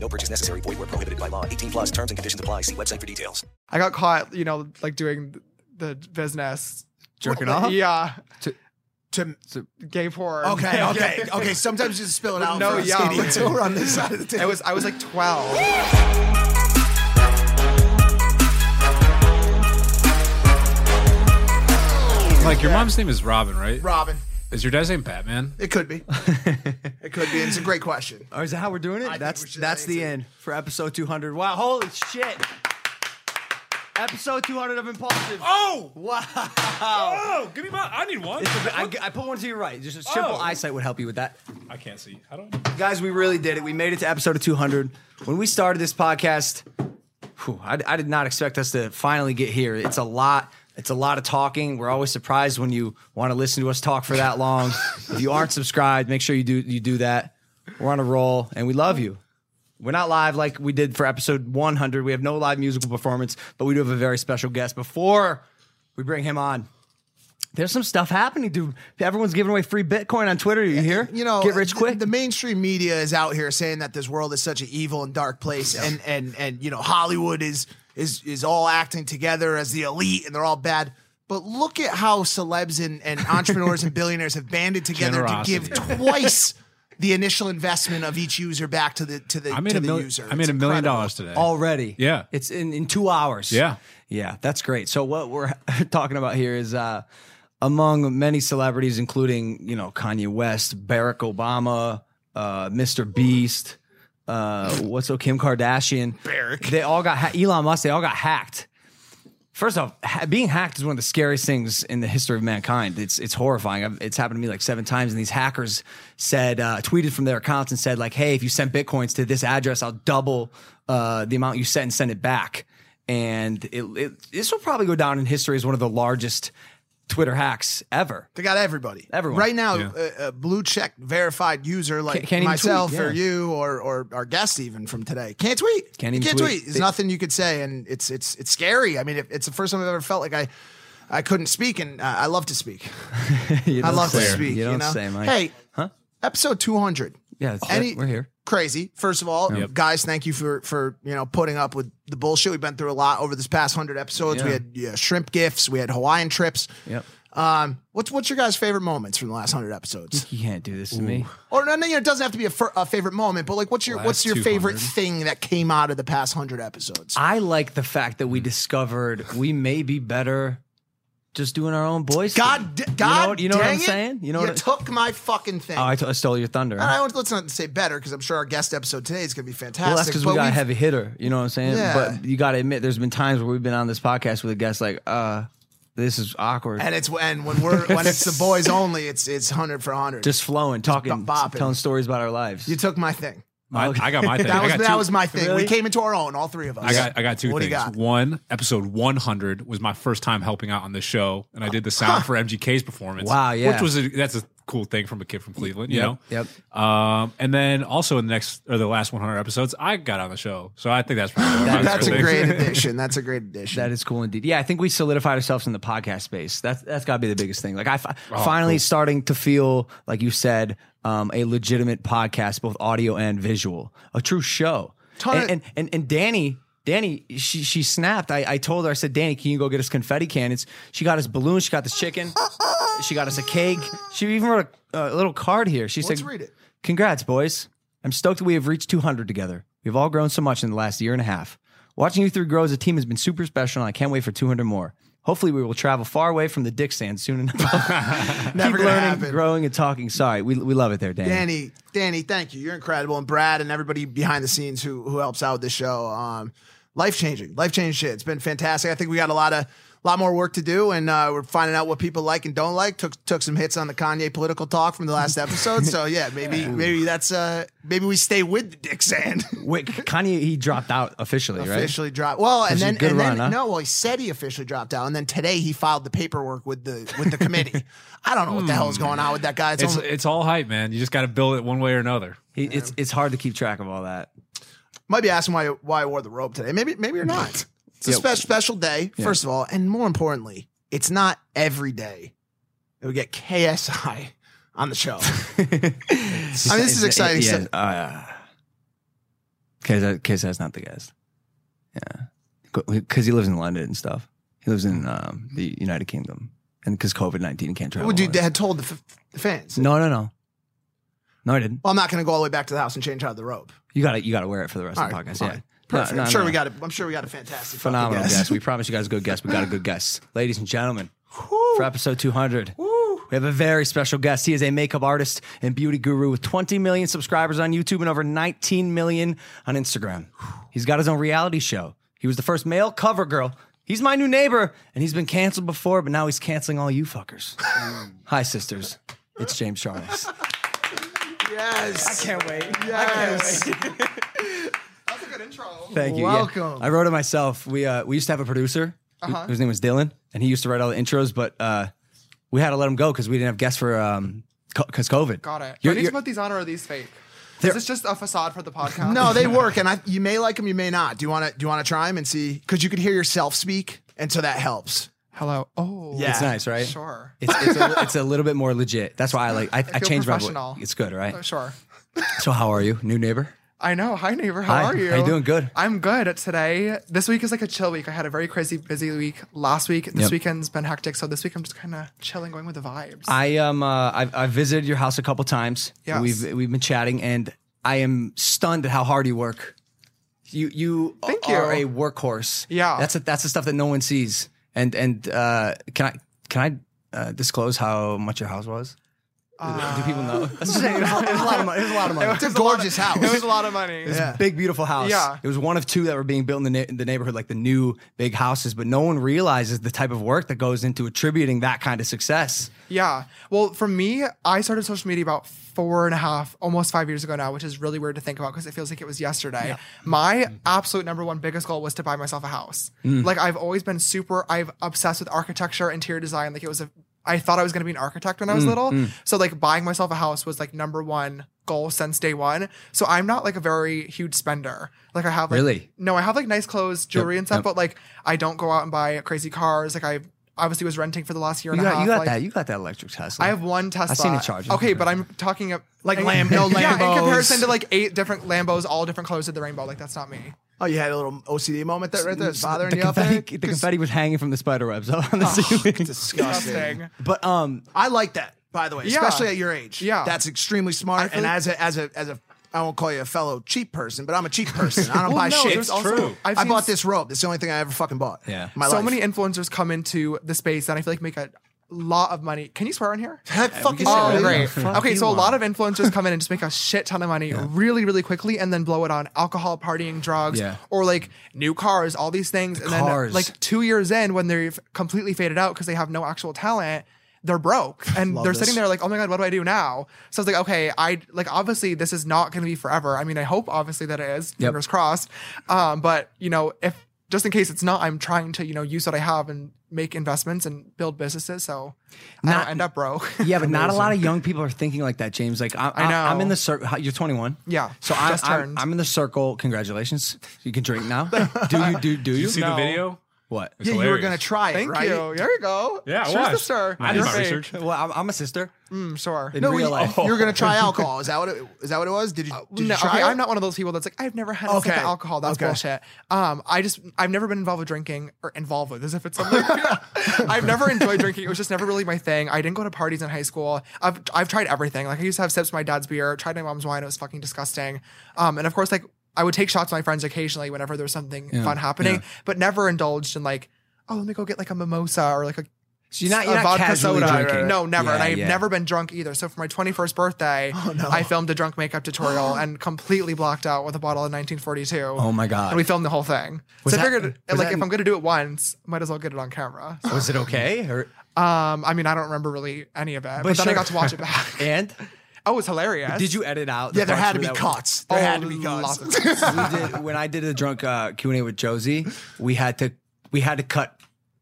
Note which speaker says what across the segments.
Speaker 1: No purchase necessary. Void where prohibited by law. 18 plus terms and conditions apply. See website for details.
Speaker 2: I got caught, you know, like doing the business.
Speaker 3: Jerking
Speaker 2: Well,
Speaker 3: off?
Speaker 2: Yeah.
Speaker 3: To, to,
Speaker 2: Gay porn.
Speaker 3: okay,
Speaker 2: Yeah.
Speaker 3: okay, okay. Sometimes you just spill it out.
Speaker 2: No,
Speaker 3: for us,
Speaker 2: yeah,
Speaker 3: Katie.
Speaker 2: we-
Speaker 3: So we're on this side of the table.
Speaker 2: I was I was like 12.
Speaker 4: Like your mom's name is Robin, right?
Speaker 3: Robin.
Speaker 4: Is your dad's name Batman?
Speaker 3: It could be. it could be. It's a great question.
Speaker 5: Or is that how we're doing it?
Speaker 3: think
Speaker 5: that's
Speaker 3: we should
Speaker 5: that's the
Speaker 3: answer.
Speaker 5: end for episode 200. Wow, holy shit. episode 200 of Impulsive.
Speaker 4: Oh!
Speaker 5: Wow.
Speaker 4: Oh! Give me my. I need one.
Speaker 5: It's a bit- I, I put one to your right. Just a simple
Speaker 4: Oh.
Speaker 5: eyesight would help you with that.
Speaker 4: I can't see. How do
Speaker 5: Guys, we really did it. We made it to episode 200. When we started this podcast, whew, I, I did not expect us to finally get here. It's a lot. It's a lot of talking. We're always surprised when you want to listen to us talk for that long. if you aren't subscribed, make sure you do you do that. We're on a roll, and we love you. We're not live like we did for episode 100. We have no live musical performance, but we do have a very special guest. Before we bring him on, there's some stuff happening, dude. Everyone's giving away free Bitcoin on Twitter. You hear?
Speaker 3: You know,
Speaker 5: get rich
Speaker 3: the-
Speaker 5: quick.
Speaker 3: The, mainstream media is out here saying that this world is such an evil and dark place, and and and you know, Hollywood is is is all acting together as the elite, and they're all bad. But look at how celebs and, and entrepreneurs and billionaires have banded together
Speaker 4: Generosity.
Speaker 3: to give twice the initial investment of each user back to the to the,
Speaker 4: I made
Speaker 3: to
Speaker 4: a
Speaker 3: the
Speaker 4: million.
Speaker 3: user.
Speaker 4: I made
Speaker 3: It's
Speaker 4: a million
Speaker 3: incredible.
Speaker 4: dollars today.
Speaker 5: already.
Speaker 4: Yeah.
Speaker 5: It's in, in two hours.
Speaker 4: Yeah.
Speaker 5: Yeah. That's great. So what we're talking about here is uh among many celebrities, including, you know, Kanye West, Barack Obama, uh, Mr. Beast, uh, what's up, Kim Kardashian. Barack. They all got ha- Elon Musk, they all got hacked. First off, ha- being hacked is one of the scariest things in the history of mankind. It's it's horrifying. I've, it's happened to me like seven times, and these hackers said, uh, tweeted from their accounts and said, like, "Hey, if you send bitcoins to this address, I'll double uh, the amount you sent and send it back." And it, it, this will probably go down in history as one of the largest Twitter hacks ever.
Speaker 3: They got everybody.
Speaker 5: Everyone.
Speaker 3: Right now,
Speaker 4: Yeah.
Speaker 3: a, a blue check verified user like
Speaker 5: Can't- can't even
Speaker 3: myself
Speaker 5: tweet,
Speaker 3: or
Speaker 5: yeah.
Speaker 3: you or, or our guest even from today can't tweet.
Speaker 5: Can't
Speaker 3: You
Speaker 5: even
Speaker 3: can't
Speaker 5: tweet.
Speaker 3: tweet. There's nothing you could say, and it's it's it's scary. I mean, it, it's the first time I've ever felt like I I couldn't speak, and uh, I love to speak.
Speaker 5: You
Speaker 3: I
Speaker 5: don't
Speaker 3: love
Speaker 5: say.
Speaker 3: to speak.
Speaker 5: You don't
Speaker 3: know?
Speaker 5: say, Mike.
Speaker 3: Hey, episode 200.
Speaker 5: Yeah, that's-
Speaker 3: Any-
Speaker 5: we're here.
Speaker 3: Crazy. First of all,
Speaker 4: Yep.
Speaker 3: guys, thank you for for you know putting up with the bullshit. We've been through a lot over this past hundred episodes. We
Speaker 5: Yeah.
Speaker 3: had yeah, shrimp gifts. We had Hawaiian trips.
Speaker 5: Yep.
Speaker 3: Um, what's what's your guys' favorite moments from the last hundred episodes?
Speaker 5: You can't do this to me.
Speaker 3: Or no, no, you know, it doesn't have to be a, fir- a favorite moment, but like, what's your
Speaker 4: Last
Speaker 3: what's your
Speaker 4: 200.
Speaker 3: favorite thing that came out of the past hundred episodes?
Speaker 5: I like the fact that
Speaker 3: Mm.
Speaker 5: we discovered we may be better just doing our own voice.
Speaker 3: God, d- God,
Speaker 5: you know, you know what
Speaker 3: dang
Speaker 5: I'm
Speaker 3: it,
Speaker 5: saying? You know
Speaker 3: you
Speaker 5: what? I-
Speaker 3: took my fucking thing.
Speaker 5: oh, I, t- I stole your thunder.
Speaker 3: and I, don't- let's not say better because I'm sure our guest episode today is going to be fantastic.
Speaker 5: well, that's because we
Speaker 3: but
Speaker 5: got a
Speaker 3: we've-
Speaker 5: heavy hitter. You know what I'm saying?
Speaker 3: Yeah.
Speaker 5: But you got to admit, there's been times where we've been on this podcast with a guest like, uh, this is awkward.
Speaker 3: and it's and when we're when it's the boys only, it's it's hundred for hundred.
Speaker 5: just flowing, talking,
Speaker 3: bopping.
Speaker 5: telling stories about our lives.
Speaker 3: you took my thing.
Speaker 4: I, I got my thing.
Speaker 3: That
Speaker 4: I
Speaker 3: was
Speaker 4: got
Speaker 3: that
Speaker 4: two-
Speaker 3: was my thing.
Speaker 5: Really?
Speaker 3: We came into our own, all three of us.
Speaker 4: I got I got two
Speaker 3: What do
Speaker 4: things.
Speaker 3: you got?
Speaker 4: One episode 100 was my first time helping out on this show, and I did the sound for MGK's performance.
Speaker 5: Wow, yeah.
Speaker 4: which was a, that's a cool thing from a kid from Cleveland. You know.
Speaker 5: Yep.
Speaker 4: Um, and then also in the next or the last 100 episodes, I got on the show, so I think that's probably one of my
Speaker 3: That's a
Speaker 4: favorite
Speaker 3: great
Speaker 4: things.
Speaker 3: addition. That's a great addition.
Speaker 5: That is cool indeed. Yeah, I think we solidified ourselves in the podcast space. That's that's got to be the biggest thing. Like I fi-
Speaker 3: Oh,
Speaker 5: finally starting to feel like you said um, a legitimate podcast, both audio and visual, a true show.
Speaker 3: Ton
Speaker 5: and,
Speaker 3: of-
Speaker 5: and and and Danny. Danny, she she snapped. I, I told her, I said, Danny, can you go get us confetti cannons? She got us balloons. She got this chicken. She got us a cake. She even wrote a, a little card here. She
Speaker 3: Let's
Speaker 5: said,
Speaker 3: read it.
Speaker 5: Congrats, boys. I'm stoked that we have reached 200 together. We've all grown so much in the last year and a half. Watching you three grow as a team has been super special, and I can't wait for 200 more. Hopefully, we will travel far away from the dick sand soon enough.
Speaker 3: Never
Speaker 5: Keep
Speaker 3: gonna
Speaker 5: learning,
Speaker 3: happen.
Speaker 5: growing, and talking. Sorry, we, we love it there, Danny.
Speaker 3: Danny, Danny, thank you. You're incredible, and Brad and everybody behind the scenes who who helps out with this show. Um, life changing, life changing shit. It's been fantastic. I think we got a lot of a lot more work to do, and uh, we're finding out what people like and don't like. Took took some hits on the Kanye political talk from the last episode, so yeah, maybe maybe that's uh maybe we stay with the Dick Sand.
Speaker 5: Wait, Kanye he dropped out officially, right?
Speaker 3: officially dropped. Well, and
Speaker 5: This is
Speaker 3: then
Speaker 5: a good
Speaker 3: and
Speaker 5: run,
Speaker 3: then
Speaker 5: huh?
Speaker 3: no, well, he said he officially dropped out, and then today he filed the paperwork with the with the committee. I don't know what the hell
Speaker 5: Hmm.
Speaker 3: is going on with that guy. It's
Speaker 4: It's
Speaker 3: only-
Speaker 4: it's all hype, man. You just got to build it one way or another.
Speaker 5: He, it's it's hard to keep track of all that.
Speaker 3: might be asking why why I wore the robe today. Maybe maybe you're not. It's a spe- special day, first of all, and more importantly, it's not every day that we get KSI on the show. I mean, this is exciting
Speaker 5: Yeah,
Speaker 3: stuff.
Speaker 5: Uh, Case that's not the guest. Yeah, because he lives in London and stuff. He lives in um, the United Kingdom, and because COVID nineteen can't travel.
Speaker 3: well, dude,
Speaker 5: and-
Speaker 3: they had told the, f- the fans.
Speaker 5: no, no, no, no, I didn't.
Speaker 3: Well, I'm not going to go all the way back to the house and change out the robe.
Speaker 5: You got to you got to wear it for the rest
Speaker 3: All
Speaker 5: of the
Speaker 3: right,
Speaker 5: podcast.
Speaker 3: fine.
Speaker 5: Yeah,
Speaker 3: Perfect.
Speaker 5: No, no,
Speaker 3: I'm sure
Speaker 5: no.
Speaker 3: we got. A, I'm sure we got a fantastic, fucking
Speaker 5: phenomenal
Speaker 3: guest.
Speaker 5: guest. We promise you guys a good guest. We got a good guest, ladies and gentlemen.
Speaker 3: Woo.
Speaker 5: For episode 200,
Speaker 3: Woo.
Speaker 5: we have a very special guest. He is a makeup artist and beauty guru with 20 million subscribers on YouTube and over 19 million on Instagram. He's got his own reality show. He was the first male cover girl. He's my new neighbor, and he's been canceled before, but now he's canceling all you fuckers.
Speaker 2: Mm.
Speaker 5: Hi, sisters. It's James Charles.
Speaker 3: Yes. I can't wait. Yes. That's a good intro.
Speaker 5: Thank you. yeah.
Speaker 3: Welcome.
Speaker 5: I wrote it myself. We uh, we used to have a producer who-
Speaker 2: Uh-huh.
Speaker 5: whose name was Dylan, and he used to write all the intros, but uh, we had to let him go because we didn't have guests for um because COVID.
Speaker 2: Got it.
Speaker 5: You're-
Speaker 2: are these
Speaker 5: you're-
Speaker 2: put these on or are these fake?
Speaker 5: They're-
Speaker 2: Is this just a facade for the podcast?
Speaker 3: No, they work, and I, you may like them, you may not. Do you want to? Do you want to try them and see? Because you could hear yourself speak, and so that helps.
Speaker 2: Hello. Oh.
Speaker 3: Yeah.
Speaker 5: It's nice, right?
Speaker 2: Sure.
Speaker 5: It's it's a, it's a little bit more legit. That's why I like. I, I,
Speaker 2: feel
Speaker 5: changed my
Speaker 2: professional.
Speaker 5: voice. It's good, right?
Speaker 2: Oh, Sure.
Speaker 5: So how are you, new neighbor?
Speaker 2: I know. Hi, neighbor. How
Speaker 5: Hi.
Speaker 2: are you?
Speaker 5: How you doing? Good.
Speaker 2: I'm good today. This week is like a chill week. I had a very crazy busy week last week. This
Speaker 5: Yep.
Speaker 2: weekend's been hectic, so this week I'm just kind of chilling, going with the vibes.
Speaker 5: I am. Uh, I've, I've visited your house a couple times.
Speaker 2: Yes.
Speaker 5: We've we've been chatting, and I am stunned at how hard you work. You you
Speaker 2: Thank
Speaker 5: are
Speaker 2: you.
Speaker 5: a workhorse.
Speaker 2: Yeah.
Speaker 5: that's a, that's the stuff that no one sees. And and uh, can I can I uh, disclose how much your house was? Do people know? That's just, it, was, it was a lot of money. It was a lot of money.
Speaker 3: It's a gorgeous house.
Speaker 2: it was a lot of money.
Speaker 5: This big beautiful house.
Speaker 2: Yeah.
Speaker 5: It was one of two that were being built in the, na- the neighborhood, like the new big houses. But no one realizes the type of work that goes into attributing that kind of success.
Speaker 2: Yeah. Well, for me, I started social media about four and a half, almost five years ago now, which is really weird to think about because it feels like it was yesterday. My absolute number one biggest goal was to buy myself a house.
Speaker 5: Mm.
Speaker 2: Like I've always been super, I've obsessed with architecture, interior design. Like it was a, I thought I was going to be an architect when I was
Speaker 5: Mm,
Speaker 2: little. So like buying myself a house was like number one goal since day one. So I'm not like a very huge spender. Like I have like,
Speaker 5: Really?
Speaker 2: no, I have like nice clothes, jewelry and stuff,
Speaker 5: yep.
Speaker 2: but like I don't go out and buy crazy cars. Like I obviously was renting for the last year
Speaker 5: You
Speaker 2: and a
Speaker 5: got,
Speaker 2: half.
Speaker 5: you got
Speaker 2: like,
Speaker 5: that. You got that electric Tesla.
Speaker 2: I have one Tesla.
Speaker 5: seen it charge. It's
Speaker 2: Okay,
Speaker 5: pretty
Speaker 2: but I'm talking of like
Speaker 3: Lam- no
Speaker 2: Yeah,
Speaker 3: Lambos.
Speaker 2: in comparison to like eight different Lambos, all different colors of the rainbow. Like that's not me.
Speaker 3: Oh, you had a little OCD moment that right there, it's bothering
Speaker 5: the
Speaker 3: you. up
Speaker 5: confetti.
Speaker 3: there?
Speaker 5: The confetti was hanging from the spider webs on
Speaker 2: Oh,
Speaker 5: the ceiling.
Speaker 3: Disgusting.
Speaker 2: Disgusting.
Speaker 5: But um,
Speaker 3: I like that, by the way,
Speaker 2: Yeah.
Speaker 3: especially at your age.
Speaker 2: Yeah.
Speaker 3: that's extremely smart.
Speaker 2: feel
Speaker 3: And
Speaker 2: like-
Speaker 3: as a as a as a I won't call you a fellow cheap person, but I'm a cheap person. I don't
Speaker 2: Well,
Speaker 3: buy
Speaker 2: no,
Speaker 3: shit.
Speaker 2: there's also-
Speaker 4: true.
Speaker 2: I've
Speaker 3: I
Speaker 2: seen
Speaker 3: bought
Speaker 2: s-
Speaker 3: this robe. It's the only thing I ever fucking bought.
Speaker 5: Yeah.
Speaker 3: my
Speaker 2: so
Speaker 3: life.
Speaker 2: many influencers come into the space, and I feel like make a lot of money. Can you swear on here?
Speaker 3: Heck, fucking
Speaker 5: can say
Speaker 3: yeah,
Speaker 2: Oh,
Speaker 5: whatever
Speaker 3: dude.
Speaker 5: the
Speaker 2: great.
Speaker 5: fuck
Speaker 2: Okay,
Speaker 5: you
Speaker 2: so a lot of
Speaker 5: want.
Speaker 2: influencers come in and just make a shit ton of money really, really quickly and then blow it on alcohol, partying, drugs,
Speaker 5: Yeah.
Speaker 2: or like new cars, all these things. and
Speaker 5: cars.
Speaker 2: then, like, two years in, when they've completely faded out because they have no actual talent. They're broke and they're sitting there like, oh my God, what do I do now? So I was like, okay, I like obviously this is not going to be forever. I mean, I hope obviously that it is,
Speaker 5: Yep.
Speaker 2: fingers crossed. Um, but you know, if just in case it's not, I'm trying to, you know, use what I have and make investments and build businesses. So I
Speaker 5: Not-
Speaker 2: don't end up broke.
Speaker 5: yeah, but not a lot of young people are thinking like that, James. Like I, I,
Speaker 2: know.
Speaker 5: I'm in the circle. You're 21.
Speaker 2: Yeah,
Speaker 5: So I,
Speaker 2: just
Speaker 5: I'm,
Speaker 2: turned.
Speaker 5: I'm in the circle. Congratulations. You can drink now. do you do do you?
Speaker 4: Did you see the video?
Speaker 5: what?
Speaker 4: It's
Speaker 3: You were
Speaker 4: hilarious.
Speaker 3: gonna try it,
Speaker 2: Thank
Speaker 3: right?
Speaker 2: you. There you go.
Speaker 4: Yeah, I
Speaker 2: sure,
Speaker 4: watched.
Speaker 2: sister.
Speaker 4: I did
Speaker 2: You're
Speaker 4: my
Speaker 2: fake.
Speaker 4: research.
Speaker 5: Well, I'm, I'm a sister.
Speaker 2: Mm, sure.
Speaker 5: In
Speaker 2: No,
Speaker 5: real
Speaker 3: you-
Speaker 5: life.
Speaker 3: You're gonna try alcohol. Is that what it, is that what it was? Did you, did
Speaker 2: Uh, no,
Speaker 3: you try
Speaker 2: okay,
Speaker 3: it?
Speaker 2: I'm not one of those people that's like I've never had a sip
Speaker 3: Okay.
Speaker 2: of alcohol. That's
Speaker 3: Okay.
Speaker 2: bullshit. Um, I just I've never been involved with drinking or involved with as if it's something. I've never enjoyed drinking. It was just never really my thing. I didn't go to parties in high school. I've I've tried everything. Like I used to have sips of my dad's beer. Tried my mom's wine. It was fucking disgusting. Um, and of course, like I would take shots with my friends occasionally whenever there was something fun happening, but never indulged in like oh let me go get like a mimosa or like a
Speaker 5: So you're not,
Speaker 2: a
Speaker 5: you're not
Speaker 2: vodka
Speaker 5: casually
Speaker 2: soda.
Speaker 5: drinking.
Speaker 2: No, never.
Speaker 5: Yeah,
Speaker 2: and I've
Speaker 5: yeah. Oh,
Speaker 2: never been drunk either. So for my 21st birthday, I filmed a drunk makeup tutorial and completely blocked out with a bottle of 1942.
Speaker 5: Oh my god.
Speaker 2: And we filmed the whole thing.
Speaker 5: Was
Speaker 2: so I
Speaker 5: that-
Speaker 2: figured,
Speaker 5: was
Speaker 2: like,
Speaker 5: that-
Speaker 2: if I'm going to do it once, might as well get it on camera. So,
Speaker 5: was it okay? Or,
Speaker 2: um, I mean, I don't remember really any of it, but, then I
Speaker 5: sure.
Speaker 2: got to watch it back.
Speaker 5: and
Speaker 2: oh, it was hilarious.
Speaker 5: did you Oh, edit out? the
Speaker 3: Yeah, there
Speaker 5: parts
Speaker 3: had to be
Speaker 5: where that was-
Speaker 3: cuts.
Speaker 2: Oh,
Speaker 3: There had to be
Speaker 2: lots of
Speaker 3: cuts.
Speaker 5: we did when I did a drunk uh, Q and A with Josie. We had to we had to cut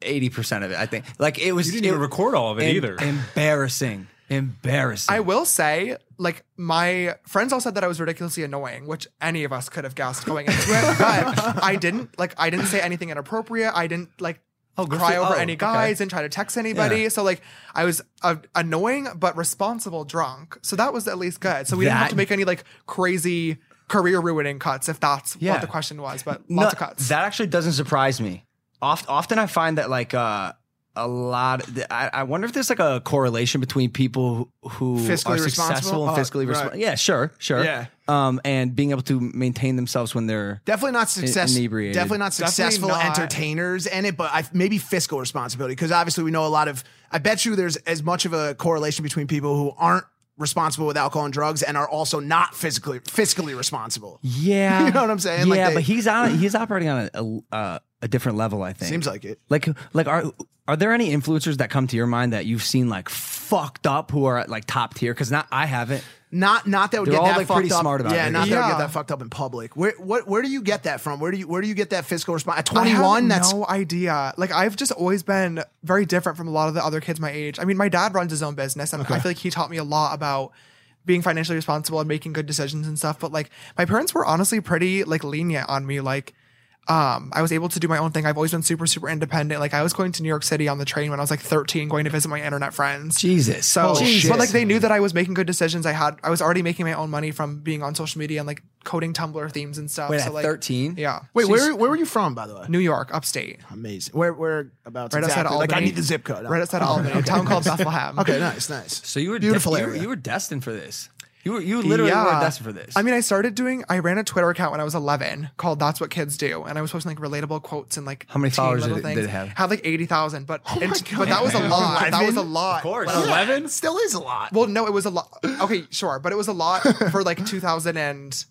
Speaker 5: eighty percent of it. I think like it was
Speaker 4: You didn't
Speaker 5: it-
Speaker 4: even record all of it
Speaker 5: em-
Speaker 4: either.
Speaker 5: Embarrassing, embarrassing.
Speaker 2: I will say, like, my friends all said that I was ridiculously annoying, which any of us could have guessed going into it. But I didn't, like, I didn't say anything inappropriate. I didn't, like,
Speaker 5: good
Speaker 2: cry
Speaker 5: for-
Speaker 2: over
Speaker 5: oh,
Speaker 2: any
Speaker 5: okay.
Speaker 2: guys and try to text anybody.
Speaker 5: Yeah.
Speaker 2: So, like, I was uh, annoying but responsible drunk. So that was at least good. So we didn't have
Speaker 5: That-
Speaker 2: to make any, like, crazy career ruining cuts if that's
Speaker 5: Yeah.
Speaker 2: what the question was, but lots
Speaker 5: No,
Speaker 2: of cuts.
Speaker 5: That actually doesn't surprise me. Oft, often I find that like uh, a lot. I, I wonder if there's like a correlation between people who
Speaker 2: Fiscally
Speaker 5: are successful
Speaker 2: responsible?
Speaker 5: and
Speaker 2: Oh,
Speaker 5: fiscally responsible.
Speaker 3: right.
Speaker 5: Yeah, sure, sure.
Speaker 3: Yeah.
Speaker 5: Um, and being able to maintain themselves when they're
Speaker 3: Definitely not successful.
Speaker 5: inebriated.
Speaker 3: Definitely not
Speaker 2: Definitely
Speaker 3: successful
Speaker 2: not.
Speaker 3: entertainers in it, but I, maybe fiscal responsibility because obviously we know a lot of. I bet you there's as much of a correlation between people who aren't responsible with alcohol and drugs and are also not physically fiscally responsible.
Speaker 5: Yeah,
Speaker 3: You know what I'm
Speaker 5: Yeah,
Speaker 3: saying? Like they-
Speaker 5: but he's on. He's operating on a a, uh, a different level. I think.
Speaker 3: Seems like it.
Speaker 5: Like like are are there any influencers that come to your mind that you've seen like fucked up who are at like top tier? Because not I haven't.
Speaker 3: Not not that would
Speaker 5: They're
Speaker 3: get
Speaker 5: all,
Speaker 3: that
Speaker 5: like,
Speaker 3: fucked
Speaker 5: pretty
Speaker 3: up.
Speaker 5: smart about
Speaker 3: yeah,
Speaker 5: it.
Speaker 3: not that would get
Speaker 2: Yeah.
Speaker 3: that fucked up in public. Where what where do you get that from? Where do you where do you get that fiscal response? At
Speaker 2: I
Speaker 3: 21,
Speaker 2: have
Speaker 3: that's
Speaker 2: no idea. Like I've just always been very different from a lot of the other kids my age. I mean, my dad runs his own business, and I feel like he taught me a lot about being financially responsible and making good decisions and stuff. But like my parents were honestly pretty like lenient on me. Like um, I was able to do my own thing. I've always been super super independent. Like I was going to New York City on the train when I was like 13, going to visit my internet friends.
Speaker 5: Jesus.
Speaker 2: So,
Speaker 5: Jesus.
Speaker 2: but like they knew that I was making good decisions. I had, I was already making my own money from being on social media and like coding Tumblr themes and stuff.
Speaker 5: Wait,
Speaker 2: so
Speaker 5: at
Speaker 2: like
Speaker 5: 13?
Speaker 2: yeah.
Speaker 3: Wait, where where were you from by the way?
Speaker 2: New York, upstate.
Speaker 3: Amazing. Where where about
Speaker 2: Right outside
Speaker 3: exactly?
Speaker 2: Albany.
Speaker 3: Like I need the zip code.
Speaker 2: Right outside Albany, a town called Bethlehem.
Speaker 3: Okay, nice, nice.
Speaker 5: So you were
Speaker 3: beautiful
Speaker 5: de- you were-
Speaker 3: area.
Speaker 5: You, were destined for this. You were you literally
Speaker 2: Yeah.
Speaker 5: were destined for this.
Speaker 2: I mean, I started doing. I ran a Twitter account when I was 11 called "That's What Kids Do," and I was posting like relatable quotes and like
Speaker 5: How many
Speaker 2: teen
Speaker 5: followers
Speaker 2: little
Speaker 5: did it-
Speaker 2: things.
Speaker 5: did it have? Oh
Speaker 2: Had like 80,000, but it- but that was a lot. That was a lot. Of
Speaker 5: course.
Speaker 3: Eleven still is a lot.
Speaker 2: Well, no, it was a lot. Okay, sure, but it was a lot for like 2000 and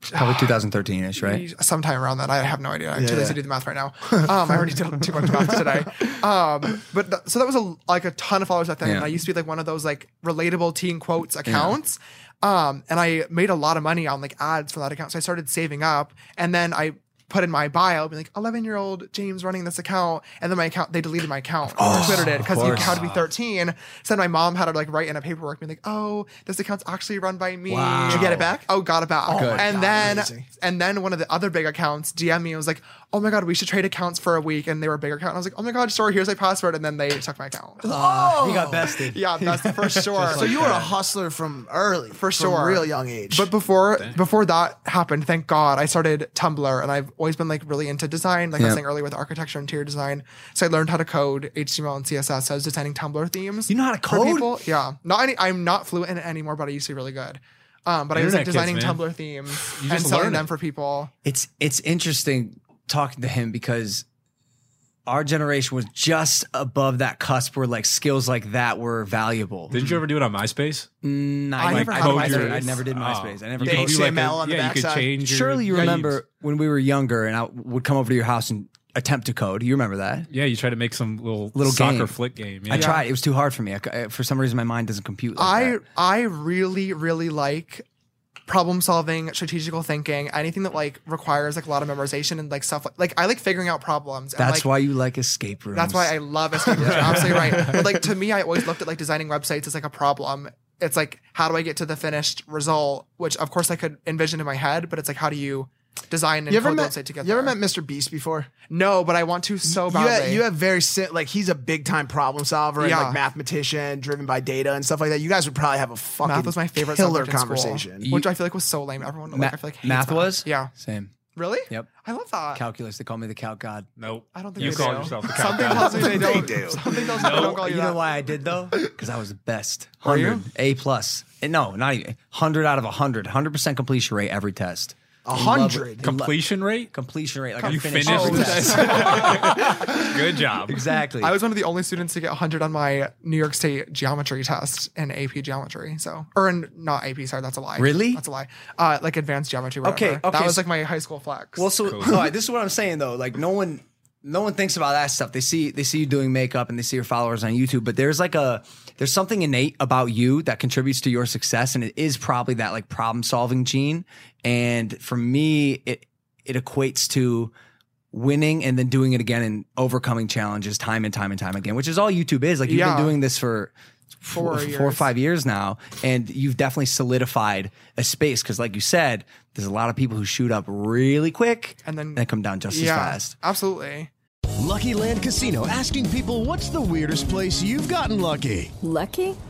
Speaker 5: probably 2013 ish, right?
Speaker 2: sometime around that. I have no idea. I'm too lazy to do the math right now. Um, I already did too much math today. Um, but th- so that was a like a ton of followers that thing.
Speaker 5: Yeah.
Speaker 2: And I used to be like one of those like relatable teen quotes accounts. Um, and I made a lot of money on like ads for that account. So I started saving up, and then I put in my bio, be like 11 year old James running this account, and then my account they deleted my account, or Twittered it because you had to be 13. So then my mom had to like write in a paperwork, being like, "Oh, this account's actually run by me."
Speaker 5: Wow. Did you get it
Speaker 3: back?
Speaker 2: Oh, got it back.
Speaker 3: my
Speaker 2: And
Speaker 3: God,
Speaker 2: then
Speaker 3: amazing.
Speaker 2: and then one of the other big accounts DM me and was like, "Oh my god, we should trade accounts for a week." And they were a big account. And I was like, "Oh my god, sure. Here's my password." And then they took my account.
Speaker 5: Oh, you got bested.
Speaker 2: yeah, that's for sure.
Speaker 3: so you were a hustler from early,
Speaker 2: for
Speaker 3: from
Speaker 2: sure,
Speaker 3: real young age.
Speaker 2: But before before that happened, thank God, I started Tumblr, and I've always been like really into design. Like I
Speaker 5: Yeah.
Speaker 2: was saying earlier with architecture and interior design, so I learned how to code HTML and CSS. So I was designing Tumblr themes.
Speaker 5: You know how to
Speaker 2: for
Speaker 5: code?
Speaker 2: people. Yeah, not any. I'm not fluent in it anymore, but I used to be really good. Um, but I was like
Speaker 4: Internet kids,
Speaker 2: designing
Speaker 4: man.
Speaker 2: Tumblr themes and
Speaker 4: You just
Speaker 2: selling
Speaker 4: learn
Speaker 2: them
Speaker 4: it.
Speaker 2: for people.
Speaker 5: It's it's interesting talking to him because our generation was just above that cusp where like skills like that were valuable.
Speaker 4: Didn't you ever do it on MySpace?
Speaker 5: Mm, I,
Speaker 2: I never
Speaker 5: never I,
Speaker 2: had
Speaker 5: never
Speaker 2: MySpace.
Speaker 5: did- I never did
Speaker 4: Oh.
Speaker 5: MySpace. I never
Speaker 4: You
Speaker 3: did
Speaker 5: coded.
Speaker 4: could do like
Speaker 3: HTML
Speaker 4: a-
Speaker 3: on the
Speaker 4: yeah, you could
Speaker 3: backside.
Speaker 4: change. your-
Speaker 5: Surely you
Speaker 4: yeah,
Speaker 5: remember when we were younger and I would come over to your house and attempt to code. You remember that?
Speaker 4: Yeah, you tried to make some little
Speaker 5: Little
Speaker 4: soccer
Speaker 5: game.
Speaker 4: flick game.
Speaker 5: I
Speaker 4: yeah.
Speaker 5: tried. It was too hard for me. I c- I- for some reason, my mind doesn't compute. Like
Speaker 2: I
Speaker 5: that.
Speaker 2: I really really like problem solving, strategical thinking, anything that like requires like a lot of memorization and like stuff like, like I like figuring out problems. and, like,
Speaker 5: That's why you like escape rooms.
Speaker 2: that's why I love escape rooms. You're absolutely right. But like to me, I always looked at like designing websites as like a problem. It's like how do I get to the finished result? Which of course I could envision in my head, but it's like how do you design and
Speaker 3: you ever
Speaker 2: code
Speaker 3: met
Speaker 2: the website together?
Speaker 3: you ever met Mr. Beast before?
Speaker 2: no, but I want to so
Speaker 3: you,
Speaker 2: badly.
Speaker 3: have, you have very si- like he's a big time problem solver and
Speaker 2: Yeah.
Speaker 3: like mathematician, driven by data and stuff like that. You guys would probably have a fucking
Speaker 2: math was my favorite
Speaker 3: killer
Speaker 2: subject in school,
Speaker 3: conversation.
Speaker 2: which I feel like was so lame. Everyone like,
Speaker 5: Ma-
Speaker 2: I feel like hates
Speaker 5: math was.
Speaker 2: yeah.
Speaker 5: same.
Speaker 2: Really?
Speaker 5: Yep.
Speaker 2: I love that.
Speaker 5: Calculus. They call me the calc god.
Speaker 4: Nope.
Speaker 2: I don't think
Speaker 4: you
Speaker 2: they
Speaker 4: called
Speaker 2: do.
Speaker 4: yourself the cow
Speaker 2: Something
Speaker 4: god.
Speaker 2: tells me they
Speaker 3: They
Speaker 2: don't.
Speaker 3: do.
Speaker 2: Something tells me they don't call you,
Speaker 5: Oh, You
Speaker 2: that.
Speaker 5: know why I did though? Because I was the best.
Speaker 2: you?
Speaker 5: Eh, Hundred A plus. And No, not even hundred out of hundred. Hundred percent completion rate every test.
Speaker 3: A hundred.
Speaker 4: Completion rate?
Speaker 5: completion rate. Like
Speaker 4: You
Speaker 5: I finished.
Speaker 4: finished
Speaker 2: Oh,
Speaker 5: every
Speaker 4: this?
Speaker 5: test. Oh.
Speaker 4: Good job.
Speaker 5: exactly.
Speaker 2: I was one of the only students to get 100 on my New York State geometry test in AP geometry. So, or in not AP, sorry, that's a lie.
Speaker 5: Really?
Speaker 2: That's a lie. Uh, like advanced geometry. Whatever.
Speaker 5: Okay, okay,
Speaker 2: That was
Speaker 5: so-
Speaker 2: like my high school flex.
Speaker 5: Well, so all right, this is what I'm saying though. Like no one, no one thinks about that stuff. They see they see you doing makeup and they see your followers on YouTube, but there's like a there's something innate about you that contributes to your success, and it is probably that like problem solving gene. And for me, it it equates to winning and then doing it again and overcoming challenges time and time and time again, which is all YouTube is. Like you've
Speaker 2: Yeah.
Speaker 5: been doing this for
Speaker 2: Four
Speaker 5: four, four or
Speaker 2: years.
Speaker 5: five years now, and you've definitely solidified a space because, like you said, there's a lot of people who shoot up really quick
Speaker 2: And then-
Speaker 5: and come down just
Speaker 2: yeah,
Speaker 5: as fast.
Speaker 2: absolutely.
Speaker 6: Lucky Land Casino asking people what's the weirdest place you've gotten lucky?
Speaker 7: Lucky?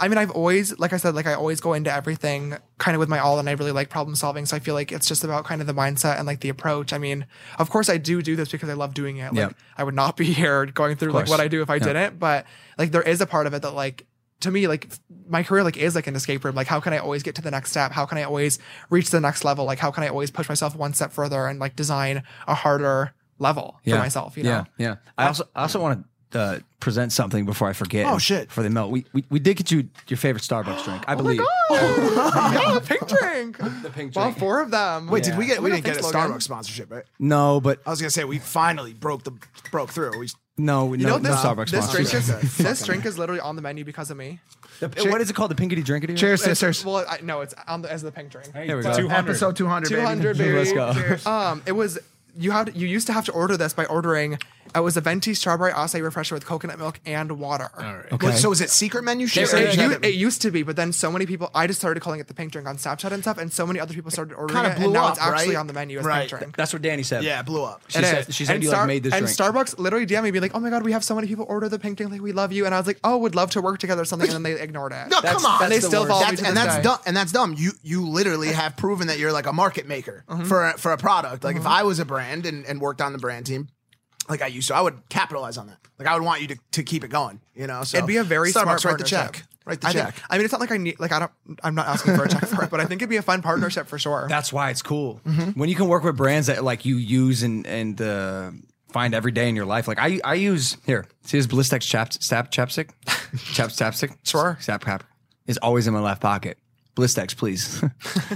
Speaker 2: I mean, I've always, like I said, like I always go into everything kind of with my all, and I really like problem solving. So I feel like it's just about kind of the mindset and like the approach. I mean, of course, I do do this because I love doing it. Like,
Speaker 5: Yeah.
Speaker 2: I would not be here going through like
Speaker 5: course.
Speaker 2: what I do if I
Speaker 5: Yeah.
Speaker 2: didn't. But like, there is a part of it that like to me, like f- my career, like is like an escape room. Like, how can I always get to the next step? How can I always reach the next level? Like, how can I always push myself one step further and like design a harder level for myself? You know,
Speaker 5: Yeah, yeah. I also I also want to uh, present something before I forget.
Speaker 3: Oh, shit.
Speaker 5: Before they melt, we, we we did get you your favorite Starbucks drink,
Speaker 2: Oh
Speaker 5: I believe.
Speaker 2: yeah, the pink drink. The
Speaker 5: pink
Speaker 2: Well,
Speaker 5: drink.
Speaker 2: four of them.
Speaker 3: Wait, did we get? We,
Speaker 2: don't
Speaker 3: didn't get a
Speaker 2: think Logan-
Speaker 3: Starbucks sponsorship, right?
Speaker 5: No, but
Speaker 2: Uh,
Speaker 3: I was gonna say we finally broke the broke through. We,
Speaker 5: no,
Speaker 2: You
Speaker 5: no,
Speaker 2: know this,
Speaker 5: no Starbucks.
Speaker 2: this drink
Speaker 5: sponsors.
Speaker 2: is this drink is literally on the menu because of me.
Speaker 5: The- what is it called? The pinkity drink it
Speaker 3: cheers,
Speaker 2: Well, I, no, it's on the as the pink drink.
Speaker 4: Hey,
Speaker 5: There we go.
Speaker 4: 200.
Speaker 3: Episode two hundred.
Speaker 2: Two hundred, baby.
Speaker 5: Let's go.
Speaker 2: Cheers. Um, it was you had you used to have to order this by ordering. It was a venti strawberry acai refresher with coconut milk and water. All right.
Speaker 5: Okay.
Speaker 3: So is it secret menu? She
Speaker 2: It,
Speaker 3: said
Speaker 2: it, u- it used to be, but then so many people. I just started calling it the pink drink on Snapchat and stuff, and so many other people started ordering
Speaker 3: kinda
Speaker 2: it,
Speaker 3: blew
Speaker 2: and now
Speaker 3: up,
Speaker 2: it's actually
Speaker 3: right?
Speaker 2: on the menu as
Speaker 3: Right.
Speaker 2: pink drink.
Speaker 5: That's what Danny said.
Speaker 3: yeah, it blew up.
Speaker 5: She
Speaker 2: It
Speaker 5: said,
Speaker 2: is.
Speaker 5: she said
Speaker 2: And
Speaker 5: you
Speaker 2: Star-
Speaker 5: like made this
Speaker 2: and
Speaker 5: drink.
Speaker 2: Starbucks literally DM me, be like, "Oh my god, we have so many people order the pink drink, like we love you." And I was like, "Oh, would love to work together or something," and then they ignored it.
Speaker 3: No, come on.
Speaker 2: And they
Speaker 5: the
Speaker 2: still
Speaker 5: worst.
Speaker 2: follow me
Speaker 3: That's,
Speaker 2: to
Speaker 3: and
Speaker 2: this
Speaker 3: that's
Speaker 2: day.
Speaker 3: dumb. And that's dumb. You you literally have proven that you're like a market maker
Speaker 2: Mm-hmm.
Speaker 3: for a, for a product. Like if I was a brand and, and worked on the brand team, like I used to, I would capitalize on that. Like I would want you to, to keep it going. You know, so
Speaker 2: It'd be a very
Speaker 3: Starbucks,
Speaker 2: smart
Speaker 3: write the
Speaker 2: partnership.
Speaker 3: check. Write the
Speaker 2: I think-
Speaker 3: check.
Speaker 2: I mean, it's not like I need like I don't. I'm not asking for a check for it, but I think it'd be a fun partnership for sure.
Speaker 5: That's why it's cool
Speaker 2: Mm-hmm.
Speaker 5: when you can work with brands that like you use and and uh, find every day in your life. Like I I use here see this Ballistex chap stab chapstick chap chapstick
Speaker 2: Sure.
Speaker 5: stab cap is always in my left pocket. Ballistex, please.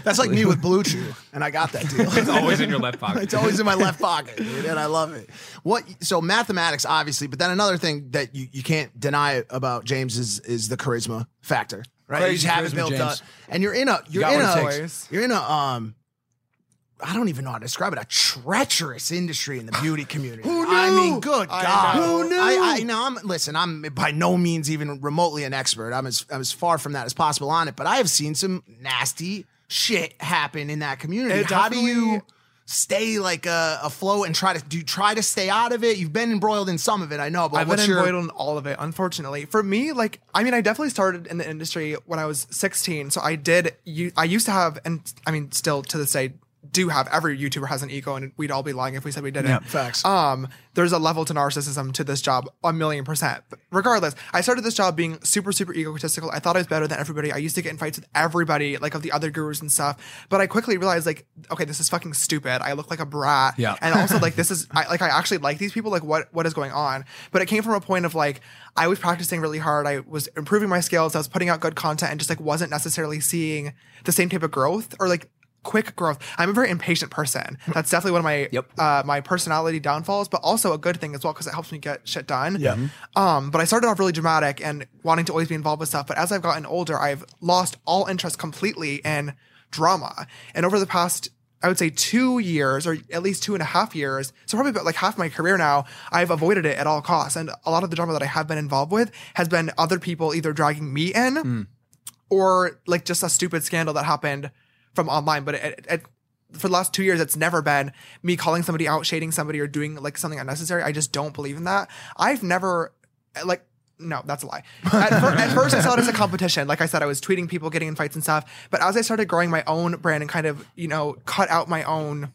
Speaker 3: That's like me with Blue Chew, and I got that deal.
Speaker 4: It's always in your left pocket.
Speaker 3: It's always in my left pocket, dude, and I love it. What? So mathematics, obviously, but then another thing that you, you can't deny about James is is the charisma factor, right? you
Speaker 5: Crazy
Speaker 3: just have it
Speaker 5: charisma,
Speaker 3: built
Speaker 5: James.
Speaker 3: up, and you're in a you're
Speaker 5: got
Speaker 3: in
Speaker 5: what it
Speaker 3: a
Speaker 2: takes.
Speaker 3: you're in a um. I don't even know how to describe it. A treacherous industry in the beauty community. Who knew? I mean, good
Speaker 2: I
Speaker 3: God.
Speaker 2: know.
Speaker 3: Who knew? I, I know. I'm listen. I'm by no means even remotely an expert. I'm as I'm as far from that as possible on it. But I have seen some nasty shit happen in that community.
Speaker 2: It
Speaker 3: How do you
Speaker 2: definitely-
Speaker 3: stay like a, afloat and try to do you try to stay out of it? You've been embroiled in some of it, I know, but
Speaker 2: I've been
Speaker 3: what's your
Speaker 2: embroildered in all of it, unfortunately. For me, like, I mean, I definitely started in the industry when I was 16. So I did, you, I used to have, and I mean, still to this day, do have every YouTuber has an ego, and we'd all be lying if we said we didn't.
Speaker 3: facts.
Speaker 2: Um, there's a level to narcissism to this job, a million percent. But regardless, I started this job being super, super egotistical. I thought I was better than everybody. I used to get in fights with everybody, like of the other gurus and stuff. But I quickly realized, like, okay, this is fucking stupid. I look like a brat.
Speaker 5: Yeah.
Speaker 2: And also, like, this is I, like I actually like these people. Like, what what is going on? But it came from a point of like I was practicing really hard. I was improving my skills. I was putting out good content, and just like wasn't necessarily seeing the same type of growth or like quick growth. I'm a very impatient person. That's definitely one of my
Speaker 5: Yep.
Speaker 2: uh, my personality downfalls, but also a good thing as well because it helps me get shit done. Yeah. Um, but I started off really dramatic and wanting to always be involved with stuff. But as I've gotten older, I've lost all interest completely in drama. And over the past I would say two years or at least two and a half years. So probably about like half my career now, I've avoided it at all costs. And a lot of the drama that I have been involved with has been other people either dragging me in or like just a stupid scandal that happened from online. But it, it, it for the last two years, it's never been me calling somebody out, shading somebody, or doing like something unnecessary. I just don't believe in that. I've never like. No, that's a lie. At, fir- at first, I saw it as a competition. Like I said, I was tweeting people getting in fights and stuff. But as I started growing my own brand and kind of, you know, cut out my own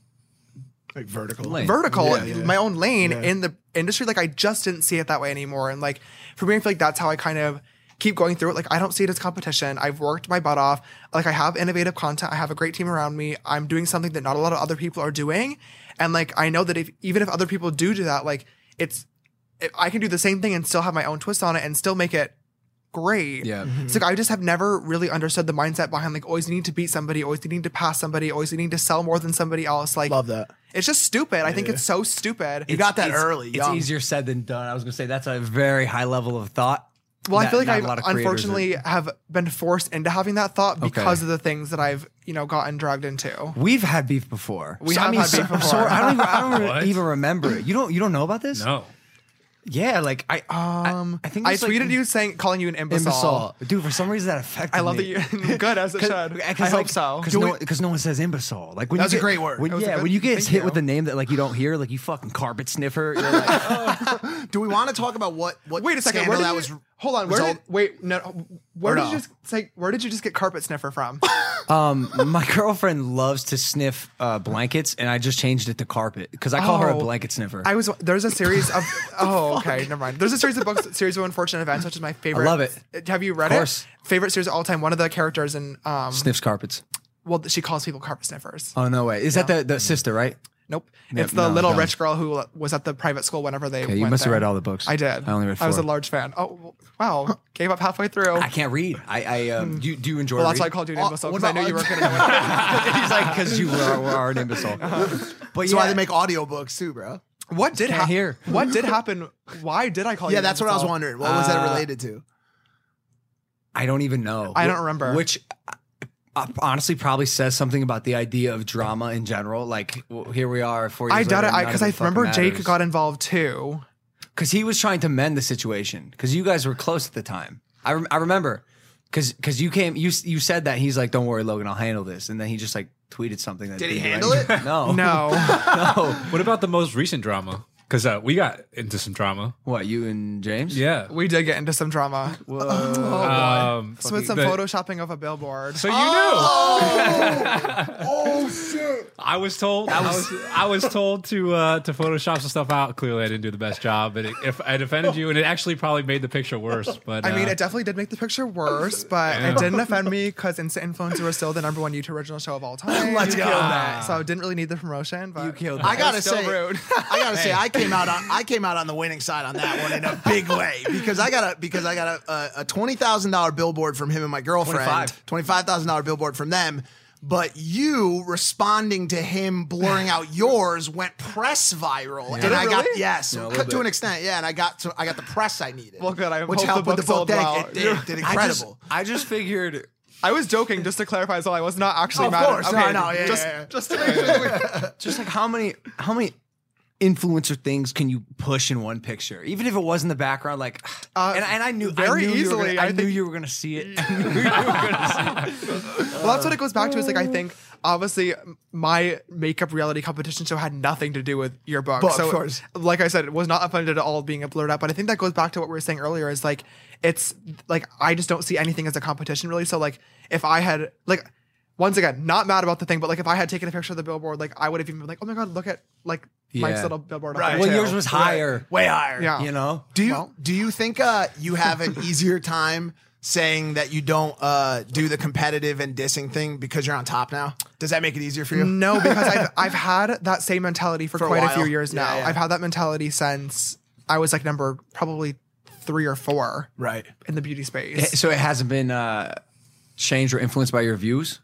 Speaker 3: like vertical,
Speaker 2: vertical, my own lane in the industry. Like I just didn't see it that way anymore. And like for me, I feel like that's how I kind of keep going through it. Like I don't see it as competition. I've worked my butt off. Like I have innovative content. I have a great team around me. I'm doing something that not a lot of other people are doing. And like I know that if even if other people do do that, like it's if I can do the same thing and still have my own twist on it and still make it great.
Speaker 5: Yeah.
Speaker 3: Mm-hmm.
Speaker 2: So like, I just have never really understood the mindset behind like always needing to beat somebody, always needing to pass somebody, always needing to sell more than somebody else. Like love
Speaker 3: that.
Speaker 2: It's just stupid. I think it's so stupid.
Speaker 3: You got that
Speaker 5: It's-
Speaker 3: early.
Speaker 5: It's
Speaker 3: young.
Speaker 5: easier said than done. I was gonna say that's a very high level of thought.
Speaker 2: Well, I
Speaker 5: that
Speaker 2: feel like
Speaker 5: not
Speaker 2: I
Speaker 5: a lot of creators are-
Speaker 2: unfortunately have been forced into having that thought because
Speaker 5: Okay.
Speaker 2: of the things that I've you know gotten dragged into.
Speaker 5: We've had beef before.
Speaker 2: We have had
Speaker 5: so-
Speaker 2: beef before.
Speaker 5: so I don't, even, I don't
Speaker 4: What?
Speaker 5: even remember it. You don't. You don't know about this?
Speaker 4: No.
Speaker 5: Yeah, like I. Um, I, think
Speaker 2: I
Speaker 5: it's like-
Speaker 2: tweeted you saying calling you an imbecile.
Speaker 5: imbecile, dude. For some reason, that affected.
Speaker 2: I love that
Speaker 5: me.
Speaker 2: you good as it should. I hope so.
Speaker 5: Because
Speaker 2: Do
Speaker 5: no,
Speaker 2: we-
Speaker 5: one- uh, 'cause no one says imbecile. Like when
Speaker 3: That
Speaker 5: you
Speaker 3: was a
Speaker 5: get-
Speaker 3: great word.
Speaker 5: when-
Speaker 2: That was a
Speaker 5: yeah,
Speaker 2: good-
Speaker 5: when you get
Speaker 2: thank
Speaker 5: hit with
Speaker 2: you.
Speaker 5: a name that like you don't hear, like you fucking carpet sniffer. You're like,
Speaker 3: Do we want to talk about what? What?
Speaker 2: Wait a second. Where
Speaker 3: Scandal
Speaker 2: did
Speaker 3: that
Speaker 2: you,
Speaker 3: was.
Speaker 2: hold on. Where
Speaker 3: result-
Speaker 2: did, wait, no. Where
Speaker 3: Or
Speaker 2: did
Speaker 3: no.
Speaker 2: you just say? Where did you just get carpet sniffer from?
Speaker 5: um, my girlfriend loves to sniff uh, blankets, and I just changed it to carpet because I call her a
Speaker 2: Oh.
Speaker 5: blanket sniffer.
Speaker 2: I was there's a series of oh okay never mind there's a series of books series of unfortunate events which is my favorite Uh,
Speaker 5: love it.
Speaker 2: have you read
Speaker 5: Of course.
Speaker 2: it favorite series of all time one of the characters in um
Speaker 5: sniffs carpets.
Speaker 2: well she calls people carpet sniffers
Speaker 5: Oh no way! Is that the, the sister, right?
Speaker 2: nope
Speaker 5: Yep,
Speaker 2: it's the
Speaker 5: no,
Speaker 2: little
Speaker 5: dumb.
Speaker 2: rich girl who was at the private school whenever they
Speaker 5: Okay, you
Speaker 2: went
Speaker 5: must have
Speaker 2: there.
Speaker 5: read all the books.
Speaker 2: I did
Speaker 5: I only read
Speaker 2: I was a
Speaker 5: four.
Speaker 2: large fan oh wow gave up halfway through
Speaker 5: I can't read. I, I um, do. you- Do you enjoy?
Speaker 2: Hmm. well that's why I
Speaker 5: reading?
Speaker 2: called you an
Speaker 3: Oh,
Speaker 2: imbecile
Speaker 3: what
Speaker 2: because I
Speaker 3: about
Speaker 2: knew you were
Speaker 3: Aunt-
Speaker 2: gonna know it.
Speaker 5: He's like, because you were, were an imbecile.
Speaker 2: Uh-huh.
Speaker 5: But
Speaker 3: That's
Speaker 5: yeah,
Speaker 3: why they make audiobooks too, bro.
Speaker 2: what did
Speaker 5: Can't
Speaker 2: happen
Speaker 5: hear.
Speaker 2: what did happen why did I call you
Speaker 3: Yeah,
Speaker 2: an
Speaker 3: that's what I was
Speaker 2: imbecile?
Speaker 3: wondering. What was
Speaker 2: Uh,
Speaker 3: that related to?
Speaker 5: I don't even know.
Speaker 2: I don't remember.
Speaker 5: Which uh, honestly probably says something about the idea of drama in general. Like w- here we are four years.
Speaker 2: I doubt
Speaker 5: later,
Speaker 2: it
Speaker 5: none
Speaker 2: because
Speaker 5: of
Speaker 2: I
Speaker 5: it fucking
Speaker 2: remember Jake
Speaker 5: matters.
Speaker 2: got involved too
Speaker 5: because he was trying to mend the situation because you guys were close at the time. I rem- I remember because because you came you s- you said that he's like don't worry Logan I'll handle this and then he just like tweeted something that
Speaker 3: Did he
Speaker 5: didn't do
Speaker 3: handle
Speaker 5: anything.
Speaker 3: it?
Speaker 5: No
Speaker 2: no.
Speaker 5: no
Speaker 4: What about the most recent drama? Because uh, we got into some drama.
Speaker 5: what you and James
Speaker 4: Yeah.
Speaker 2: We did get into some drama.
Speaker 4: um,
Speaker 2: So with some
Speaker 4: the-
Speaker 2: photoshopping of a billboard.
Speaker 4: So you
Speaker 5: Oh!
Speaker 4: knew. oh shit! I was told. I was. I was told to uh, to Photoshop some stuff out. Clearly, I didn't do the best job, but it, if I defended you, and it actually probably made the picture worse. But
Speaker 2: I mean,
Speaker 4: uh,
Speaker 2: it definitely did make the picture worse, but it didn't offend me because Instant Influencer was still the number one YouTube original show of all time.
Speaker 3: Let's
Speaker 2: You
Speaker 3: go.
Speaker 2: killed that. So I didn't really need the promotion, but you killed
Speaker 3: I gotta
Speaker 2: still
Speaker 3: say,
Speaker 2: rude.
Speaker 3: I gotta say, I came out on I came out on the winning side on that one in a big way because I got a because I got a a, a twenty thousand dollar billboard from him and my girlfriend,
Speaker 5: $25,000.
Speaker 3: twenty five thousand dollar billboard from them. But you responding to him blurring out yours went press viral, and
Speaker 2: it
Speaker 3: I got
Speaker 2: really?
Speaker 3: yes
Speaker 5: a little
Speaker 3: to an
Speaker 5: bit.
Speaker 3: extent, yeah, and I got to, I got the press I needed.
Speaker 2: Well, good. I
Speaker 3: which
Speaker 2: hope the
Speaker 3: helped with the
Speaker 2: book sold
Speaker 3: vote bank.
Speaker 2: well.
Speaker 3: It did, did
Speaker 5: I just,
Speaker 3: incredible.
Speaker 5: I just figured
Speaker 2: I was joking, just to clarify, so I was not actually
Speaker 3: Of
Speaker 2: mad. at-
Speaker 3: course. No, no, yeah,
Speaker 2: just,
Speaker 3: yeah, yeah.
Speaker 2: just to make sure. that we-
Speaker 5: just like how many how many influencer things can you push in one picture even if it was in the background like
Speaker 2: Uh,
Speaker 5: and, and i knew
Speaker 2: very
Speaker 5: I knew you were
Speaker 2: easily,
Speaker 5: gonna- i,
Speaker 2: I
Speaker 5: knew
Speaker 2: think- Mm.
Speaker 5: you were gonna see it I knew you were gonna see it.
Speaker 2: well, that's what it goes back to. Is like I think obviously m- my makeup reality competition show had nothing to do with your book.
Speaker 3: Book,
Speaker 2: so,
Speaker 3: of course.
Speaker 2: like I said, it was not offended at all being blurred out. But I think that goes back to what we were saying earlier. Is like it's like I just don't see anything as a competition really. So like if I had like. Once again, not mad about the thing, but like if I had taken a picture of the billboard, like I would have even been like, "Oh my god, look at like Mike's
Speaker 5: Yeah.
Speaker 2: little billboard." up
Speaker 3: Right.
Speaker 2: there,
Speaker 5: well
Speaker 2: too."
Speaker 5: yours was higher
Speaker 3: way higher.
Speaker 2: Yeah.
Speaker 5: you know
Speaker 3: Do you
Speaker 2: Well-
Speaker 3: do you think uh, you have an easier time saying that you don't uh, do the competitive and dissing thing because you're on top now? Does that make it easier for you?
Speaker 2: No, because I've I've had that same mentality for,
Speaker 3: a
Speaker 2: quite a,
Speaker 3: while.
Speaker 2: few years
Speaker 3: Yeah,
Speaker 2: now.
Speaker 3: yeah.
Speaker 2: I've had that mentality since I was like number probably three or four
Speaker 3: Right.
Speaker 2: in the beauty space.
Speaker 5: so it hasn't been uh changed or influenced by your views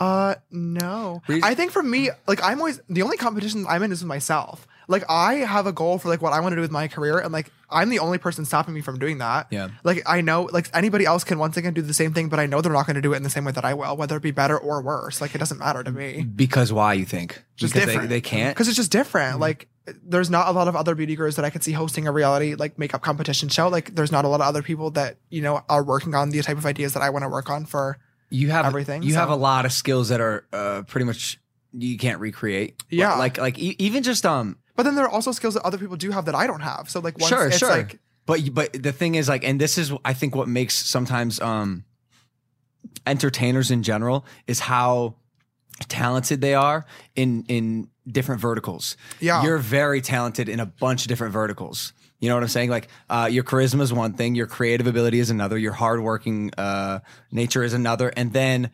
Speaker 2: Uh, no.
Speaker 5: Reason-
Speaker 2: I think for me, like I'm always the only competition I'm in is with myself. Like I have a goal for like what I want to do with my career, and like I'm the only person stopping me from doing that.
Speaker 5: Yeah.
Speaker 2: Like I know, like anybody else can once again do the same thing, but I know they're not going to do it in the same way that I will, whether it be better or worse. Like it doesn't matter to me.
Speaker 5: because why you think because
Speaker 3: Just different.
Speaker 5: They, they can't Mm-hmm.
Speaker 2: because it's just different. Like, there's not a lot of other beauty gurus that I could see hosting a reality like makeup competition show. Like, there's not a lot of other people that you know are working on the type of ideas that I want to work on for
Speaker 5: you have
Speaker 2: everything,
Speaker 5: You have
Speaker 2: so-
Speaker 5: a lot of skills that are uh, pretty much you can't recreate.
Speaker 2: Yeah.
Speaker 5: like like e- even just um
Speaker 2: But then there are also skills that other people do have that I don't have. So like once
Speaker 5: sure
Speaker 2: it's
Speaker 5: sure.
Speaker 2: like
Speaker 5: but you- but the thing is like, and this is I think what makes sometimes um entertainers in general is how talented they are in in different verticals.
Speaker 2: Yeah.
Speaker 5: You're very talented in a bunch of different verticals. You know what I'm saying? Like uh, your charisma is one thing, your creative ability is another, your hardworking uh, nature is another, and then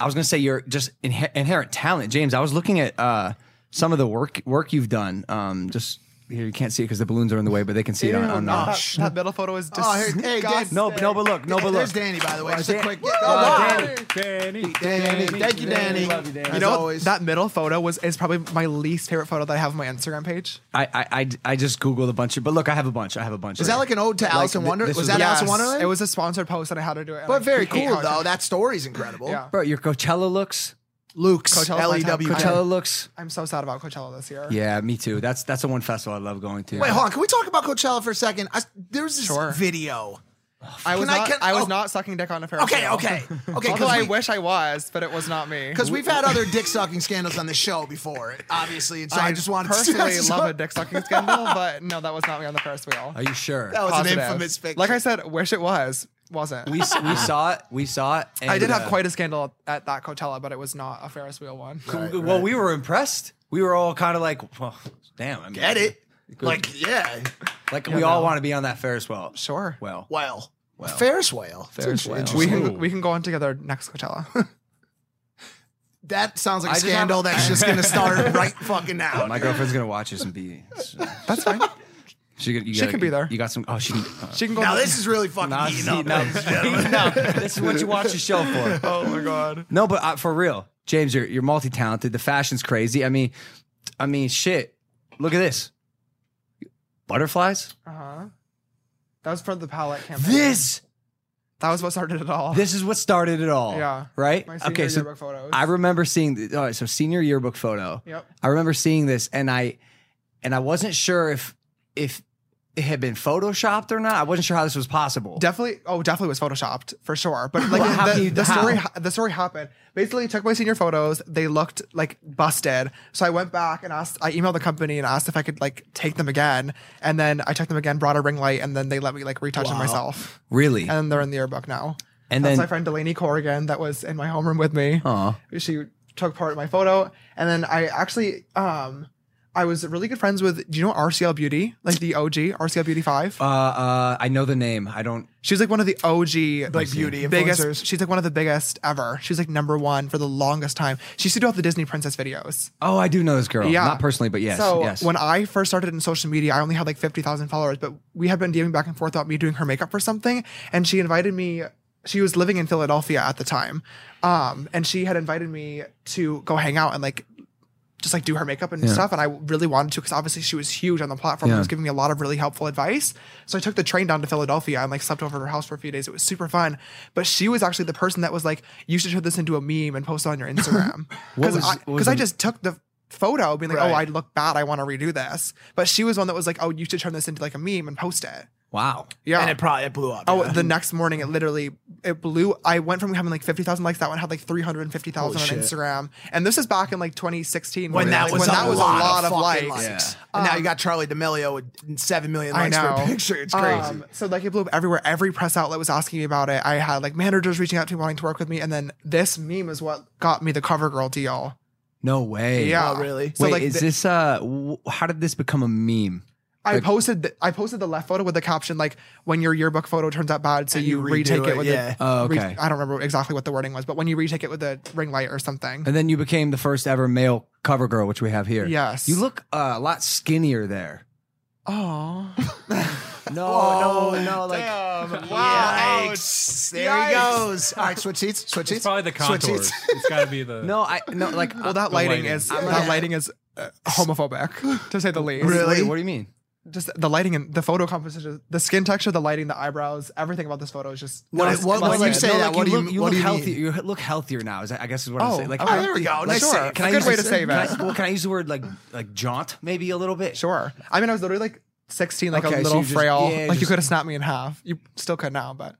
Speaker 5: I was gonna say your just inhe- inherent talent, James. I was looking at uh, some of the work work you've done. Um, just here, you can't see it because the balloons are in the way, but they can see it on, on the.
Speaker 2: that, that middle photo is
Speaker 3: Oh, here-
Speaker 2: disgusting.
Speaker 3: hey, Dan-
Speaker 5: No, but- no, but look, no, but
Speaker 3: There's
Speaker 5: look.
Speaker 3: Danny, by the way. Just a
Speaker 5: Dan-
Speaker 3: quick.
Speaker 5: Woo!
Speaker 3: Oh,
Speaker 5: Uh,
Speaker 3: wow.
Speaker 5: Danny.
Speaker 4: Danny,
Speaker 3: Danny, thank you, Danny.
Speaker 5: Love you, Danny.
Speaker 3: As
Speaker 2: you know what?
Speaker 3: always.
Speaker 2: that middle photo was is probably my least favorite photo that I have on my Instagram page.
Speaker 5: I, I I I just googled a bunch of, but look, I have a bunch. I have a bunch.
Speaker 3: Is that like an ode to Alice in
Speaker 5: th-
Speaker 3: Wonderland?
Speaker 5: this
Speaker 3: Was
Speaker 5: is-
Speaker 3: that
Speaker 5: Yes.
Speaker 3: Alice in Wonderland?
Speaker 2: It was a sponsored post and I had to do it. and I
Speaker 3: but very
Speaker 2: hate
Speaker 3: cool
Speaker 2: how it
Speaker 3: though.
Speaker 2: turned
Speaker 3: That story's incredible.
Speaker 2: Yeah.
Speaker 5: bro? Your Coachella looks.
Speaker 3: Luke's
Speaker 2: Coachella's my
Speaker 3: L E W.
Speaker 2: top-
Speaker 5: Coachella looks.
Speaker 2: I'm so sad about Coachella this year.
Speaker 5: Yeah, me too. That's that's the one festival I love going to.
Speaker 3: Wait, hold on. Can we talk about Coachella for a second? I, there's this
Speaker 2: Sure.
Speaker 3: video.
Speaker 2: I was
Speaker 3: Can I-
Speaker 2: not. I,
Speaker 3: can-
Speaker 2: was
Speaker 3: oh.
Speaker 2: not sucking dick on a Ferris.
Speaker 3: Okay,
Speaker 2: wheel.
Speaker 3: okay, okay.
Speaker 2: Although I
Speaker 3: Because we,
Speaker 2: wish I was, but it was not me.
Speaker 3: 'cause we've had other dick sucking scandals on the show before, obviously, and so I, just wanted
Speaker 2: personally
Speaker 3: to
Speaker 2: love a dick sucking scandal, but no, that was not me on the Ferris wheel.
Speaker 5: Are you sure?
Speaker 3: That was
Speaker 2: Positive.
Speaker 3: an infamous picture.
Speaker 2: Like I said, wish it was. Wasn't.
Speaker 5: we s- we saw it. We saw it.
Speaker 2: Uh-huh. I did
Speaker 5: and,
Speaker 2: have
Speaker 5: uh,
Speaker 2: quite a scandal at that Coachella, but it was not a Ferris wheel one.
Speaker 5: uh, Well, we were impressed. We were all kind of like, well, damn. I mean,
Speaker 3: get it. Like yeah,
Speaker 5: Like we all want to be on that Ferris wheel.
Speaker 2: Sure.
Speaker 5: Well,
Speaker 3: whale, Ferris whale.
Speaker 5: Ferris whale.
Speaker 2: We can, we can go on together next Coachella.
Speaker 3: That sounds
Speaker 5: I
Speaker 3: like a
Speaker 5: just have-
Speaker 3: scandal that's just gonna start right fucking now.
Speaker 5: my girlfriend's gonna watch this and be.
Speaker 2: That's fine.
Speaker 5: She, could- you
Speaker 2: She
Speaker 5: gotta-
Speaker 2: can be there.
Speaker 5: You got some. Oh, she can. Uh,
Speaker 2: She can go.
Speaker 3: now
Speaker 2: on-
Speaker 3: this is really fucking
Speaker 5: Nah,
Speaker 3: heating
Speaker 5: see,
Speaker 3: up.
Speaker 5: nah,
Speaker 3: ladies and gentlemen.
Speaker 5: no, this is what you watch the show for. Oh my god. No, but uh, for real, James, you're you're multi talented. The fashion's crazy. I mean, I mean, shit. Look at this. Butterflies.
Speaker 3: Uh-huh.
Speaker 2: that was from the palette campaign.
Speaker 5: This
Speaker 2: That was what started it all.
Speaker 5: this is what started it all.
Speaker 2: Yeah.
Speaker 5: Right.
Speaker 2: My senior
Speaker 5: okay. So
Speaker 2: yearbook photos.
Speaker 5: I remember seeing. The, all right. So senior yearbook photo.
Speaker 2: Yep.
Speaker 5: I remember seeing this, and I and I wasn't sure if if it had been photoshopped or not. I wasn't sure how this was possible.
Speaker 2: Definitely, oh, definitely was photoshopped for sure. But like
Speaker 5: Well, how
Speaker 2: the,
Speaker 5: can you-
Speaker 2: the
Speaker 5: how?
Speaker 2: story, the story happened. Basically, took my senior photos. They looked like busted, so I went back and asked. I emailed the company and asked if I could like take them again. And then I took them again, brought a ring light, and then they let me like retouch them myself.
Speaker 5: really.
Speaker 2: And then they're in the yearbook now.
Speaker 5: And
Speaker 2: that's
Speaker 5: then-
Speaker 2: my friend Delaney Corrigan that was in my homeroom with me. She took part in my photo, and then I actually, um, I was really good friends with. Do you know RCL Beauty, like the OG RCL Beauty Five?
Speaker 5: uh, uh, I know the name. I don't.
Speaker 2: She's like one of the OG like
Speaker 3: beauty influencers.
Speaker 2: biggest. She's like one of the biggest ever. She's like number one for the longest time. She used to do all the Disney princess videos.
Speaker 5: Oh, I do know this girl.
Speaker 2: Yeah,
Speaker 5: Not personally, but yes.
Speaker 2: So
Speaker 5: yes.
Speaker 2: when I first started in social media, I only had like fifty thousand followers, but we had been DMing back and forth about me doing her makeup for something, and she invited me. She was living in Philadelphia at the time, um, and she had invited me to go hang out and like just like do her makeup and stuff. And I really wanted to because obviously she was huge on the platform and was giving me a lot of really helpful advice. So I took the train down to Philadelphia and like slept over at her house for a few days. It was super fun. But she was actually the person that was like, you should turn this into a meme and post it on your Instagram. Because
Speaker 5: was-
Speaker 2: I,
Speaker 5: what was
Speaker 2: 'cause I
Speaker 5: the-
Speaker 2: just took the photo being like, oh, I look bad. I want to redo this. But she was one that was like, oh, you should turn this into like a meme and post it.
Speaker 5: wow.
Speaker 2: Yeah.
Speaker 3: And it probably it blew up.
Speaker 2: Oh,
Speaker 3: yeah.
Speaker 2: the next morning it literally it blew. I went from having like fifty thousand likes. That one had like three hundred and fifty thousand on
Speaker 3: Holy shit.
Speaker 2: Instagram, and this is back in like twenty sixteen
Speaker 3: when that
Speaker 2: like,
Speaker 3: was
Speaker 2: when that was a lot of
Speaker 3: fucking Um,
Speaker 2: likes.
Speaker 3: And now you got Charlie D'Amelio with seven million
Speaker 2: I
Speaker 3: likes
Speaker 2: know.
Speaker 3: per picture. It's crazy.
Speaker 2: Um, so like it blew up everywhere. Every press outlet was asking me about it. I had like managers reaching out to me wanting to work with me, and then this meme is what got me the cover girl deal.
Speaker 5: No way.
Speaker 2: Yeah,
Speaker 3: Oh, really?
Speaker 2: So
Speaker 5: Wait,
Speaker 2: like
Speaker 5: is
Speaker 2: the-
Speaker 5: this uh? w- How did this become a meme?
Speaker 2: I posted the, I posted the left photo with the caption like when your yearbook photo turns out bad, so
Speaker 3: And
Speaker 2: you,
Speaker 3: you redo
Speaker 2: retake it,
Speaker 3: it,
Speaker 2: with
Speaker 3: yeah.
Speaker 2: the
Speaker 5: Oh,
Speaker 2: re-
Speaker 5: okay.
Speaker 2: I don't remember exactly what the wording was, but when you retake it with a ring light or something.
Speaker 5: And then you became the first ever male cover girl, which we have here.
Speaker 2: Yes.
Speaker 5: You look uh, a lot skinnier there.
Speaker 2: Oh.
Speaker 5: No, no, no. Like
Speaker 3: um, Wow. There he goes. All right, switch seats. Switch
Speaker 4: It's
Speaker 3: seats.
Speaker 4: probably the
Speaker 3: Switch
Speaker 4: contours.
Speaker 3: seats.
Speaker 4: it's got to be the
Speaker 5: no, I no like.
Speaker 2: Well, that
Speaker 4: the
Speaker 2: lighting,
Speaker 4: lighting.
Speaker 2: is
Speaker 4: I'm
Speaker 2: that lighting is uh, homophobic, to say the least.
Speaker 3: Really?
Speaker 5: Wait, what do you mean?
Speaker 2: Just the lighting and the photo composition, the skin texture, the lighting, the eyebrows, everything about this photo is just.
Speaker 3: What-
Speaker 2: it's
Speaker 3: what- what
Speaker 2: busted.
Speaker 3: you say that,
Speaker 5: like,
Speaker 3: what do you-
Speaker 5: look, you
Speaker 3: what
Speaker 5: look
Speaker 3: do you
Speaker 5: healthier.
Speaker 3: mean?
Speaker 5: You look healthier now. Is that, I guess is what I'm
Speaker 2: Oh,
Speaker 5: saying. Like,
Speaker 2: okay.
Speaker 5: I-
Speaker 3: Oh, there we go. Nice
Speaker 2: Sure.
Speaker 3: save.
Speaker 2: Can I Good use way to save
Speaker 5: can
Speaker 2: it.
Speaker 5: I, well, can I use the word like like jaunt maybe a little bit?
Speaker 2: Sure. I mean, I was literally like 16, like
Speaker 5: Okay, so
Speaker 2: a little
Speaker 5: you just-
Speaker 2: frail.
Speaker 5: yeah,
Speaker 2: like you
Speaker 5: just-
Speaker 2: could have snapped me in half. You still could now, but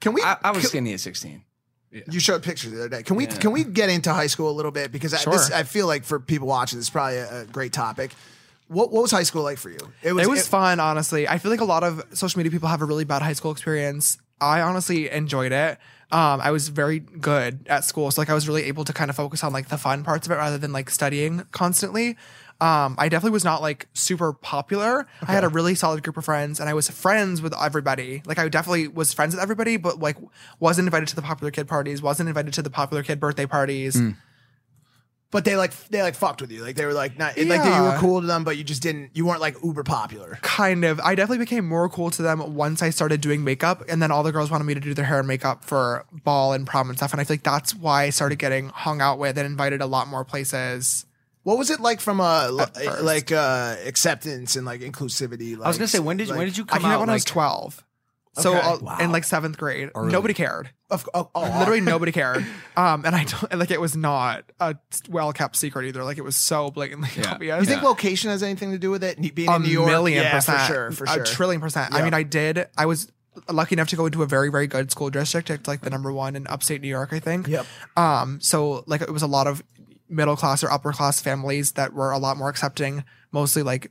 Speaker 3: Can we?
Speaker 5: I, I was skinny at 16.
Speaker 3: You showed pictures the other day. Can we can we get into high school a little bit because I, this,
Speaker 2: Sure.
Speaker 3: I feel like for people watching, this is probably a, a great topic. What what was high school like for you?
Speaker 2: It was, fun, honestly. I feel like a lot of social media people have a really bad high school experience. I honestly enjoyed it. Um, I was very good at school, so like I was really able to kind of focus on like the fun parts of it rather than like studying constantly. Um, I definitely was not like super popular. I had a really solid group of friends, and I was friends with everybody. Like I definitely was friends with everybody, but like wasn't invited to the popular kid parties, wasn't invited to the popular kid birthday parties.
Speaker 3: But they like they like fucked with you. Like they were like not like that you were
Speaker 2: Yeah.
Speaker 3: cool to them, but you just didn't. You weren't like uber popular.
Speaker 2: kind of i definitely became more cool to them once i started doing makeup and then all the girls wanted me to do their hair and makeup for ball and prom and stuff and i feel like that's why i started getting hung out with and invited a lot more places
Speaker 3: What was it like from a like uh, acceptance and like inclusivity? Like,
Speaker 5: I was gonna say, when did you-
Speaker 3: like,
Speaker 5: when did you
Speaker 2: i
Speaker 5: come
Speaker 2: came out
Speaker 5: out?
Speaker 2: when i was
Speaker 5: like-
Speaker 2: 12 so
Speaker 3: Okay.
Speaker 2: I'll-
Speaker 5: Wow.
Speaker 2: in like seventh grade
Speaker 5: Early.
Speaker 2: nobody cared uh,
Speaker 3: Of, oh, oh,
Speaker 2: literally nobody cared um and i don't and, like it was not a well-kept secret either like it was so blatantly obvious
Speaker 3: You think location has anything to do with it? Being
Speaker 2: a
Speaker 3: in New York,
Speaker 2: million
Speaker 3: yeah,
Speaker 2: percent,
Speaker 3: for sure, for sure.
Speaker 2: a trillion percent. I
Speaker 3: Yeah.
Speaker 2: mean, I did. I was lucky enough to go into a very, very good school district. It's like the number one in upstate New York, I think.
Speaker 3: Yep.
Speaker 2: Um. So like, it was a lot of middle class or upper class families that were a lot more accepting, mostly like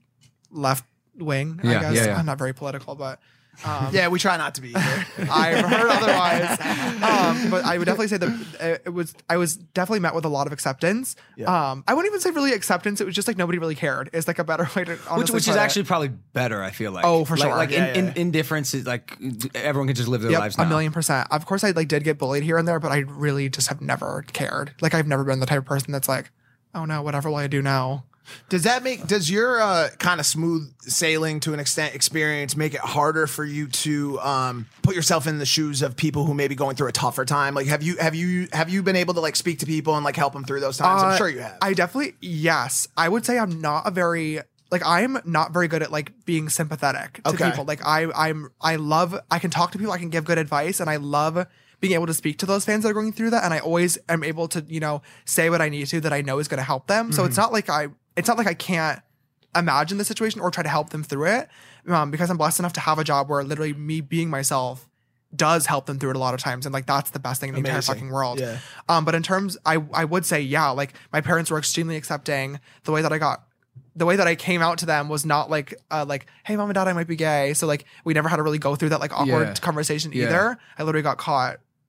Speaker 2: left wing. I
Speaker 4: Yeah,
Speaker 2: guess
Speaker 4: yeah, yeah.
Speaker 2: I'm not very political, but. Um,
Speaker 3: Yeah, we try not to be. either.
Speaker 2: I've heard otherwise. Um, but I would definitely say that it was I was definitely met with a lot of acceptance. Um, I wouldn't even say really acceptance. It was just like nobody really cared. Is like a better way to honestly
Speaker 5: which, which is
Speaker 2: put it.
Speaker 5: actually probably better. I feel like.
Speaker 2: Oh, for
Speaker 5: like,
Speaker 2: sure.
Speaker 5: Like
Speaker 2: Yeah,
Speaker 5: in, in, indifference is like everyone can just live their
Speaker 2: Yep,
Speaker 5: lives.
Speaker 2: a
Speaker 5: now.
Speaker 2: million percent. Of course, I like did get bullied here and there, but I really just have never cared. Like I've never been the type of person that's like, oh no, whatever will I do now?
Speaker 3: Does that make does your uh, kind of smooth sailing to an extent experience make it harder for you to um, put yourself in the shoes of people who may be going through a tougher time? Like, have you have you have you been able to like speak to people and like help them through those times?
Speaker 2: Uh,
Speaker 3: I'm sure you have.
Speaker 2: I definitely yes. I would say I'm not a very like I'm not very good at like being sympathetic to
Speaker 3: Okay.
Speaker 2: people. Like I I'm I love I can talk to people, I can give good advice, and I love being able to speak to those fans that are going through that. And I always am able to, you know, say what I need to that I know is gonna help them. So
Speaker 3: Mm-hmm.
Speaker 2: it's not like I it's not like I can't imagine the situation or try to help them through it. Um, because I'm blessed enough to have a job where literally me being myself does help them through it a lot of times. And like that's the best thing in the entire
Speaker 3: Amazing.
Speaker 2: fucking world.
Speaker 3: Yeah.
Speaker 2: Um, but in terms, I I would say yeah. Like my parents were extremely accepting. The way that I got, the way that I came out to them was not like uh, like hey mom and dad I might be gay. So like we never had to really go through that like awkward
Speaker 4: Yeah.
Speaker 2: conversation
Speaker 4: Yeah.
Speaker 2: either. I literally got caught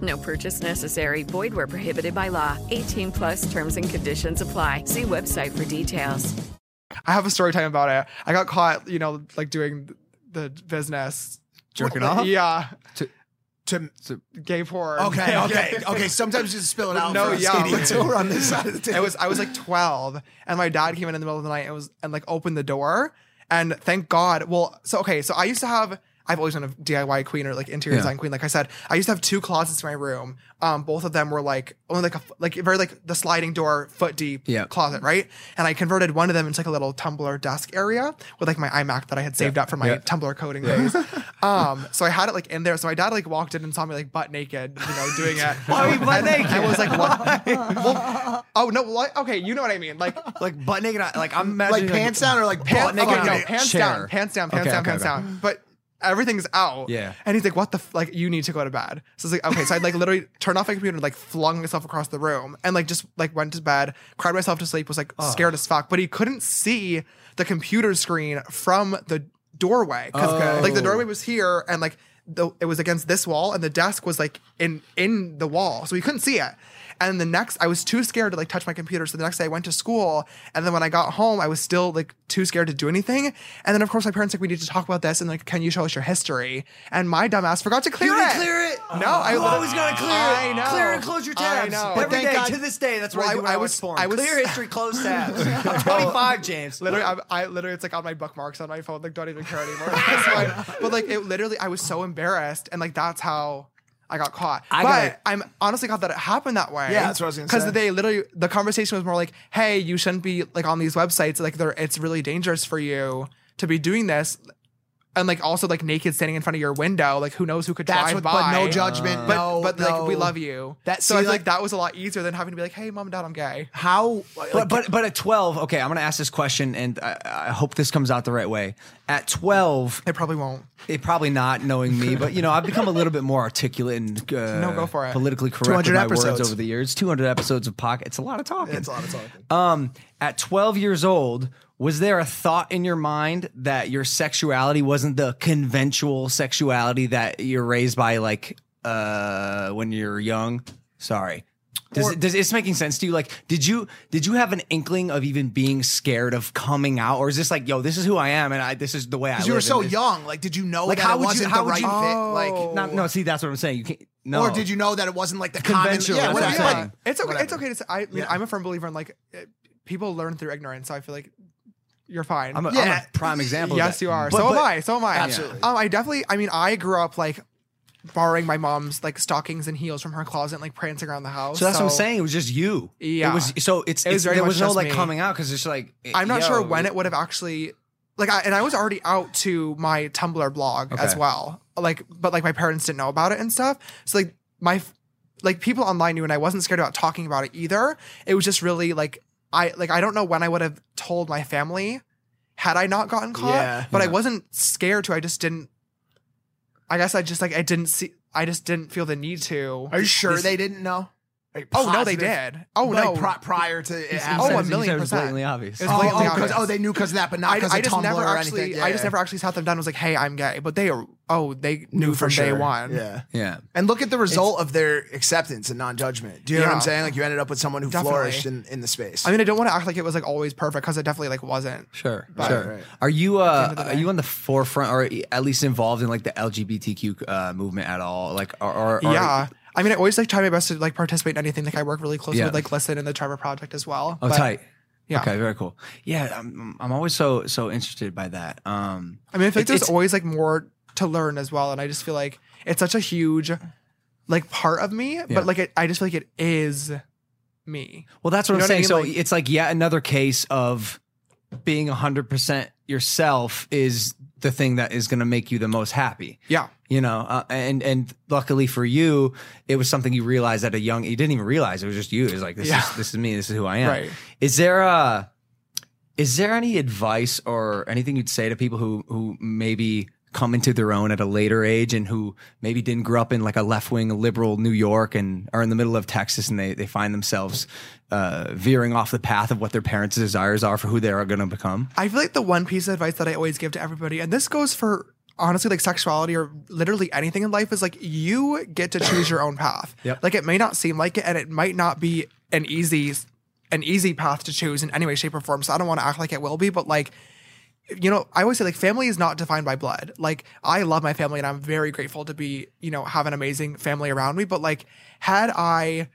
Speaker 8: No purchase necessary. Void where prohibited by law. 18 plus terms and conditions apply. See website for details.
Speaker 2: I have a story time about it. I got caught you know like doing the business
Speaker 5: Jerking off?
Speaker 2: Yeah,
Speaker 3: To,
Speaker 2: gay porn.
Speaker 3: Uh-huh. okay, okay, okay. Sometimes you just spill it out.
Speaker 2: No,
Speaker 3: for us,
Speaker 2: yeah.
Speaker 3: idiots. we're on this side of the table.
Speaker 2: It was I was like 12, and my dad came in in the middle of the night and was and like opened the door, and thank God. Well, so okay, so I used to have. I've always been a DIY queen or like interior
Speaker 5: Yeah.
Speaker 2: design queen. Like I said, I used to have two closets in my room. Um, both of them were like only like a f- like very like the sliding door foot deep
Speaker 5: Yeah.
Speaker 2: closet, right? And I converted one of them into like a little Tumblr desk area with like my iMac that I had saved up for my
Speaker 4: Yeah.
Speaker 2: Tumblr coding days. um, so I had it like in there. So my dad like walked in and saw me like butt naked, you know, doing it. Why
Speaker 5: you butt naked?
Speaker 2: I was like, what? well, oh no, well, I- okay, you know what I mean. Like
Speaker 5: Like butt naked? I- Like I'm imagining
Speaker 3: like pants down or like
Speaker 2: pants,
Speaker 3: butt
Speaker 2: okay,
Speaker 3: naked.
Speaker 2: no, pants
Speaker 5: Chair.
Speaker 2: down, pants down, pants
Speaker 5: Okay,
Speaker 2: down,
Speaker 5: okay,
Speaker 2: pants
Speaker 5: okay.
Speaker 2: down. But everything's out.
Speaker 5: Yeah.
Speaker 2: And he's like, what the f-? like you need to go to bed. So I was like, okay. So I like literally turned off my computer and like flung myself across the room and like just like went to bed, cried myself to sleep, was like scared as fuck. But he couldn't see the computer screen from the doorway. Because like the
Speaker 5: Oh.
Speaker 2: doorway was here and like the, it was against this wall and the desk was like in in the wall. So he couldn't see it. And the next, I was too scared to like touch my computer. So the next day, I went to school, and then when I got home, I was still like too scared to do anything. And then of course, my parents like, we need to talk about this, and like, can you show us your history? And my dumbass forgot to clear
Speaker 5: You didn't
Speaker 2: it.
Speaker 5: clear it?
Speaker 2: No, I
Speaker 5: You always
Speaker 2: literally-
Speaker 5: gotta clear it.
Speaker 2: I know.
Speaker 5: Clear and close your
Speaker 2: I
Speaker 5: tabs.
Speaker 2: know.
Speaker 5: Every
Speaker 2: But thank
Speaker 5: day,
Speaker 2: God-
Speaker 5: to this day, that's what
Speaker 2: Well,
Speaker 5: I, do when I, was, porn. I was clear history, close tabs. I'm 25, James.
Speaker 2: Literally, I'm, I literally, it's like on my bookmarks on my phone. Like, don't even care anymore. At this point. But like, it literally, I was so embarrassed, and like, that's how I got caught.
Speaker 3: I got
Speaker 2: but
Speaker 3: it.
Speaker 2: I'm honestly glad that it happened that way.
Speaker 3: Yeah, that's what I was gonna say.
Speaker 2: Because they literally, the conversation was more like, "Hey, you shouldn't be like on these websites. Like, they're it's really dangerous for you to be doing this." And like also like naked standing in front of your window, like who knows who could
Speaker 3: That's
Speaker 2: drive
Speaker 3: what- but
Speaker 2: by?
Speaker 3: no judgment,
Speaker 2: but
Speaker 3: no-
Speaker 2: but like we
Speaker 3: no.
Speaker 2: love you.
Speaker 3: That-
Speaker 2: so
Speaker 3: see,
Speaker 2: I feel
Speaker 3: like-
Speaker 2: like that was a lot easier than having to be like, hey, mom and dad, I'm gay.
Speaker 3: How?
Speaker 5: But but but at twelve, okay, I'm gonna ask this question, and I, I hope this comes out the right way. At twelve,
Speaker 2: it probably won't.
Speaker 5: It probably not, knowing me, but you know, I've become a little bit more articulate and uh,
Speaker 2: No, go for it.
Speaker 5: politically correct with
Speaker 3: 200
Speaker 5: my
Speaker 3: episodes.
Speaker 5: words over the years. Two hundred episodes of pocket. It's a lot of talking.
Speaker 3: It's a lot of talking.
Speaker 5: Um, at 12 years old, was there a thought in your mind that your sexuality wasn't the conventional sexuality that you're raised by, like uh, when you're young? Sorry. Does, it, does it's making sense to you? Like, did you did you have an inkling of even being scared of coming out, or is this like, yo, this is who I am, and I this is the way I?
Speaker 3: you were
Speaker 5: live,
Speaker 3: so
Speaker 5: and this-
Speaker 3: young. Like, did you know
Speaker 5: Like,
Speaker 3: that
Speaker 5: how
Speaker 3: it
Speaker 5: would you-
Speaker 3: wasn't
Speaker 5: how
Speaker 3: the
Speaker 5: would
Speaker 3: right
Speaker 5: you-
Speaker 3: fit? Like,
Speaker 2: Oh.
Speaker 5: Not, no, see, that's what I'm saying. You can't. Oh, No,
Speaker 3: or did you know that it wasn't like the
Speaker 5: Conventional,
Speaker 3: Common, yeah,
Speaker 5: that's
Speaker 3: what
Speaker 5: what
Speaker 3: do
Speaker 5: I'm
Speaker 3: you mean?
Speaker 5: saying.
Speaker 2: It's okay.
Speaker 3: Whatever.
Speaker 2: It's okay to say. I mean,
Speaker 3: Yeah.
Speaker 2: I'm a firm believer in like uh, people learn through ignorance. So I feel like you're fine.
Speaker 5: I'm a, I'm a
Speaker 2: Yeah.
Speaker 5: prime example. of
Speaker 2: Yes,
Speaker 5: that.
Speaker 2: you are.
Speaker 5: But-
Speaker 2: so am
Speaker 5: but-
Speaker 2: I. So am I.
Speaker 5: Absolutely.
Speaker 2: Um, I definitely. I mean, I grew up like borrowing my mom's like stockings and heels from her closet, and, like prancing around the house.
Speaker 5: So that's what I'm saying. It was just you.
Speaker 2: Yeah.
Speaker 5: It was so it's
Speaker 2: It was
Speaker 5: it's,
Speaker 2: very
Speaker 5: there
Speaker 2: much
Speaker 5: was no
Speaker 2: just
Speaker 5: like
Speaker 2: me.
Speaker 5: coming out because it's like
Speaker 2: I'm not
Speaker 5: yo,
Speaker 2: sure when it would have actually. Like, I, and I was already out to my Tumblr blog
Speaker 5: Okay.
Speaker 2: as well. Like, but like my parents didn't know about it and stuff. So like my, f- like people online knew, and I wasn't scared about talking about it either. It was just really like I like I don't know when I would have told my family had I not gotten caught.
Speaker 3: Yeah.
Speaker 2: but I
Speaker 3: Yeah.
Speaker 2: wasn't scared to. I just didn't. I guess I just like I didn't see. I just didn't feel the need to.
Speaker 3: Are you sure
Speaker 2: These-
Speaker 3: they didn't know? Are you
Speaker 2: Oh, no, they
Speaker 3: positive?
Speaker 2: did. Oh,
Speaker 3: Like,
Speaker 2: no.
Speaker 3: pri- prior to it
Speaker 2: He said-
Speaker 3: happening?
Speaker 2: he Oh, a said- he million said it was percent. blatantly obvious. It was
Speaker 3: Oh,
Speaker 2: blatantly
Speaker 3: oh, 'cause-
Speaker 2: obvious.
Speaker 3: oh, they knew because of that, but not
Speaker 2: I,
Speaker 3: because
Speaker 2: I
Speaker 3: of
Speaker 2: just
Speaker 3: Tumblr
Speaker 2: never
Speaker 3: or
Speaker 2: actually,
Speaker 3: anything.
Speaker 2: I
Speaker 3: Yeah,
Speaker 2: just
Speaker 3: yeah.
Speaker 2: never actually sat them down. and Was like, hey, I'm gay, but they are. Oh, they knew, from day one.
Speaker 3: Yeah.
Speaker 5: Yeah.
Speaker 3: And look at the result of their acceptance and non-judgment. Do you know what
Speaker 2: Yeah.
Speaker 3: I'm saying? Like you ended up with someone who
Speaker 2: Definitely.
Speaker 3: flourished in, in the space.
Speaker 2: I mean, I don't want to act like it was like always perfect because it definitely like wasn't.
Speaker 5: Sure,
Speaker 2: But-
Speaker 5: sure.
Speaker 2: Right.
Speaker 5: Are you uh, are you on the forefront or at least involved in like the LGBTQ uh, movement at all? Like, or, or, or
Speaker 2: yeah. I mean, I always like try my best to like participate in anything. Like I work really closely
Speaker 5: Yeah.
Speaker 2: with like Listen and the Trevor Project as well.
Speaker 5: Oh,
Speaker 2: But-
Speaker 5: tight.
Speaker 2: Yeah.
Speaker 5: Okay. Very cool. Yeah. I'm I'm always so so interested by that. Um.
Speaker 2: I mean, I feel like
Speaker 5: it's-
Speaker 2: there's
Speaker 5: it's-
Speaker 2: always like more to learn as well, and I just feel like it's such a huge like part of me,
Speaker 5: Yeah.
Speaker 2: but like it, I just feel like it is me.
Speaker 5: Well, that's what
Speaker 2: You know what
Speaker 5: I'm
Speaker 2: I
Speaker 5: saying.
Speaker 2: mean?
Speaker 5: So
Speaker 2: Like-
Speaker 5: it's like yet another case of being 100% yourself is the thing that is going to make you the most happy.
Speaker 2: Yeah.
Speaker 5: You know, uh, and and luckily for you, it was something you realized at a young. You didn't even realize it was just you. It was like this
Speaker 2: Yeah.
Speaker 5: is this is me. This is who I am.
Speaker 2: Right.
Speaker 5: Is there a is there any advice or anything you'd say to people who who maybe come into their own at a later age and who maybe didn't grow up in like a left wing liberal New York and are in the middle of Texas and they they find themselves uh, veering off the path of what their parents' desires are for who they are going to become?
Speaker 2: I feel like the one piece of advice that I always give to everybody, and this goes for honestly like sexuality or literally anything in life, is like you get to choose your own path.
Speaker 5: Yep.
Speaker 2: Like it may not seem like it, and it might not be an easy an easy path to choose in any way, shape, or form. So I don't want to act like it will be, but like you know, I always say like family is not defined by blood. Like I love my family and I'm very grateful to be, you know, have an amazing family around me. But like had I,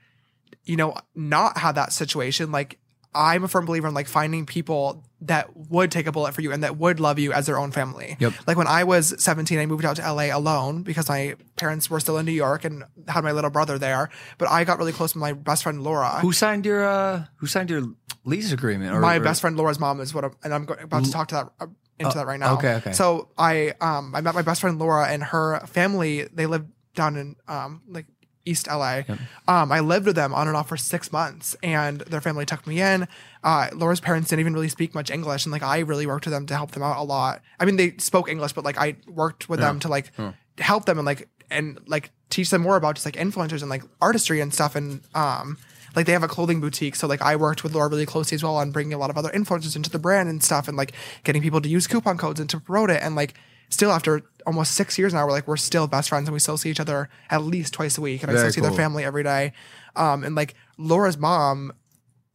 Speaker 2: you know, not had that situation, like I'm a firm believer in like finding people that would take a bullet for you and that would love you as their own family.
Speaker 5: Yep.
Speaker 2: Like when I was 17, I moved out to LA alone because my parents were still in New York and had my little brother there. But I got really close with my best friend Laura.
Speaker 5: Who signed your uh, Who signed your lease agreement? Or,
Speaker 2: my
Speaker 5: or-
Speaker 2: best friend Laura's mom is what I'm, and I'm go- about to talk to that uh, into
Speaker 5: Oh,
Speaker 2: that right now.
Speaker 5: okay, okay.
Speaker 2: So I um I met my best friend Laura and her family. They live down in um like East LA. Um, I lived with them on and off for six months, and their family took me in. Uh, Laura's parents didn't even really speak much English, and like I really worked with them to help them out a lot. I mean, they spoke English, but like I worked with them to like
Speaker 5: Hmm.
Speaker 2: help them and like and like teach them more about just like influencers and like artistry and stuff and um like they have a clothing boutique so like i worked with laura really closely as well on bringing a lot of other influencers into the brand and stuff and like getting people to use coupon codes and to promote it and like still after almost six years now we're like we're still best friends and we still see each other at least twice a week and i
Speaker 5: Very
Speaker 2: still see
Speaker 5: cool.
Speaker 2: their family every day um and like laura's mom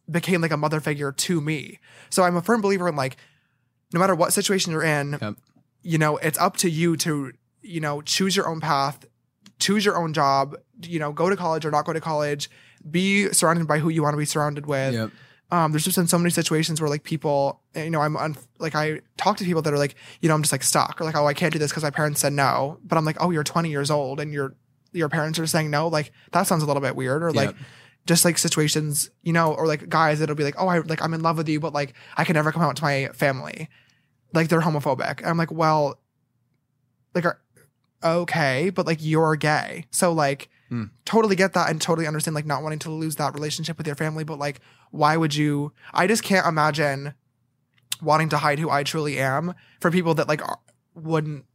Speaker 2: became like a mother figure to me so i'm a firm believer in like no matter what situation you're in, you know, it's up to you to, you know, choose your own path, choose your own job, you know, go to college or not go to college, be surrounded by who you want to be surrounded with. Um, there's just been so many situations where like people, eh, you know, I'm un- like I talk to people that are like, you know, I'm just like stuck or like, oh, I can't do this because my parents said no, but I'm like, oh, you're 20 years old and you're your parents are saying no, like that sounds a little bit weird. Or like just like situations, you know, or like guys that'll be like, oh, I like I'm in love with you, but like I can never come out to my family. Like they're homophobic. And I'm like, well, like are, okay, but like you're gay. So like
Speaker 9: Hmm.
Speaker 2: totally get that and totally understand like not wanting to lose that relationship with your family, but like why would you I just can't imagine wanting to hide who I truly am for people that like are, wouldn't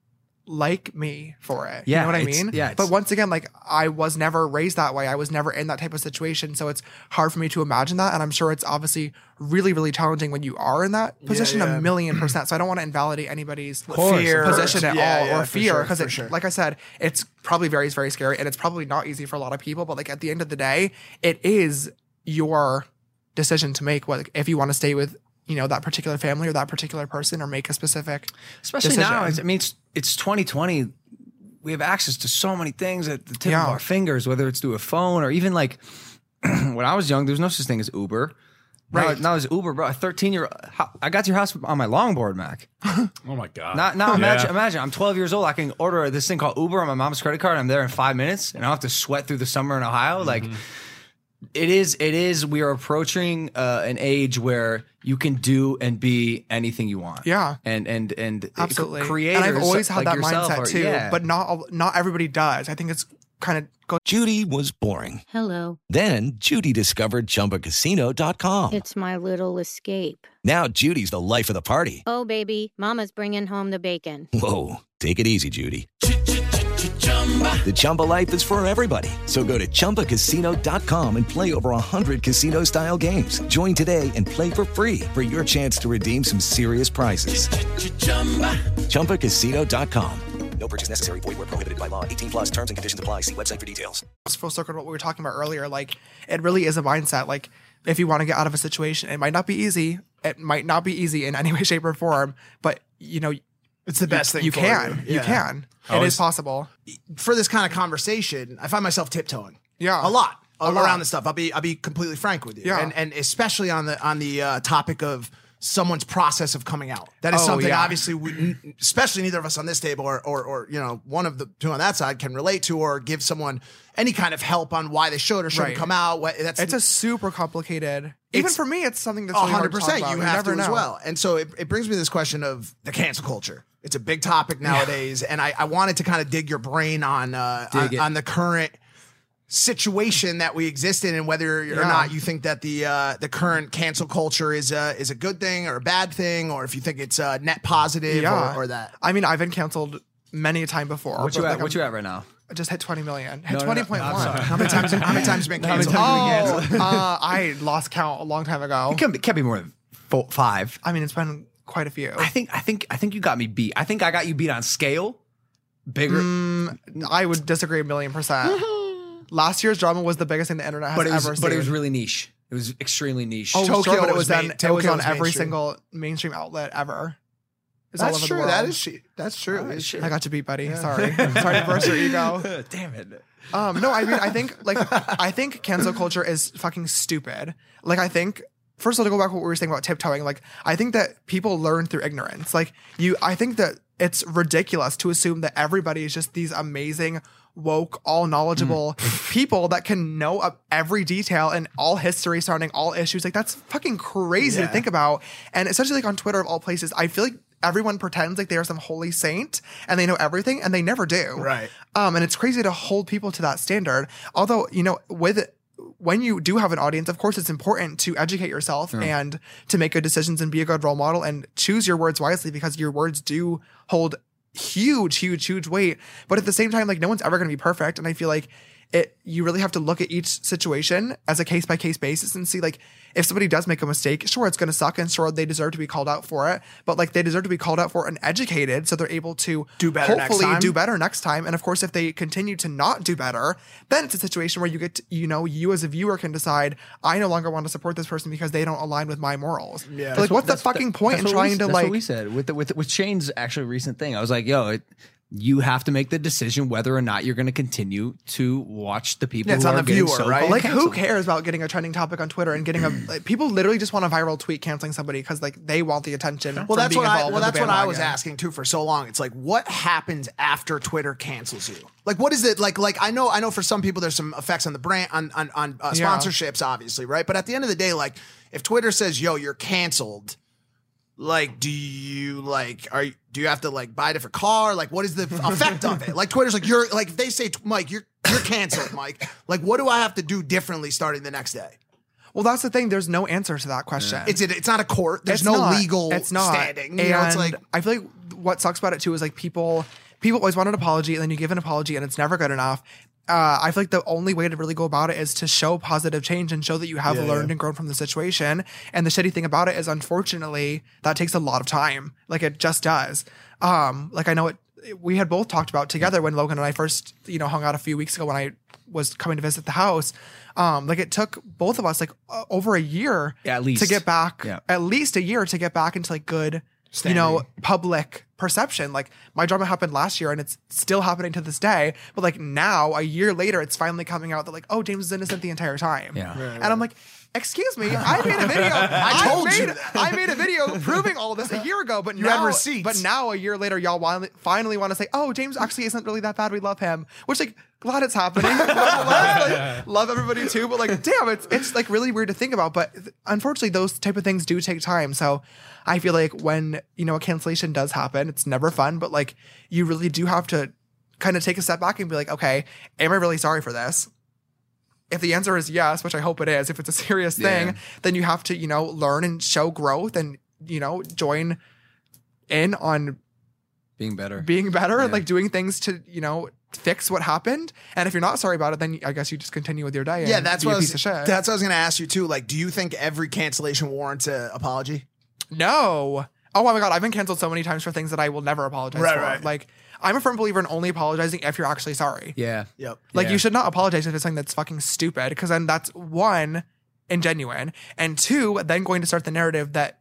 Speaker 2: like me for it. you
Speaker 5: Yeah,
Speaker 2: know what I
Speaker 5: it's-
Speaker 2: mean?
Speaker 5: yeah, it's-
Speaker 2: But once again, like I was never raised that way. I was never in that type of situation. So it's hard for me to imagine that. And I'm sure it's obviously really, really challenging when you are in that
Speaker 3: Yeah,
Speaker 2: position
Speaker 3: yeah.
Speaker 2: a million percent. So I don't want to invalidate anybody's
Speaker 3: Of course,
Speaker 2: fear
Speaker 3: of course.
Speaker 2: position at
Speaker 3: Yeah,
Speaker 2: all
Speaker 3: yeah,
Speaker 2: or
Speaker 3: for
Speaker 2: fear.
Speaker 3: sure,
Speaker 2: Because
Speaker 3: for sure.
Speaker 2: like I said, it's probably very, very scary and it's probably not easy for a lot of people. But like at the end of the day, it is your decision to make what if you want to stay with you know that particular family or that particular person or make a specific
Speaker 5: especially
Speaker 2: decision.
Speaker 5: now. It's, I mean, it's it's 2020. We have access to so many things at the tip
Speaker 2: Yeah.
Speaker 5: of our fingers, whether it's through a phone or even like when I was young, there was no such thing as Uber. Right now, it's Uber, bro. A 13 year old, I got to your house on my longboard, Mac.
Speaker 4: Oh my god.
Speaker 5: Now, now imagine, imagine I'm 12 years old. I can order this thing called Uber on my mom's credit card. I'm there in five minutes, and I don't have to sweat through the summer in Ohio. Like
Speaker 2: Mm-hmm.
Speaker 5: it is, it is. We are approaching uh, an age where you can do and be anything you want.
Speaker 2: Yeah.
Speaker 5: and and and
Speaker 2: absolutely
Speaker 5: creators.
Speaker 2: and i've always had
Speaker 5: like
Speaker 2: that
Speaker 5: yourself
Speaker 2: mindset
Speaker 5: are-
Speaker 2: too
Speaker 5: yeah.
Speaker 2: but not all- not everybody does i think it's kind of go
Speaker 1: Judy was boring.
Speaker 10: Hello.
Speaker 1: Then Judy discovered ChumbaCasino.com.
Speaker 10: It's my little escape.
Speaker 1: Now Judy's the life of the party.
Speaker 10: Oh, baby. Mama's bringing home the bacon.
Speaker 1: Whoa, take it easy, Judy. The Chumba life is for everybody. So go to ChumbaCasino.com and play over 100 casino style games. Join today and play for free for your chance to redeem some serious prizes. ChumbaCasino.com. No purchase necessary. Void where prohibited by law. 18 plus terms and conditions apply. See website for details.
Speaker 2: it's full circle to what we were talking about earlier like it really is a mindset like if you want to get out of a situation it might not be easy it might not be easy in any way shape or form but you know
Speaker 3: it's the best thing
Speaker 2: you
Speaker 3: for
Speaker 2: can
Speaker 3: you.
Speaker 2: you
Speaker 3: Yeah.
Speaker 2: can
Speaker 3: I
Speaker 2: it
Speaker 3: always-
Speaker 2: is possible
Speaker 3: for this kind of conversation, I find myself tiptoeing.
Speaker 2: Yeah.
Speaker 3: a lot,
Speaker 2: A
Speaker 3: around
Speaker 2: lot.
Speaker 3: this stuff. I'll be I'll be completely frank with you.
Speaker 2: Yeah.
Speaker 3: and and especially on the on the uh, topic of someone's process of coming out. That is
Speaker 2: Oh,
Speaker 3: something
Speaker 2: yeah.
Speaker 3: obviously we, especially neither of us on this table or, or or you know one of the two on that side can relate to or give someone any kind of help on why they should or shouldn't
Speaker 2: Right.
Speaker 3: come out. What, that's
Speaker 2: it's a super complicated even
Speaker 3: It's-
Speaker 2: for me it's something that's
Speaker 3: a
Speaker 2: really hard to talk
Speaker 3: percent.
Speaker 2: about.
Speaker 3: You have
Speaker 2: never
Speaker 3: to as
Speaker 2: know.
Speaker 3: well. And so it, it brings me to this question of the cancel culture. It's a big topic nowadays, and I, I wanted to kind of dig your brain on uh,
Speaker 5: Dig
Speaker 3: on,
Speaker 5: it.
Speaker 3: on the current situation that we exist in, and whether or
Speaker 5: Yeah.
Speaker 3: not you think that the uh, the current cancel culture is a is a good thing or a bad thing, or if you think it's uh, net positive
Speaker 2: yeah
Speaker 3: or, or that.
Speaker 2: i mean i've been canceled many a time before
Speaker 5: What
Speaker 2: but,
Speaker 5: you at?
Speaker 2: like,
Speaker 5: what
Speaker 2: I'm-
Speaker 5: you at right now?
Speaker 2: I just hit 20 million. Hit
Speaker 5: No, no, no.
Speaker 2: 20.1.
Speaker 5: I'm sorry.
Speaker 3: How many times- how many times been
Speaker 5: How many
Speaker 3: canceled?
Speaker 5: times
Speaker 2: Oh,
Speaker 5: been canceled?
Speaker 2: uh, I lost count a long time ago.
Speaker 5: It can't be, can't be more than four, five.
Speaker 2: I mean, it's been quite a few.
Speaker 5: I think I think I think you got me beat. I think I got you beat on scale. Bigger.
Speaker 2: Mm, I would disagree a million percent. Last year's drama was the biggest thing the internet has
Speaker 5: but it was
Speaker 2: ever seen.
Speaker 5: but it was really niche. It was extremely niche.
Speaker 2: oh,
Speaker 3: Tokyo
Speaker 2: sure, but it was,
Speaker 3: was main-
Speaker 2: on, it was
Speaker 3: Tokyo
Speaker 2: on
Speaker 3: was
Speaker 2: every
Speaker 3: mainstream.
Speaker 2: single mainstream outlet ever. It's all
Speaker 3: That's
Speaker 2: over
Speaker 3: true.
Speaker 2: the world.
Speaker 3: That is she. That's true. It's true.
Speaker 2: I got you beat, buddy. Sorry, sorry to burst your ego.
Speaker 5: Damn it.
Speaker 2: Um, no, I mean, I think like I think cancel culture is fucking stupid. Like, I think first of all, to go back to what we were saying about tiptoeing, like I think that people learn through ignorance. Like you, I think that it's ridiculous to assume that everybody is just these amazing. Woke, all knowledgeable people that can know of every detail and all history surrounding all issues. Like that's fucking crazy
Speaker 3: Yeah.
Speaker 2: to think about. And especially like on Twitter of all places, I feel like everyone pretends like they are some holy saint and they know everything and they never do.
Speaker 3: Right.
Speaker 2: Um, and it's crazy to hold people to that standard. Although, you know, with when you do have an audience, of course, it's important to educate yourself and to make good decisions and be a good role model and choose your words wisely because your words do hold huge, huge, huge weight. But at the same time, like no one's ever going to be perfect, and I feel like it. You really have to look at each situation as a case by case basis and see like if somebody does make a mistake, sure it's going to suck, and sure they deserve to be called out for it. But like they deserve to be called out for it and educated, so they're able to
Speaker 3: Do better next
Speaker 2: Hopefully,
Speaker 3: time.
Speaker 2: do better next time. And of course, if they continue to not do better, then it's a situation where you get, to, you know, you as a viewer can decide, I no longer want to support this person because they don't align with my morals.
Speaker 5: Yeah.
Speaker 2: But, like, what's the fucking point in trying to
Speaker 5: that's
Speaker 2: like?
Speaker 5: what we said with the, with with Shane's actually recent thing. I was like, yo, it, you have to make the decision whether or not you're going to continue to watch the people
Speaker 2: Yeah,
Speaker 5: who are getting so
Speaker 2: Like, who cares about getting a trending topic on Twitter and getting a? like, people literally just want a viral tweet canceling somebody because like they want the attention.
Speaker 3: Well,
Speaker 2: from
Speaker 3: that's
Speaker 2: being
Speaker 3: what I.
Speaker 2: involved
Speaker 3: Well,
Speaker 2: with the
Speaker 3: that's what I was
Speaker 2: bandwagon.
Speaker 3: asking too for so long. It's like, what happens after Twitter cancels you? Like, what is it like? Like, I know, I know, for some people, there's some effects on the brand, on on, on uh,
Speaker 2: Yeah.
Speaker 3: sponsorships, obviously, right? But at the end of the day, like, if Twitter says, "Yo, you're canceled," like, do you like are you- do you have to like buy a different car? Like, what is the effect of it? Like, Twitter's like, you're like, if they say, Mike, you're you're canceled, Mike. Like, what do I have to do differently starting the next day?
Speaker 2: Well, that's the thing. There's no answer to that question.
Speaker 3: It's it, it's not a court. There's
Speaker 2: It's
Speaker 3: no
Speaker 2: not.
Speaker 3: legal
Speaker 2: it's not.
Speaker 3: standing.
Speaker 2: And
Speaker 3: You know, it's like
Speaker 2: I feel like what sucks about it too is like people people always want an apology and then you give an apology and it's never good enough. Uh, I feel like the only way to really go about it is to show positive change and show that you have
Speaker 3: Yeah,
Speaker 2: learned
Speaker 3: yeah.
Speaker 2: and grown from the situation. And the shitty thing about it is, unfortunately, that takes a lot of time. Like it just does. Um, like I know it. We had both talked about together when Logan and I first, you know, hung out a few weeks ago when I was coming to visit the house. Um, like it took both of us like o- over a year
Speaker 5: Yeah, at least.
Speaker 2: to get back
Speaker 5: Yeah.
Speaker 2: at least a year to get back into like good you know public perception like my drama happened last year and it's still happening to this day but like now a year later it's finally coming out that like oh james is innocent the entire time
Speaker 5: Yeah. Right,
Speaker 2: and i'm like excuse me i made a video
Speaker 3: I told
Speaker 2: made,
Speaker 3: you
Speaker 2: i made a video proving all this a year ago but
Speaker 3: You had
Speaker 2: now
Speaker 3: receipts.
Speaker 2: but now a year later y'all wi- finally want to say oh james actually isn't really that bad we love him which like glad it's happening love everybody too, but like, damn, it's it's like really weird to think about. But th- unfortunately, those type of things do take time. So I feel like when you know a cancellation does happen, it's never fun. But like, you really do have to kind of take a step back and be like, okay, am I really sorry for this? If the answer is yes, which I hope it is, if it's a serious thing,
Speaker 5: Yeah.
Speaker 2: then you have to you know learn and show growth and you know join in on
Speaker 5: being better.
Speaker 2: being better and like doing things to you know fix what happened and if you're not sorry about it then i guess you just continue with your day
Speaker 3: Yeah,
Speaker 2: and
Speaker 3: that's
Speaker 2: be
Speaker 3: what
Speaker 2: a
Speaker 3: I was,
Speaker 2: piece of shit
Speaker 3: that's what I was gonna ask you too. Like, do you think every cancellation warrants an apology?
Speaker 2: no oh my god i've been canceled so many times for things that i will never apologize
Speaker 3: Right,
Speaker 2: for
Speaker 3: right.
Speaker 2: like i'm a firm believer in only apologizing if you're actually sorry
Speaker 5: Yeah.
Speaker 3: Yep.
Speaker 2: like you should not apologize if it's something that's fucking stupid because then that's one ingenuine and two then going to start the narrative that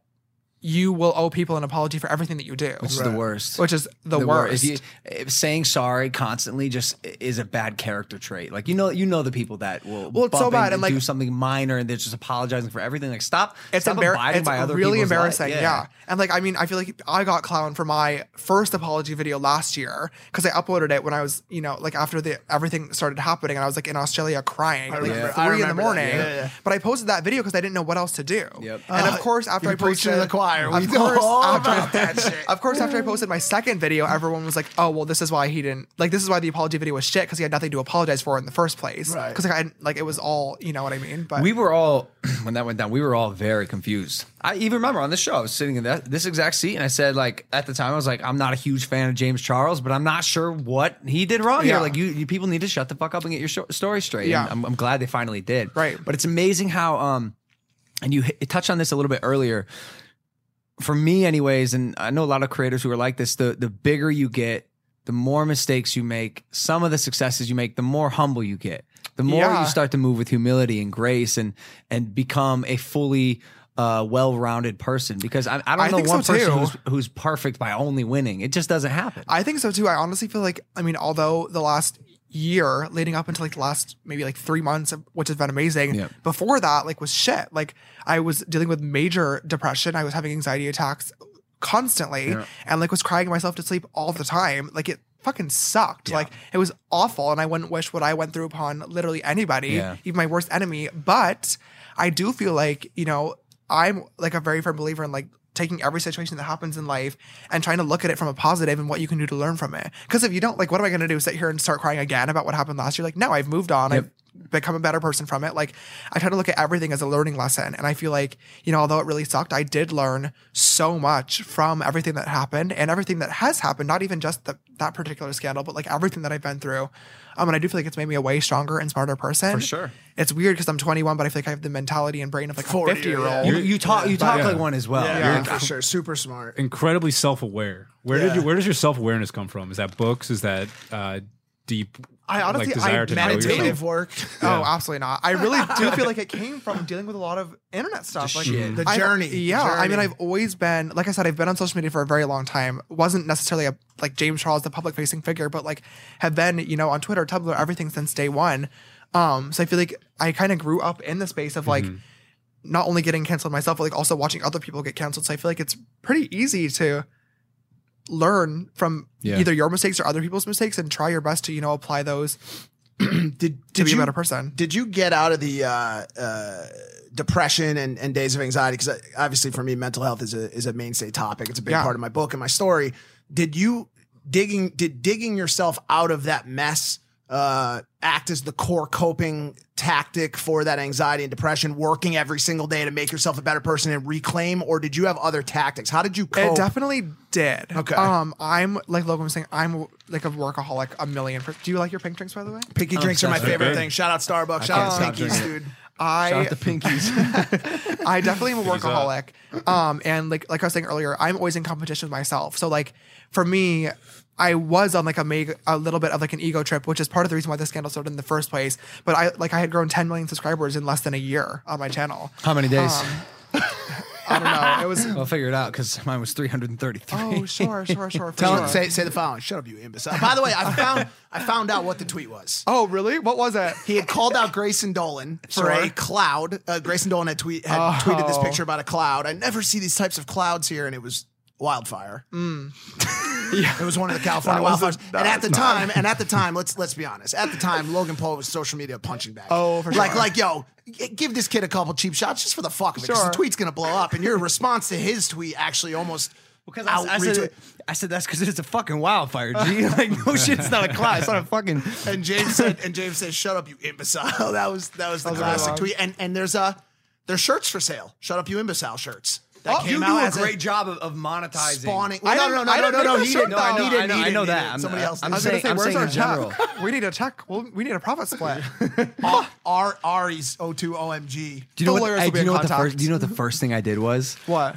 Speaker 2: you will owe people an apology for everything that you do
Speaker 5: Which is the worst.
Speaker 2: which is the,
Speaker 5: wor-
Speaker 2: worst
Speaker 5: If you, if saying sorry constantly just i- is a bad character trait. Like you know, you know the people that will
Speaker 2: Well, it's so
Speaker 5: bump
Speaker 2: bad,
Speaker 5: in to
Speaker 2: and, like-
Speaker 5: do something minor and they're just apologizing for everything. Like stop.
Speaker 2: it's
Speaker 5: stop
Speaker 2: embarrassing.
Speaker 5: abiding
Speaker 2: It's
Speaker 5: by other
Speaker 2: really
Speaker 5: people's li-
Speaker 2: embarrassing. Yeah. and like I mean, I feel like I got clowned for my first apology video last year because I uploaded it when I was, you know, like after the everything started happening, and I was like in Australia crying
Speaker 3: I
Speaker 2: at like
Speaker 3: remember- I
Speaker 2: three in the
Speaker 3: remember that.
Speaker 2: morning.
Speaker 3: Yeah, yeah.
Speaker 2: But I posted that video because I didn't know what else to do.
Speaker 5: Yep.
Speaker 2: And
Speaker 3: Ah,
Speaker 2: of course, after
Speaker 3: you're
Speaker 2: I
Speaker 3: preaching
Speaker 2: posted
Speaker 3: to the choir. We
Speaker 2: of
Speaker 3: know
Speaker 2: course,
Speaker 3: all
Speaker 2: after,
Speaker 3: about that shit.
Speaker 2: Of course, after I posted my second video, everyone was like, "Oh, well, this is why he didn't like. This is why the apology video was shit because he had nothing to apologize for in the first place.
Speaker 3: Right.
Speaker 2: Because like, I hadn't- like it was all, you know what I mean? But
Speaker 5: We were all when that went down. We were all very confused. I even remember on this show, I was sitting in that, this exact seat, and I said, like at the time, I was like, I'm not a huge fan of James Charles, but I'm not sure what he did wrong here.
Speaker 2: Yeah.
Speaker 5: Like you, you people need to shut the fuck up and get your sho- story straight.
Speaker 2: Yeah.
Speaker 5: And I'm, I'm glad they finally did.
Speaker 2: Right.
Speaker 5: but it's amazing how um, and you hit, touched on this a little bit earlier. For me, anyways, and I know a lot of creators who are like this. The the bigger you get, the more mistakes you make. Some of the successes you make, the more humble you get. The more
Speaker 2: Yeah.
Speaker 5: you start to move with humility and grace, and and become a fully uh, well-rounded person. Because I, I don't
Speaker 2: I
Speaker 5: know
Speaker 2: think
Speaker 5: one
Speaker 2: so,
Speaker 5: person
Speaker 2: too.
Speaker 5: who's, who's perfect by only winning. It just doesn't happen.
Speaker 2: I think so too. I honestly feel like I mean, although the last year leading up until like the last maybe like three months, of- which has been amazing.
Speaker 5: Yep.
Speaker 2: Before that, like was shit. Like I was dealing with major depression. I was having anxiety attacks constantly,
Speaker 5: Yeah.
Speaker 2: and like was crying myself to sleep all the time. Like it fucking sucked. Like it was awful, and I wouldn't wish what I went through upon literally anybody,
Speaker 5: Yeah.
Speaker 2: even my worst enemy. But I do feel like you know I'm like a very firm believer in like taking every situation that happens in life and trying to look at it from a positive and what you can do to learn from it. Because if you don't, like, what am I going to do? Sit here and start crying again about what happened last year? Like, no, I've moved on. I've become a better person from it. Like, I try to look at everything as a learning lesson. And I feel like, you know, although it really sucked, I did learn so much from everything that happened and everything that has happened, not even just the, that particular scandal, but like everything that I've been through. Um, and I do feel like it's made me a way stronger and smarter person. For
Speaker 5: sure.
Speaker 2: It's weird because I'm 21, but I feel like I have the mentality and brain of like a
Speaker 3: 40,
Speaker 2: 50 year old.
Speaker 3: yeah.
Speaker 5: You, you talk you talk
Speaker 4: Yeah.
Speaker 5: like one as well.
Speaker 3: yeah,
Speaker 5: You're-
Speaker 3: for sure. Super smart.
Speaker 4: incredibly self aware. Where
Speaker 3: Yeah.
Speaker 4: did you, where does your self awareness come from? Is that books? Is that uh, deep
Speaker 2: I honestly, I meditative work. Oh, absolutely not. I really do feel like it came from dealing with a lot of internet stuff.
Speaker 3: The
Speaker 2: like
Speaker 3: shit. The
Speaker 2: I've-
Speaker 3: journey.
Speaker 2: Yeah, I mean,
Speaker 3: Journey.
Speaker 2: I've always been, like I said, I've been on social media for a very long time. wasn't necessarily a like James Charles, the public facing figure, but like have been, you know, on Twitter, Tumblr, everything since day one. Um, so I feel like I kind of grew up in the space of like
Speaker 3: Mm-hmm.
Speaker 2: not only getting canceled myself, but like also watching other people get canceled. So I feel like it's pretty easy to learn from
Speaker 9: Yeah.
Speaker 2: either your mistakes or other people's mistakes and try your best to you know apply those
Speaker 3: did
Speaker 2: to be
Speaker 3: you-
Speaker 2: a better person.
Speaker 3: Did you get out of the uh, uh, depression and, and days of anxiety? Because obviously, for me, mental health is a is a mainstay topic. It's a big
Speaker 2: Yeah.
Speaker 3: part of my book and my story. Did you digging did digging yourself out of that mess uh, act as the core coping tactic for that anxiety and depression? Working every single day to make yourself a better person and reclaim, or did you have other tactics? How did you cope?
Speaker 2: It definitely did.
Speaker 3: Okay.
Speaker 2: Um, I'm like Logan was saying, I'm like a workaholic, a million. per- Do you like your pink drinks, by the way?
Speaker 3: Pinky drinks are my favorite thing. Shout out Starbucks.
Speaker 2: Oh, I
Speaker 3: Shout
Speaker 2: can't
Speaker 3: out
Speaker 2: stop
Speaker 3: Pinkies,
Speaker 2: drinking it.
Speaker 3: dude.
Speaker 2: I
Speaker 3: Shout out to
Speaker 2: Pinkies. I definitely am a
Speaker 3: Pinkies up.
Speaker 2: workaholic. Um, and like like I was saying earlier, I'm always in competition with myself. So like for me, I was on like a make a little bit of like an ego trip, which is part of the reason why the scandal started in the first place. But I like I had grown 10 million subscribers in less than a year on my channel.
Speaker 5: How many days?
Speaker 2: Um, I don't know. It was.
Speaker 5: I'll figure it out because mine was 333.
Speaker 2: Oh, sure, sure, sure. for
Speaker 3: Tell
Speaker 2: sure.
Speaker 3: say say the following. Shut up, you imbecile. By the way, I found I found out what the tweet was.
Speaker 2: Oh, really? What was it?
Speaker 3: He had called out Grayson Dolan for a
Speaker 2: Sure.
Speaker 3: cloud. Uh, Grayson Dolan had, tweet, had
Speaker 2: Oh.
Speaker 3: tweeted this picture about a cloud. I never see these types of clouds here, and it was wildfire.
Speaker 2: Mm.
Speaker 3: It was one of the California
Speaker 2: That was a-
Speaker 3: wildfires.
Speaker 2: that
Speaker 3: and at the
Speaker 2: was not-
Speaker 3: time, and at the time, let's let's be honest. At the time, Logan Paul was social media punching bag.
Speaker 2: Oh, for
Speaker 3: like
Speaker 2: sure.
Speaker 3: like yo, g- give this kid a couple cheap shots just for the fuck of it. 'cause
Speaker 5: Sure.
Speaker 3: The tweet's gonna blow up, and your response to his tweet actually almost.
Speaker 5: Because I, I said, I said that's because it's a fucking wildfire, G. Like no shit, it's not a cloud. It's not a fucking.
Speaker 3: And James said, and James said, "Shut up, you imbecile." That was that was
Speaker 5: That was a
Speaker 3: the
Speaker 5: good
Speaker 3: classic
Speaker 5: one.
Speaker 3: tweet. And and there's a there's shirts for sale. "Shut up, you imbecile" shirts. That
Speaker 5: Oh, you
Speaker 3: came
Speaker 5: do
Speaker 3: out
Speaker 5: a
Speaker 3: as
Speaker 5: great job of, of monetizing.
Speaker 3: Spawning- Well, I no, no, didn't- no, I no,
Speaker 5: no,
Speaker 3: didn't no, make no, that he
Speaker 5: He
Speaker 3: shirt,
Speaker 5: didn't. I
Speaker 3: didn't- no, I no,
Speaker 5: know,
Speaker 3: know, he I know,
Speaker 5: I
Speaker 3: didn't,
Speaker 5: know
Speaker 3: he that.
Speaker 5: that.
Speaker 3: didn't. I'm- Somebody else
Speaker 5: I'm,
Speaker 3: did. I was gonna
Speaker 5: saying,
Speaker 3: say,
Speaker 5: I'm
Speaker 3: where's
Speaker 5: saying
Speaker 3: our
Speaker 5: in general.
Speaker 2: we need a tech. Well, we need a profit split.
Speaker 3: R Ari's O2 OMG.
Speaker 5: Do you know
Speaker 3: The
Speaker 5: what?
Speaker 3: lawyers
Speaker 5: hey,
Speaker 3: will
Speaker 5: do
Speaker 3: be
Speaker 5: you
Speaker 3: in
Speaker 5: know what the
Speaker 3: contact.
Speaker 5: first? Do you know what the first thing I did was?
Speaker 2: What?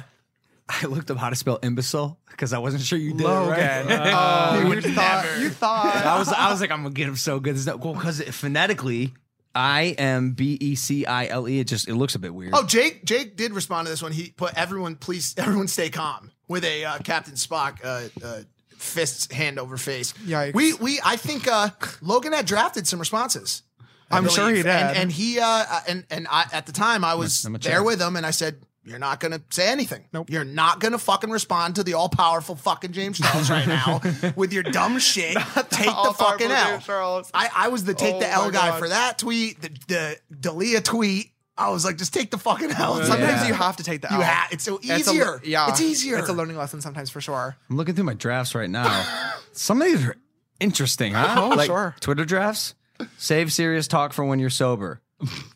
Speaker 5: I looked up how to spell imbecile because I wasn't sure you did
Speaker 2: Logan.
Speaker 5: it right.
Speaker 2: Oh,
Speaker 5: You
Speaker 2: you
Speaker 5: would
Speaker 2: thought-
Speaker 5: never.
Speaker 2: you thought.
Speaker 5: I was. I was like, I'm gonna get him so good. There's no because phonetically, I am B E C I L E. It just it looks a bit weird.
Speaker 3: Oh, Jake! Jake did respond to this one. He put everyone, please, everyone, stay calm with a uh, Captain Spock uh, uh, fists hand over face.
Speaker 2: Yikes.
Speaker 3: We we I think uh, Logan had drafted some responses. I
Speaker 2: I'm sure he
Speaker 3: believe. And,
Speaker 2: did.
Speaker 3: and he uh, and and I at the time I was
Speaker 2: I'm a
Speaker 3: there
Speaker 2: check.
Speaker 3: with him, and I said. You're not gonna say anything. Nope. You're not gonna fucking respond to the all powerful fucking James Charles right now with your dumb shit. take the
Speaker 2: all-powerful
Speaker 3: fucking L.
Speaker 2: James Charles.
Speaker 3: I, I was the take
Speaker 2: Oh
Speaker 3: the L
Speaker 2: my
Speaker 3: guy
Speaker 2: God.
Speaker 3: for that tweet, the the Dalia tweet. I was like, just take the fucking L.
Speaker 2: Sometimes
Speaker 5: Yeah.
Speaker 2: you have to take the
Speaker 3: You
Speaker 2: L.
Speaker 3: ha- it's so
Speaker 2: a-
Speaker 3: easier.
Speaker 2: yeah,
Speaker 3: It's easier.
Speaker 2: It's a learning lesson sometimes for sure.
Speaker 5: I'm looking through my drafts right now. Some of these are interesting, huh?
Speaker 2: Oh,
Speaker 5: like
Speaker 2: sure.
Speaker 5: Twitter drafts. Save serious talk for when you're sober.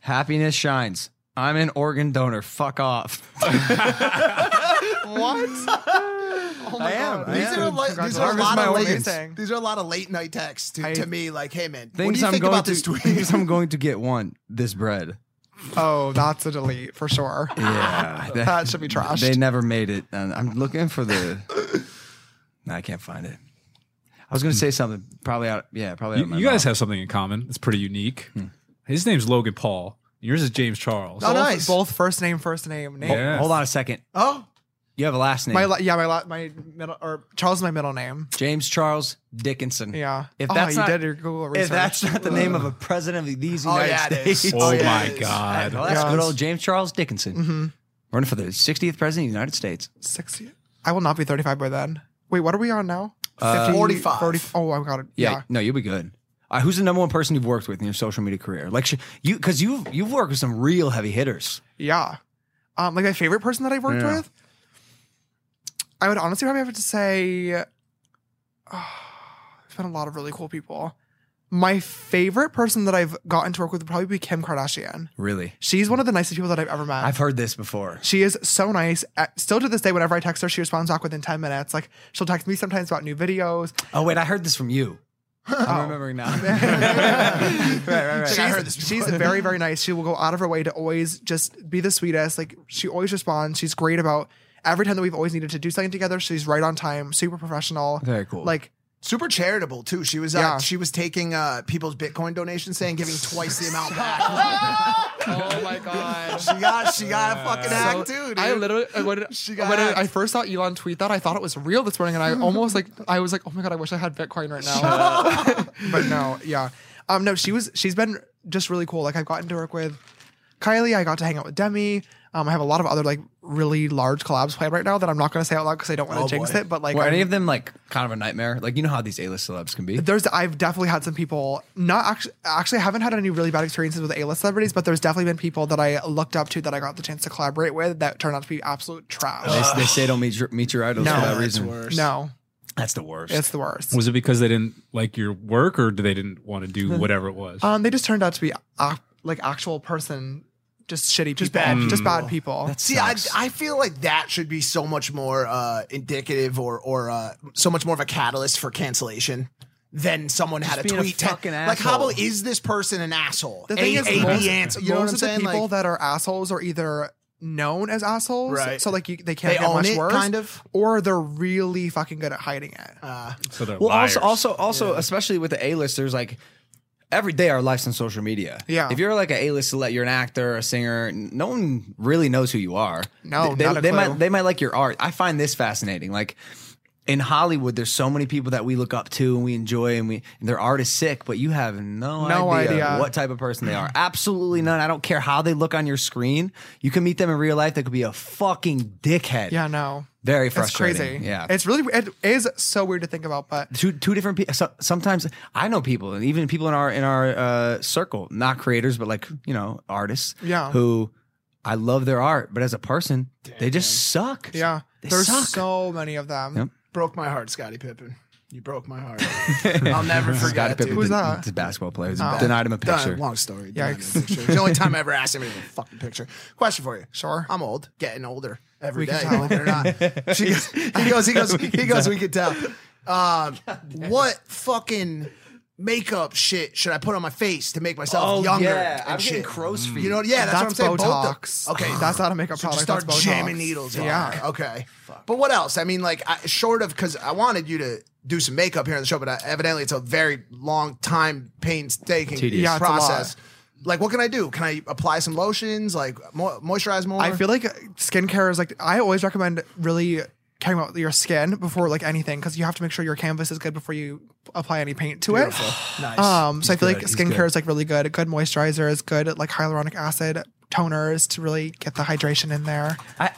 Speaker 5: Happiness shines. I'm an organ donor. Fuck off.
Speaker 2: what? Oh my
Speaker 3: I am.
Speaker 2: God.
Speaker 3: These are,
Speaker 2: Dude,
Speaker 3: like, these are a
Speaker 2: congratulations.
Speaker 3: lot of
Speaker 2: Amazing.
Speaker 3: late. These are a lot of late night texts to, to me. Like, hey man, what do
Speaker 5: Things
Speaker 3: you
Speaker 5: I'm
Speaker 3: think
Speaker 5: going
Speaker 3: about
Speaker 5: to
Speaker 3: this tweet?
Speaker 5: things I'm going to get one this bread.
Speaker 2: Oh, that's a delete for sure. Oh,
Speaker 5: Yeah,
Speaker 2: that, should be trashed.
Speaker 5: They never made it. And I'm looking for the. no, I can't find it. I was going to say something. Probably out. Yeah, probably. out of
Speaker 4: You,
Speaker 5: my
Speaker 4: you guys have something in common. It's pretty unique. His name's Logan Paul. Yours is James Charles.
Speaker 2: both, Both first name, first name, name.
Speaker 5: Hold, hold on a second.
Speaker 3: Oh,
Speaker 5: You have a last name.
Speaker 2: my la- yeah, my la- my middle or Charles is my middle name.
Speaker 5: James Charles Dickinson.
Speaker 2: Yeah.
Speaker 5: If
Speaker 2: Oh,
Speaker 5: that's
Speaker 2: you
Speaker 5: not,
Speaker 2: did your Google
Speaker 5: if that's
Speaker 2: research.
Speaker 5: not the name of a president of these
Speaker 2: Oh,
Speaker 5: United
Speaker 2: yeah, it is.
Speaker 5: States,
Speaker 2: Oh, Oh, yeah,
Speaker 4: my it is. God.
Speaker 5: Well, that's good
Speaker 2: Yes.
Speaker 5: old James Charles Dickinson,
Speaker 2: Mhm.
Speaker 5: running for the 60th president of the United States.
Speaker 2: 60. I will not be 35 by then. Wait, what are we on now?
Speaker 5: Uh, 45.
Speaker 2: 40, oh, I got it.
Speaker 5: Yeah,
Speaker 2: Yeah.
Speaker 5: no, you'll be good. Uh, who's the number one person you've worked with in your social media career? Like sh- you, because you've you've worked with some real heavy hitters.
Speaker 2: Yeah. Um, like my favorite person that I've worked
Speaker 5: Yeah.
Speaker 2: with, I would honestly probably have to say, oh, it's been a lot of really cool people. My favorite person that I've gotten to work with would probably be Kim Kardashian.
Speaker 5: Really,
Speaker 2: She's one of the nicest people that I've ever met.
Speaker 5: I've heard this before.
Speaker 2: She is so nice. Uh, Still to this day, whenever I text her, she responds back within 10 minutes. Like, she'll text me sometimes about new videos.
Speaker 5: Oh wait, I heard this from you. I'm
Speaker 2: Oh.
Speaker 5: remembering now. right, right, right.
Speaker 2: She's, she's very, very nice. She will go out of her way to always just be the sweetest. Like she always responds. She's great about every time that we've always needed to do something together. She's right on time, super professional.
Speaker 5: Very cool.
Speaker 2: Like
Speaker 3: Super charitable too. She was uh,
Speaker 2: Yeah.
Speaker 3: she was taking uh, people's Bitcoin donations, saying giving twice the amount back.
Speaker 2: oh my god,
Speaker 3: she got she got a fucking hack too. Dude.
Speaker 2: I literally uh, when,
Speaker 3: got
Speaker 2: when I,
Speaker 3: hacked.
Speaker 2: I first saw Elon tweet that, I thought it was real this morning, and I almost like I was like, oh my god, I wish I had Bitcoin right now. but no, yeah, um, no, she was she's been just really cool. Like I've gotten to work with Kylie. I got to hang out with Demi. Um, I have a lot of other like really large collabs planned right now that I'm not going to say out loud because I don't want to
Speaker 5: Oh,
Speaker 2: jinx
Speaker 5: boy.
Speaker 2: it. But like, um,
Speaker 5: were
Speaker 2: I'm-
Speaker 5: any of them like kind of a nightmare? Like you know how these A-list celebs can be.
Speaker 2: there's I've definitely had some people not actually actually I haven't had any really bad experiences with A-list celebrities, but there's definitely been people that I looked up to that I got the chance to collaborate with that turned out to be absolute trash.
Speaker 5: They, they say don't meet your, meet your idols
Speaker 2: No,
Speaker 5: for that
Speaker 2: that's
Speaker 5: reason.
Speaker 2: No,
Speaker 5: That's the worst.
Speaker 2: it's the worst.
Speaker 4: Was it because they didn't like your work, or do they didn't want to do whatever it was?
Speaker 2: Um, they just turned out to be ac- like actual person, just shitty, just
Speaker 3: bad people.
Speaker 2: just bad people.
Speaker 3: See, I, I feel like that should be so much more uh, indicative or or uh, so much more of a catalyst for cancellation than someone had
Speaker 5: Just
Speaker 3: a
Speaker 5: being a
Speaker 3: tweet. te-
Speaker 5: fucking
Speaker 3: like, how
Speaker 5: asshole.
Speaker 3: about is this person an asshole?
Speaker 2: the thing
Speaker 3: A-
Speaker 2: is,
Speaker 3: A, B
Speaker 2: most,
Speaker 3: answer. You know what
Speaker 2: most
Speaker 3: I'm
Speaker 2: of the
Speaker 3: saying?
Speaker 2: people
Speaker 3: Like,
Speaker 2: that are assholes are either known as assholes,
Speaker 3: Right.
Speaker 2: so like you, they can't
Speaker 3: They
Speaker 2: get
Speaker 3: own
Speaker 2: much
Speaker 3: it,
Speaker 2: worse,
Speaker 3: kind of?
Speaker 2: or they're really fucking good at hiding it.
Speaker 4: so they're
Speaker 5: Well,
Speaker 4: liars.
Speaker 5: also, also, also, especially with the A-listers, like every day our life's on social media.
Speaker 2: Yeah.
Speaker 5: If you're like an A-list celeb, you're an actor, a singer. n- No one really knows who you are.
Speaker 2: No,
Speaker 5: they,
Speaker 2: not a
Speaker 5: they
Speaker 2: clue.
Speaker 5: might they might like your art. I find this fascinating. Like in Hollywood, there's so many people that we look up to and we enjoy, and we and their art is sick, but you have no,
Speaker 2: No idea.
Speaker 5: what type of person they are. Absolutely none. I don't care how they look on your screen. You can meet them in real life. They could be a fucking dickhead.
Speaker 2: Yeah, no.
Speaker 5: Very
Speaker 2: It's
Speaker 5: frustrating.
Speaker 2: crazy.
Speaker 5: Yeah.
Speaker 2: It's really it is so weird to think about, but
Speaker 5: two two different people. So, sometimes I know people, and even people in our in our uh, circle, not creators, but like you know artists.
Speaker 2: Yeah.
Speaker 5: Who I love their art, but as a person, they just suck.
Speaker 2: yeah,
Speaker 5: They
Speaker 2: there's
Speaker 5: suck.
Speaker 2: so many of them.
Speaker 5: Yep.
Speaker 3: broke my heart, Scottie Pippen. You broke my heart. I'll never forget.
Speaker 5: Scottie
Speaker 3: dude.
Speaker 5: Pippen,
Speaker 2: Who's
Speaker 5: did-
Speaker 2: that?
Speaker 5: he's a basketball player. He's
Speaker 3: Oh.
Speaker 5: Denied him a
Speaker 3: Done.
Speaker 5: picture.
Speaker 3: Long story. Denied him a
Speaker 2: Yikes.
Speaker 3: picture. It's the only time I ever asked him to get a fucking picture. Question for you.
Speaker 2: Sure.
Speaker 3: I'm old, getting older every
Speaker 2: We
Speaker 3: day.
Speaker 2: can tell.
Speaker 3: believe it or not. She goes, he goes, he goes, he goes, we could tell. Um, what fucking makeup shit should I put on my face to make myself
Speaker 5: Oh,
Speaker 3: younger?
Speaker 5: yeah.
Speaker 3: and
Speaker 5: I'm getting
Speaker 3: shit?
Speaker 5: crow's feet.
Speaker 3: You know, yeah, that's,
Speaker 2: That's
Speaker 3: what I'm saying.
Speaker 2: Botox.
Speaker 3: Both the, okay,
Speaker 2: That's not a makeup
Speaker 3: so just
Speaker 2: product.
Speaker 3: start
Speaker 2: that's Botox.
Speaker 3: jamming needles. on
Speaker 2: Yeah.
Speaker 3: her. Okay. But what else? I mean, like, I, short of because I wanted you to do some makeup here on the show, but I, evidently it's a very long time, painstaking
Speaker 5: Tedious. Yeah,
Speaker 2: it's a lot.
Speaker 3: process. Like, what can I do? Can I apply some lotions? Like, mo- moisturize more?
Speaker 2: I feel like uh, skincare is like I always recommend really caring about your skin before like anything because you have to make sure your canvas is good before you apply any paint to it.
Speaker 3: nice.
Speaker 2: Um, so I feel
Speaker 5: good,
Speaker 2: like
Speaker 5: he's
Speaker 2: skincare
Speaker 5: good.
Speaker 2: is like really good. Good moisturizers, good like hyaluronic acid toners to really get the hydration in there.
Speaker 5: I,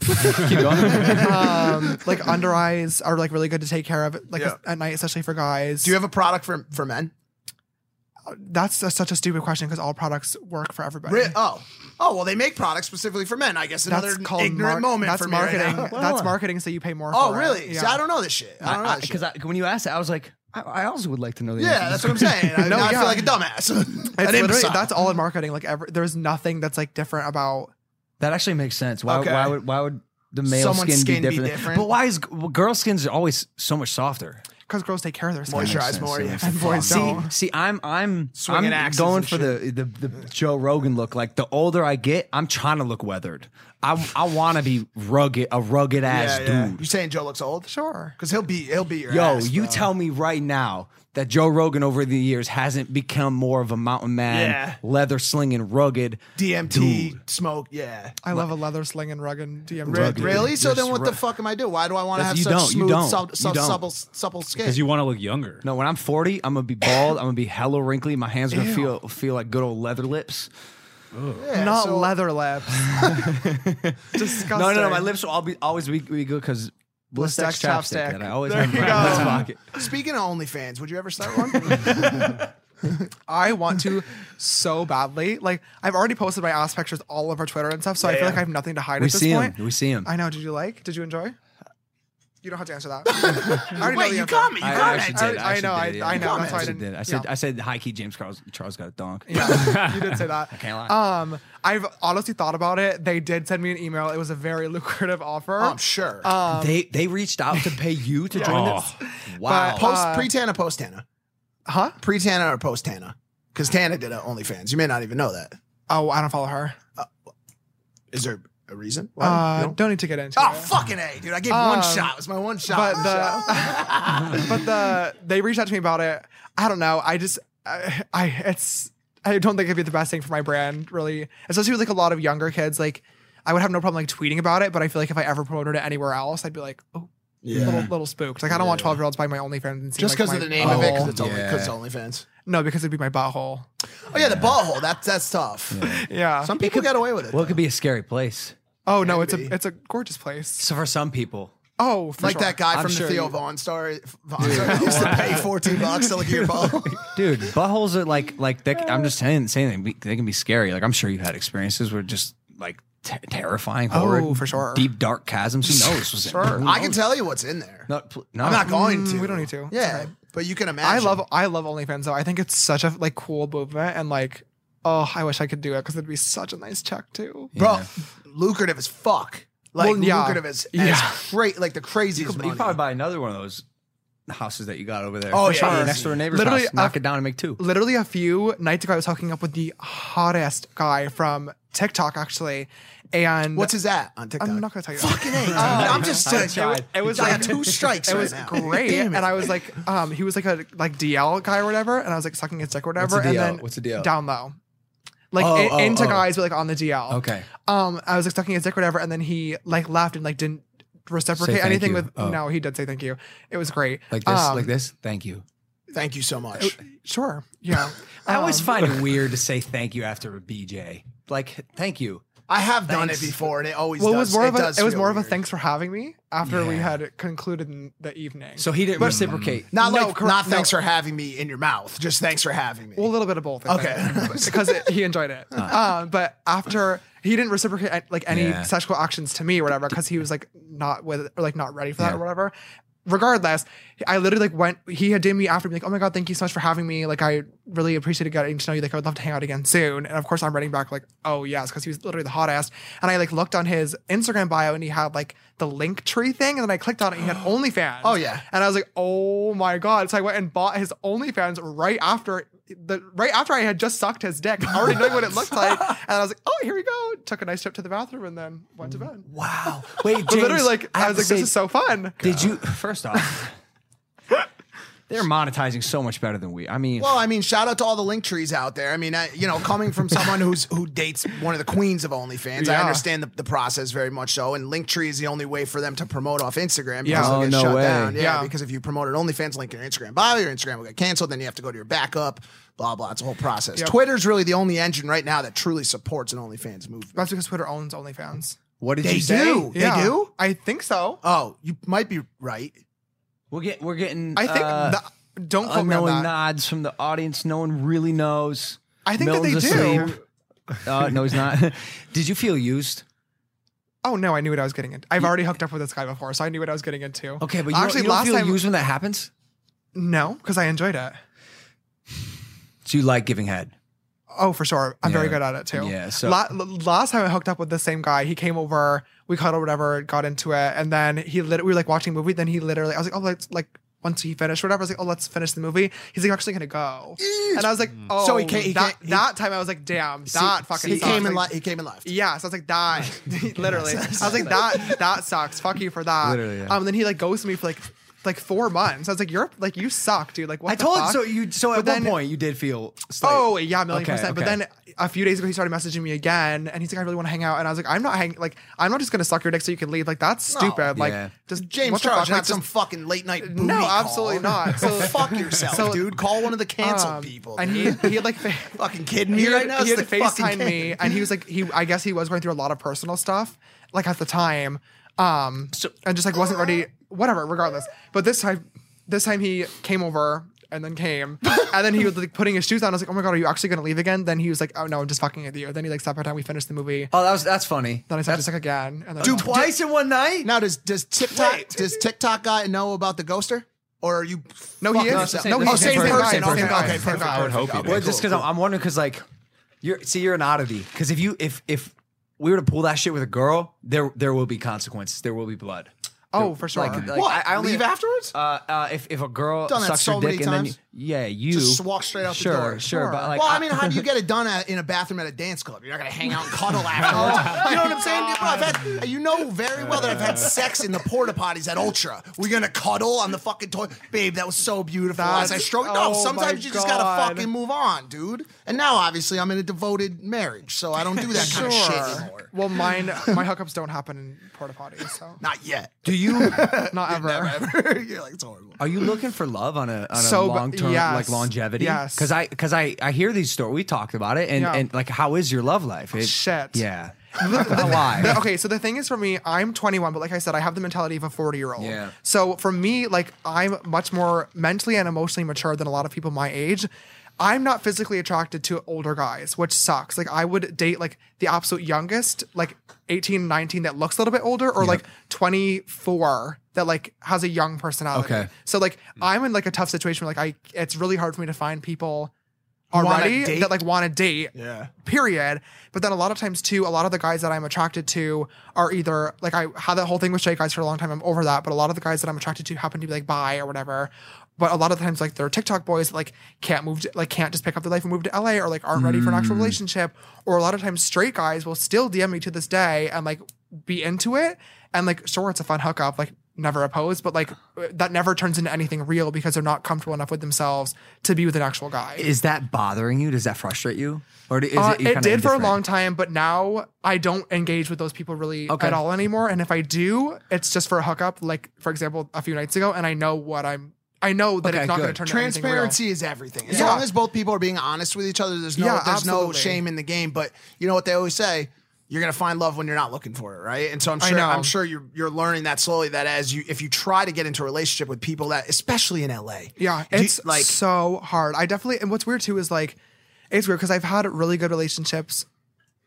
Speaker 5: keep going.
Speaker 2: Um, like under eyes are like really good to take care of like
Speaker 3: Yeah.
Speaker 2: at night, especially for guys.
Speaker 3: do you have a product for for men?
Speaker 2: That's a, such a stupid question because all products work for everybody.
Speaker 3: Re- oh, oh, well, they make products specifically for men. I guess another ignorant
Speaker 2: mar-
Speaker 3: moment
Speaker 2: That's
Speaker 3: for me right
Speaker 2: marketing.
Speaker 3: now.
Speaker 2: that's marketing, so you pay more.
Speaker 3: Oh,
Speaker 2: for it.
Speaker 3: really? See,
Speaker 2: Yeah.
Speaker 3: I don't know this shit. I don't know. this shit.
Speaker 5: Because when you asked, that, I was like, I, I also would like to know. The answer
Speaker 3: yeah,
Speaker 5: to
Speaker 3: that's
Speaker 5: this
Speaker 3: what I'm saying. I,
Speaker 2: No,
Speaker 3: now I
Speaker 2: yeah.
Speaker 3: feel like a dumbass.
Speaker 2: It's
Speaker 3: An
Speaker 2: literally,
Speaker 3: imbecile.
Speaker 2: that's all in marketing. Like, every, there's nothing that's like different about.
Speaker 5: That actually makes sense. Why,
Speaker 3: Okay.
Speaker 5: why would why would the male
Speaker 3: Someone's
Speaker 5: skin,
Speaker 3: skin be
Speaker 5: be, different?
Speaker 3: different?
Speaker 5: But why is well, girl skins are always so much softer?
Speaker 2: Because girls take care of their skin.
Speaker 3: Moisturize
Speaker 5: sense,
Speaker 3: more.
Speaker 5: yeah.
Speaker 3: Yeah.
Speaker 2: And boys
Speaker 5: See,
Speaker 2: don't.
Speaker 5: see, I'm I'm
Speaker 3: Swinging
Speaker 5: I'm
Speaker 3: axes
Speaker 5: going
Speaker 3: and
Speaker 5: for the, the the Joe Rogan look. Like the older I get, I'm trying to look weathered. I I want to be rugged, a rugged ass
Speaker 3: You
Speaker 5: dude.
Speaker 3: saying Joe looks old?
Speaker 2: Sure.
Speaker 3: Because he'll be he'll be your
Speaker 5: Yo,
Speaker 3: ass,
Speaker 5: you
Speaker 3: bro.
Speaker 5: tell me right now that Joe Rogan over the years hasn't become more of a mountain man,
Speaker 3: Yeah.
Speaker 5: leather slinging, rugged
Speaker 3: DMT
Speaker 5: dude.
Speaker 3: smoke. Yeah.
Speaker 2: I love a leather sling and rug and DM.
Speaker 3: Re-
Speaker 5: Rugged.
Speaker 3: Really? So
Speaker 5: You're
Speaker 3: then, what
Speaker 5: right.
Speaker 3: the fuck am I doing? Why do I want to
Speaker 5: That's-
Speaker 3: have
Speaker 5: you
Speaker 3: such
Speaker 5: don't, you
Speaker 3: smooth,
Speaker 5: don't,
Speaker 3: sub-
Speaker 5: you
Speaker 3: sub-
Speaker 5: don't.
Speaker 3: supple, supple skin?
Speaker 4: because you want to look younger.
Speaker 5: No, when I'm 40, I'm gonna be bald. I'm gonna be hella wrinkly. My hands are gonna feel feel like good old leather lips.
Speaker 3: Yeah,
Speaker 2: Not
Speaker 3: so-
Speaker 2: leather lips. Disgusting.
Speaker 5: No, no, no. My lips will all be, always be, be good because Blistex
Speaker 3: Blistex
Speaker 5: chapstick
Speaker 3: chapstick.
Speaker 5: that I always
Speaker 3: There
Speaker 5: have in
Speaker 3: you
Speaker 5: my
Speaker 3: go.
Speaker 5: breast pocket.
Speaker 3: Speaking of OnlyFans, would you ever start one?
Speaker 2: I want to so badly. Like, I've already posted my ass pictures all over Twitter and stuff, so I feel like I have nothing to hide
Speaker 5: We
Speaker 2: at this
Speaker 5: see 'em.
Speaker 2: point.
Speaker 5: We see 'em.
Speaker 2: I know. Did you like? Did you enjoy? You don't have to answer that. I already know
Speaker 3: Wait,
Speaker 2: the
Speaker 3: you
Speaker 2: answer.
Speaker 3: got me. You
Speaker 5: I,
Speaker 3: got
Speaker 5: actually
Speaker 3: it.
Speaker 5: did.
Speaker 2: I
Speaker 5: I, actually
Speaker 2: know,
Speaker 5: did,
Speaker 2: I- I know,
Speaker 5: I
Speaker 2: that's why I
Speaker 5: actually
Speaker 2: didn't-
Speaker 5: did. I said,
Speaker 2: yeah.
Speaker 5: I said, high key James Charles, Charles got a donk.
Speaker 2: Yeah, you did say that.
Speaker 5: Can't lie.
Speaker 2: Um, I've honestly thought about it. They did send me an email. It was a very lucrative offer.
Speaker 3: Oh, I'm sure.
Speaker 2: Um,
Speaker 5: they they reached out to pay you to join
Speaker 4: Oh.
Speaker 5: this. Wow.
Speaker 3: post pre Tana, post Tana,
Speaker 2: huh?
Speaker 3: pre Tana or post Tana? Because Tana did a OnlyFans. You may not even know that.
Speaker 2: Oh, I don't follow her.
Speaker 3: Is there? a reason? Why?
Speaker 2: Uh,
Speaker 3: No?
Speaker 2: Don't need to get into.
Speaker 3: Oh
Speaker 2: it.
Speaker 3: fucking a, dude! I gave one
Speaker 2: Um,
Speaker 3: shot. It was my one shot.
Speaker 2: but
Speaker 3: One
Speaker 2: the-
Speaker 3: shot.
Speaker 2: but the they reached out to me about it. I don't know. I just I, I it's I don't think it'd be the best thing for my brand, really, especially with like a lot of younger kids. Like I would have no problem like tweeting about it, but I feel like if I ever promoted it anywhere else, I'd be like, oh,
Speaker 3: Yeah.
Speaker 2: little, little spooked. Like I don't want twelve year olds buying my OnlyFans and seeing,
Speaker 3: Just
Speaker 2: like,
Speaker 3: because of
Speaker 2: my
Speaker 3: the name of it, because
Speaker 2: butthole.
Speaker 3: it's only because OnlyFans.
Speaker 2: no, because it'd be my butthole.
Speaker 3: Oh yeah, the butthole. That's that's tough.
Speaker 2: Yeah,
Speaker 3: Some people get away with it.
Speaker 5: Well, it could be a scary place.
Speaker 2: Oh no, it's a it's a gorgeous place.
Speaker 5: So for some people,
Speaker 2: Oh, for
Speaker 3: like
Speaker 2: sure.
Speaker 3: that guy
Speaker 5: I'm
Speaker 3: from
Speaker 5: sure
Speaker 3: the Theo
Speaker 5: you-
Speaker 3: Vaughn story. Vaughn story used to pay fourteen bucks to look at your butthole.
Speaker 5: dude, buttholes are like like they, I'm just saying saying they, can be- they can be scary. Like I'm sure you've had experiences where just like t- terrifying,
Speaker 2: Oh,
Speaker 5: horror,
Speaker 2: for sure.
Speaker 5: deep dark chasms. Who knows? Was it- who
Speaker 3: I can
Speaker 5: knows?
Speaker 3: tell you what's in there.
Speaker 5: Not, pl- no.
Speaker 3: I'm not going
Speaker 2: Mm,
Speaker 3: to.
Speaker 2: we don't need to. It's
Speaker 3: Yeah,
Speaker 2: okay.
Speaker 3: but you can
Speaker 2: I
Speaker 3: imagine.
Speaker 2: love I love OnlyFans though. I think it's such a like cool movement and like oh, I wish I could do it because it'd be such a nice check too.
Speaker 3: bro. Lucrative as fuck. Like
Speaker 2: Well, yeah.
Speaker 3: lucrative as, as
Speaker 2: Yeah.
Speaker 3: cra- like the
Speaker 5: You
Speaker 3: craziest
Speaker 5: could,
Speaker 3: money.
Speaker 5: you probably buy another one of those houses that you got over there.
Speaker 3: Oh,
Speaker 5: For
Speaker 3: yeah,
Speaker 5: sure.
Speaker 3: easy.
Speaker 5: next door neighbor's
Speaker 2: Literally,
Speaker 5: house. Knock
Speaker 2: I've-
Speaker 5: it down and make two.
Speaker 2: Literally a few nights ago, I was hooking up with the hottest guy from TikTok actually, and
Speaker 3: What's his at on TikTok?
Speaker 2: I'm not gonna tell you.
Speaker 3: Fucking A.
Speaker 2: Oh,
Speaker 3: I'm just
Speaker 5: I
Speaker 3: saying.
Speaker 5: tried.
Speaker 3: It was I got two strikes.
Speaker 2: It
Speaker 3: right
Speaker 2: was
Speaker 3: now.
Speaker 2: great,
Speaker 3: Damn it.
Speaker 2: and I was like, um, he was like a like DL guy or whatever, and I was like sucking his dick or whatever,
Speaker 5: What's a
Speaker 2: and
Speaker 5: DL?
Speaker 2: then
Speaker 5: What's a DL?
Speaker 2: down low, like
Speaker 5: Oh,
Speaker 2: in-
Speaker 5: oh,
Speaker 2: into
Speaker 5: oh.
Speaker 2: guys but like on the DL.
Speaker 5: Okay.
Speaker 2: um, I was like sucking his dick, or whatever, and then he like left and like didn't reciprocate
Speaker 5: thank
Speaker 2: anything
Speaker 5: you.
Speaker 2: with.
Speaker 5: Oh.
Speaker 2: No, he did say thank you. It was great.
Speaker 5: Like this,
Speaker 2: Um,
Speaker 5: like this. Thank you.
Speaker 3: Thank you so much.
Speaker 2: Sure. Yeah.
Speaker 5: I always
Speaker 2: Um,
Speaker 5: find it weird to say thank you after a BJ. Like, thank you.
Speaker 3: I have done
Speaker 5: Thanks.
Speaker 3: it before, and it always
Speaker 2: Well, it
Speaker 3: does.
Speaker 2: was more of a
Speaker 3: does
Speaker 2: it was
Speaker 3: feel
Speaker 2: more of a
Speaker 3: weird.
Speaker 2: thanks for having me after we
Speaker 5: Yeah.
Speaker 2: had concluded in the evening.
Speaker 5: So he didn't
Speaker 2: But-
Speaker 5: reciprocate.
Speaker 3: Not
Speaker 2: No,
Speaker 3: like
Speaker 2: correct-
Speaker 3: not thanks
Speaker 2: no.
Speaker 3: for having me in your mouth. Just thanks for having me.
Speaker 2: Well, a little bit of both. I think,
Speaker 3: Okay.
Speaker 2: because it, he enjoyed it. Um, but after he didn't reciprocate uh, like any
Speaker 5: Yeah.
Speaker 2: sexual actions to me or whatever, because he was like not with or like not ready for that
Speaker 5: Yeah.
Speaker 2: or whatever. Regardless, I literally like went. He had DM'd me after, being like, "Oh my god, thank you so much for having me. Like, I really appreciated getting to know you. Like, I would love to hang out again soon." And of course, I'm writing back like, "Oh yes," because he was literally the hot ass. And I like looked on his Instagram bio, and he had like the link tree thing, and then I clicked on it. and He had OnlyFans.
Speaker 3: Oh, yeah.
Speaker 2: And I was like, oh my god! So I went and bought his OnlyFans right after the right after I had just sucked his dick, already knowing what it looked like. And I was like, oh, here we go. Took a nice trip to the bathroom and then
Speaker 5: Mm,
Speaker 2: went to bed.
Speaker 5: Wow. Wait, James,
Speaker 2: But literally, like I,
Speaker 5: have
Speaker 2: was
Speaker 5: to
Speaker 2: like,
Speaker 5: say-
Speaker 2: this is so fun.
Speaker 5: Did you? First off, they're monetizing so much better than we. I mean,
Speaker 3: Well, I mean, shout out to all the link trees out there. I mean, I, you know, coming from someone who's who dates one of the queens of OnlyFans, I
Speaker 2: Yeah.
Speaker 3: understand the, the process very much so. And link tree is the only way for them to promote off Instagram.
Speaker 2: Yeah.
Speaker 3: because they'll
Speaker 5: Oh,
Speaker 3: get
Speaker 5: no
Speaker 3: shut
Speaker 5: way.
Speaker 3: down. Yeah,
Speaker 2: Yeah.
Speaker 3: because if you promote an OnlyFans link in your Instagram bio, your Instagram will get canceled. Then you have to go to your backup. Blah blah. It's a whole process.
Speaker 2: Yep.
Speaker 3: Twitter's really the only engine right now that truly supports an OnlyFans movement.
Speaker 2: That's because Twitter owns OnlyFans.
Speaker 5: what did
Speaker 3: They
Speaker 5: you say?
Speaker 3: do. They
Speaker 2: Yeah.
Speaker 3: do.
Speaker 2: I think so.
Speaker 3: Oh, you might be right.
Speaker 5: We're getting. We're getting.
Speaker 2: I think.
Speaker 5: uh,
Speaker 2: the, don't quote me on
Speaker 5: unknowing
Speaker 2: that.
Speaker 5: nods from the audience. No one really knows.
Speaker 2: I think that
Speaker 5: Milton's
Speaker 2: they do.
Speaker 5: asleep. Uh, no, he's not. did you feel used?
Speaker 2: Oh no, I knew what I was getting into. I've already hooked up with this guy before, so I knew what I was getting into.
Speaker 5: Okay, but you actually
Speaker 2: actually
Speaker 5: don't, you don't
Speaker 2: last
Speaker 5: feel
Speaker 2: time
Speaker 5: used when that happens.
Speaker 2: no, because I enjoyed it.
Speaker 5: So you like giving head?
Speaker 2: Oh, for sure. I'm very
Speaker 5: Yeah.
Speaker 2: good at it too.
Speaker 5: Yeah, so-
Speaker 2: La- l- last time I hooked up with the same guy, he came over, we cuddled, whatever, got into it, and then he lit- we were like watching a movie. Then he literally, I was like, oh, let's like once he finished, whatever. I was like, oh, let's finish the movie. He's like, actually gonna go, and I was like, oh,
Speaker 3: So he can't- he
Speaker 2: that,
Speaker 3: can't- he-
Speaker 2: that time I was like, damn, that fucking.
Speaker 3: He
Speaker 2: sucks.
Speaker 3: came and
Speaker 2: like,
Speaker 3: li- he came and left.
Speaker 2: yeah, so I was like that. literally, I was like that. That sucks. Fuck you for that.
Speaker 5: Literally, yeah.
Speaker 2: Um, then he like ghosted me for like like four months. I was like, you're like you suck, dude. Like what?
Speaker 5: I
Speaker 2: the
Speaker 5: told
Speaker 2: fuck?
Speaker 5: so you. So at
Speaker 2: But
Speaker 5: one
Speaker 2: then-
Speaker 5: point you did feel. slight-
Speaker 2: Oh yeah, a million
Speaker 5: Okay,
Speaker 2: percent.
Speaker 5: okay.
Speaker 2: But then a few days ago, he started messaging me again, and he's like, "I really want to hang out." And I was like, "I'm not hanging. Like, I'm not just gonna suck your dick so you can leave. Like, that's stupid. Like,
Speaker 5: Yeah.
Speaker 2: just
Speaker 3: James
Speaker 2: what the
Speaker 3: Charles,
Speaker 2: fuck?
Speaker 3: not
Speaker 2: Like,
Speaker 3: some
Speaker 2: just-
Speaker 3: fucking late night. Booty
Speaker 2: No,
Speaker 3: call.
Speaker 2: absolutely not.
Speaker 3: So
Speaker 2: So-
Speaker 3: fuck yourself,
Speaker 2: so-
Speaker 3: dude. Call one of the canceled
Speaker 2: um,
Speaker 3: people.
Speaker 2: And he
Speaker 3: dude.
Speaker 2: he had like fa-
Speaker 3: fucking kidding
Speaker 2: he
Speaker 3: me
Speaker 2: had,
Speaker 3: right now.
Speaker 2: He had
Speaker 3: It's the fucking
Speaker 2: Facetime me,
Speaker 3: kid.
Speaker 2: and he was like, he I guess he was going through a lot of personal stuff, like at the time, um, and just like wasn't ready. Whatever, regardless. But this time, this time he came over. And then came, and then he was like putting his shoes on. I was like, "Oh my god, are you actually gonna leave again?" Then he was like, "Oh no, I'm just fucking with you." Then he like stopped by the time we finished the movie.
Speaker 5: Oh, that was that's funny.
Speaker 2: Then I started to suck again. And then
Speaker 3: Dude,
Speaker 5: Twice in one night.
Speaker 3: now does does TikTok does TikTok guy know about the ghoster? Or are you?
Speaker 2: No, he
Speaker 3: fucking
Speaker 2: is.
Speaker 3: yourself?
Speaker 5: No,
Speaker 3: oh,
Speaker 5: he's the
Speaker 3: same
Speaker 5: same
Speaker 3: person.
Speaker 5: person.
Speaker 3: Okay,
Speaker 5: Same
Speaker 3: okay,
Speaker 5: guy.
Speaker 3: perfect.
Speaker 2: Same guy. I would
Speaker 3: perfect.
Speaker 4: hope he
Speaker 3: Okay,
Speaker 4: did.
Speaker 5: Well,
Speaker 3: cool,
Speaker 5: just because
Speaker 3: cool.
Speaker 5: I'm, I'm wondering, because like, you're see, you're an oddity. Because if you if if we were to pull that shit with a girl, there there will be consequences. There will be blood.
Speaker 2: oh, for sure.
Speaker 5: Like, like
Speaker 3: What?
Speaker 5: I, I only
Speaker 3: Leave afterwards?
Speaker 5: Uh, uh, if if a girl
Speaker 3: Done that
Speaker 5: sucks
Speaker 3: so
Speaker 5: your dick
Speaker 3: many
Speaker 5: and then
Speaker 3: times.
Speaker 5: you, yeah, you
Speaker 3: Just walk straight out the
Speaker 5: sure,
Speaker 3: door.
Speaker 5: Sure, But like, Oh.
Speaker 3: well, I mean, how do you get it done at, in a bathroom at a dance club? You're not gonna hang out and cuddle afterwards. you know what I'm saying? you, bro, I've had, you know very well that I've had sex in the porta potties at Ultra. We're gonna cuddle on the fucking toilet, babe. That was so beautiful. As I
Speaker 2: That's-
Speaker 3: stroked, no.
Speaker 2: oh my
Speaker 3: Sometimes you just
Speaker 2: God.
Speaker 3: gotta fucking move on, dude. And now, obviously, I'm in a devoted marriage, so I don't do that kind of shit anymore.
Speaker 2: Well, mine, my hookups don't happen in porta potties, so
Speaker 3: not yet.
Speaker 5: Do you?
Speaker 2: not ever.
Speaker 3: You're like, it's horrible.
Speaker 5: Are you looking for love on a on a
Speaker 2: So, but-
Speaker 5: long term
Speaker 2: yes.
Speaker 5: like longevity?
Speaker 2: Yes.
Speaker 5: because I because I I hear these stories. We talked about it, and
Speaker 2: Yeah.
Speaker 5: and like how is your love life? It,
Speaker 2: Shit.
Speaker 5: Yeah.
Speaker 2: Why? okay, so the thing is for me, I'm 21, but like I said, I have the mentality of a 40 year old.
Speaker 5: Yeah.
Speaker 2: So for me, like I'm much more mentally and emotionally mature than a lot of people my age. I'm not physically attracted to older guys, which sucks. Like I would date like the absolute youngest, like 18, 19 that looks a little bit older or like 24 that like has a young personality.
Speaker 5: Okay.
Speaker 2: So like I'm in like a tough situation where like I it's really hard for me to find people
Speaker 3: Wanna
Speaker 2: already
Speaker 3: date?
Speaker 2: that like want to date
Speaker 3: Yeah.
Speaker 2: period. But then a lot of times too, a lot of the guys that I'm attracted to are either like I had that whole thing with straight guys for a long time. I'm over that, but a lot of the guys that I'm attracted to happen to be like bi or whatever. But a lot of the times, like they're TikTok boys, that, like can't move, to, like can't just pick up their life and move to LA, or like aren't ready for an actual
Speaker 5: Mm.
Speaker 2: relationship. Or a lot of times, straight guys will still DM me to this day and like be into it. And like, sure, it's a fun hookup, like never opposed, but like that never turns into anything real because they're not comfortable enough with themselves to be with an actual guy.
Speaker 5: Is that bothering you? Does that frustrate you? Or is
Speaker 2: Uh,
Speaker 5: it? you're
Speaker 2: did
Speaker 5: kinda
Speaker 2: for a
Speaker 5: indifferent?
Speaker 2: long time, but now I don't engage with those people really
Speaker 5: Okay.
Speaker 2: at all anymore. And if I do, it's just for a hookup. Like for example, a few nights ago, and I know what I'm. I know that
Speaker 5: Okay,
Speaker 2: it's not
Speaker 5: good.
Speaker 2: going to turn
Speaker 3: Transparency
Speaker 2: into
Speaker 3: is everything. As
Speaker 2: Yeah.
Speaker 3: long as both people are being honest with each other, there's no
Speaker 2: Yeah,
Speaker 3: there's no
Speaker 2: absolutely.
Speaker 3: shame in the game. But you know what they always say: you're gonna find love when you're not looking for it, right? And so I'm
Speaker 2: I
Speaker 3: sure
Speaker 2: know.
Speaker 3: I'm sure you're you're learning that slowly. That as you if you try to get into a relationship with people that, especially in LA,
Speaker 2: Yeah,
Speaker 3: Do you-
Speaker 2: it's like so hard. I definitely. And what's weird too is like, it's weird because I've had really good relationships.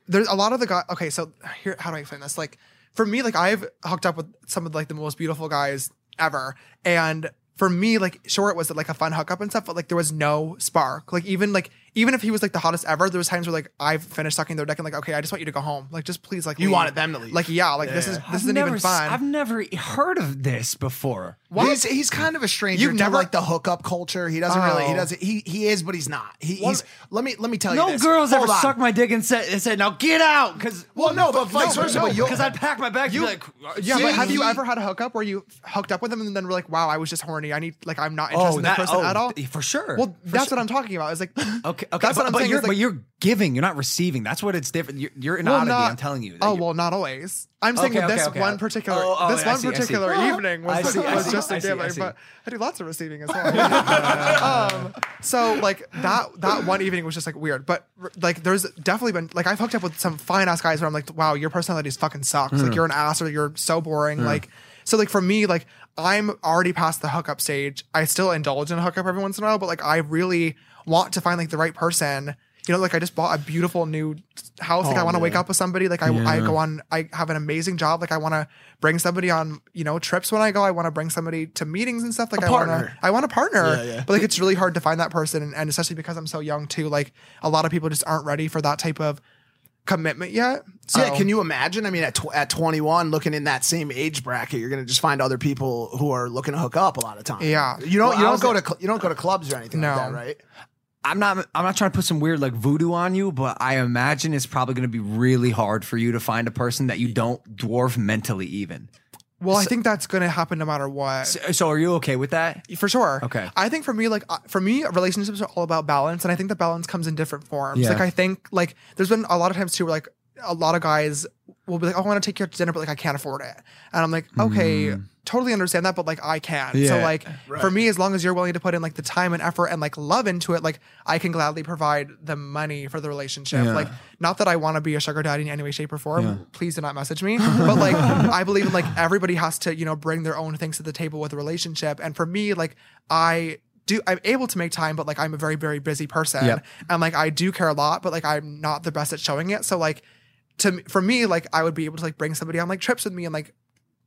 Speaker 2: There's a lot of the guys. Okay, so here, how do I explain this? Like for me, like I've hooked up with some of like the most beautiful guys ever, and for me, like sure it was like a fun hookup and stuff, but like there was no spark. Like even like even if he was like the hottest ever, there was times where like I've finished sucking their dick and like okay, I just want you to go home. Like just please like
Speaker 3: You
Speaker 2: leave.
Speaker 3: wanted them to leave.
Speaker 2: Like yeah, like this
Speaker 3: Yeah.
Speaker 2: is this
Speaker 3: I've
Speaker 2: isn't
Speaker 5: never
Speaker 2: even
Speaker 5: s-
Speaker 2: fun.
Speaker 5: I've never e-, heard of this before.
Speaker 2: What?
Speaker 3: He's, he's kind of a stranger
Speaker 2: You've
Speaker 3: to
Speaker 2: never-
Speaker 3: like the hookup culture. He doesn't really. He
Speaker 2: Oh.
Speaker 3: doesn't. He he is, but he's not. He,
Speaker 5: What-
Speaker 3: he's. Let me let me tell you.
Speaker 5: No
Speaker 3: this.
Speaker 5: girls
Speaker 3: Hold
Speaker 5: ever
Speaker 3: on.
Speaker 5: sucked my dick and said, and said "Now get out," because
Speaker 3: Well, no, but vice versa. but you'll-
Speaker 5: Because I'd pack my bag.
Speaker 3: You-
Speaker 5: and be like, "Uh,
Speaker 2: Yeah,
Speaker 3: See,
Speaker 2: but have you
Speaker 3: he-
Speaker 2: ever had a hookup where you hooked up with them and then were like, "Wow, I was just horny. I need like I'm not interested in this
Speaker 5: that-
Speaker 2: person
Speaker 5: oh,
Speaker 2: at all."
Speaker 5: th- for sure.
Speaker 2: Well,
Speaker 5: For
Speaker 2: that's
Speaker 5: sure.
Speaker 2: what I'm talking about. It's like
Speaker 5: Okay, okay,
Speaker 2: That's
Speaker 5: but,
Speaker 2: what I'm
Speaker 5: but
Speaker 2: saying,
Speaker 5: You're,
Speaker 2: is like-
Speaker 5: but you're giving, you're not receiving. That's what it's different. You're, you're in
Speaker 2: well,
Speaker 5: oddity.
Speaker 2: not-
Speaker 5: I'm telling you. that
Speaker 2: Oh
Speaker 5: you-
Speaker 2: well, not always. I'm saying
Speaker 5: Okay,
Speaker 2: with
Speaker 5: okay,
Speaker 2: this
Speaker 5: okay.
Speaker 2: one particular,
Speaker 5: Oh, oh,
Speaker 2: this
Speaker 5: I
Speaker 2: one
Speaker 5: see, I see.
Speaker 2: particular
Speaker 5: Ah,
Speaker 2: evening
Speaker 5: I
Speaker 2: was,
Speaker 5: see, I
Speaker 2: was
Speaker 5: see,
Speaker 2: just
Speaker 5: I
Speaker 2: a
Speaker 5: see, I
Speaker 2: giving,
Speaker 5: see.
Speaker 2: but I do lots of receiving as well. um, so like that that one evening was just like weird, but r- like there's definitely been like I've hooked up with some fine ass guys where I'm like, wow, your personality is fucking sucks. Like you're an ass or you're so boring. Like so like for me like I'm already past the hookup stage. I still indulge in a hookup every once in a while, but like I really want to find like the right person. You know, like I just bought a beautiful new house. Like I want to wake up with somebody. Like I, I go on. I have an amazing job. Like I want to bring somebody on. You know, trips when I go. I want to bring somebody to meetings and stuff. Like I want to.
Speaker 3: partner.
Speaker 2: I want a partner.
Speaker 3: Yeah, yeah.
Speaker 2: But like it's really hard to find that person, and, and especially because I'm so young too. Like a lot of people just aren't ready for that type of commitment yet. So
Speaker 3: Yeah, can you imagine? I mean, at tw- at 21, looking in that same age bracket, you're gonna just find other people who are looking to hook up a lot of times.
Speaker 2: Yeah.
Speaker 3: you don't
Speaker 2: Well, I
Speaker 3: you don't
Speaker 2: was-
Speaker 3: go to cl- you don't go to clubs or anything like
Speaker 2: No.
Speaker 3: that, right?
Speaker 5: I'm not. I'm not trying to put some weird like voodoo on you, but I imagine it's probably going to be really hard for you to find a person that you don't dwarf mentally, even.
Speaker 2: Well, I think that's gonna happen no matter what.
Speaker 5: So, so are you okay with that?
Speaker 2: for sure.
Speaker 5: Okay.
Speaker 2: I think for me, like uh, for me, relationships are all about balance, and I think the balance comes in different forms.
Speaker 5: Yeah.
Speaker 2: Like I think like there's been a lot of times too, where like a lot of guys will be like, oh, "I want to take you out to dinner, but like I can't afford it," and I'm like, "Okay, totally understand that, but like I can." So
Speaker 5: Mm. Yeah.
Speaker 2: like for me, as long as you're willing to put in like the time and effort and like love into it, like I can gladly provide the money for the relationship.
Speaker 5: Yeah.
Speaker 2: Like not that I want to be a sugar daddy in any way, shape, or form. Please do not message me. But like, I believe in like everybody has to, you know, bring their own things to the table with a relationship. And for me, like, I do, I'm able to make time, but like, I'm a very, very busy person.
Speaker 5: Yep.
Speaker 2: And like, I do care a lot, but like, I'm not the best at showing it. So like, to me- for me, like, I would be able to like bring somebody on like trips with me and like,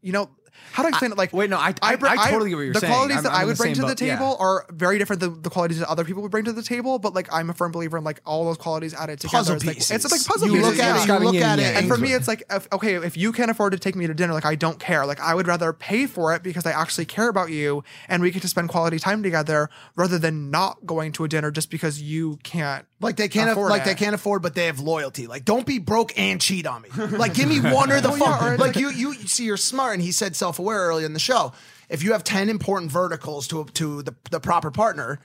Speaker 2: you know, how do I explain it? Like,
Speaker 5: Wait, no, I I,
Speaker 2: bring-
Speaker 5: I totally get what you're
Speaker 2: the
Speaker 5: saying.
Speaker 2: qualities
Speaker 5: I'm-
Speaker 2: that
Speaker 5: I'm
Speaker 2: I
Speaker 5: in
Speaker 2: would bring
Speaker 5: same
Speaker 2: to the
Speaker 5: boat, yeah.
Speaker 2: table are very different than the qualities that other people would bring to the table. But like, I'm a firm believer in like all those qualities added together.
Speaker 3: Puzzle
Speaker 2: is, like,
Speaker 3: pieces.
Speaker 2: It's like puzzle
Speaker 3: You
Speaker 2: pieces.
Speaker 3: look at
Speaker 2: yeah.
Speaker 3: it. You look
Speaker 5: yin
Speaker 3: at it.
Speaker 5: yang.
Speaker 2: And for me, it's like, if, okay, if you can't afford to take me to dinner, like, I don't care. Like, I would rather pay for it because I actually care about you and we get to spend quality time together rather than not going to a dinner just because you can't
Speaker 3: Like they can't afford
Speaker 2: Afford
Speaker 3: like
Speaker 2: it.
Speaker 3: they can't afford, but they have loyalty. Like don't be broke and cheat on me. Like give me one or the
Speaker 2: Oh, yeah,
Speaker 3: fuck.
Speaker 2: or it's
Speaker 3: like
Speaker 2: like-
Speaker 3: you you see you're smart, and he said self aware earlier in the show. If you have ten important verticals to to the, the proper partner,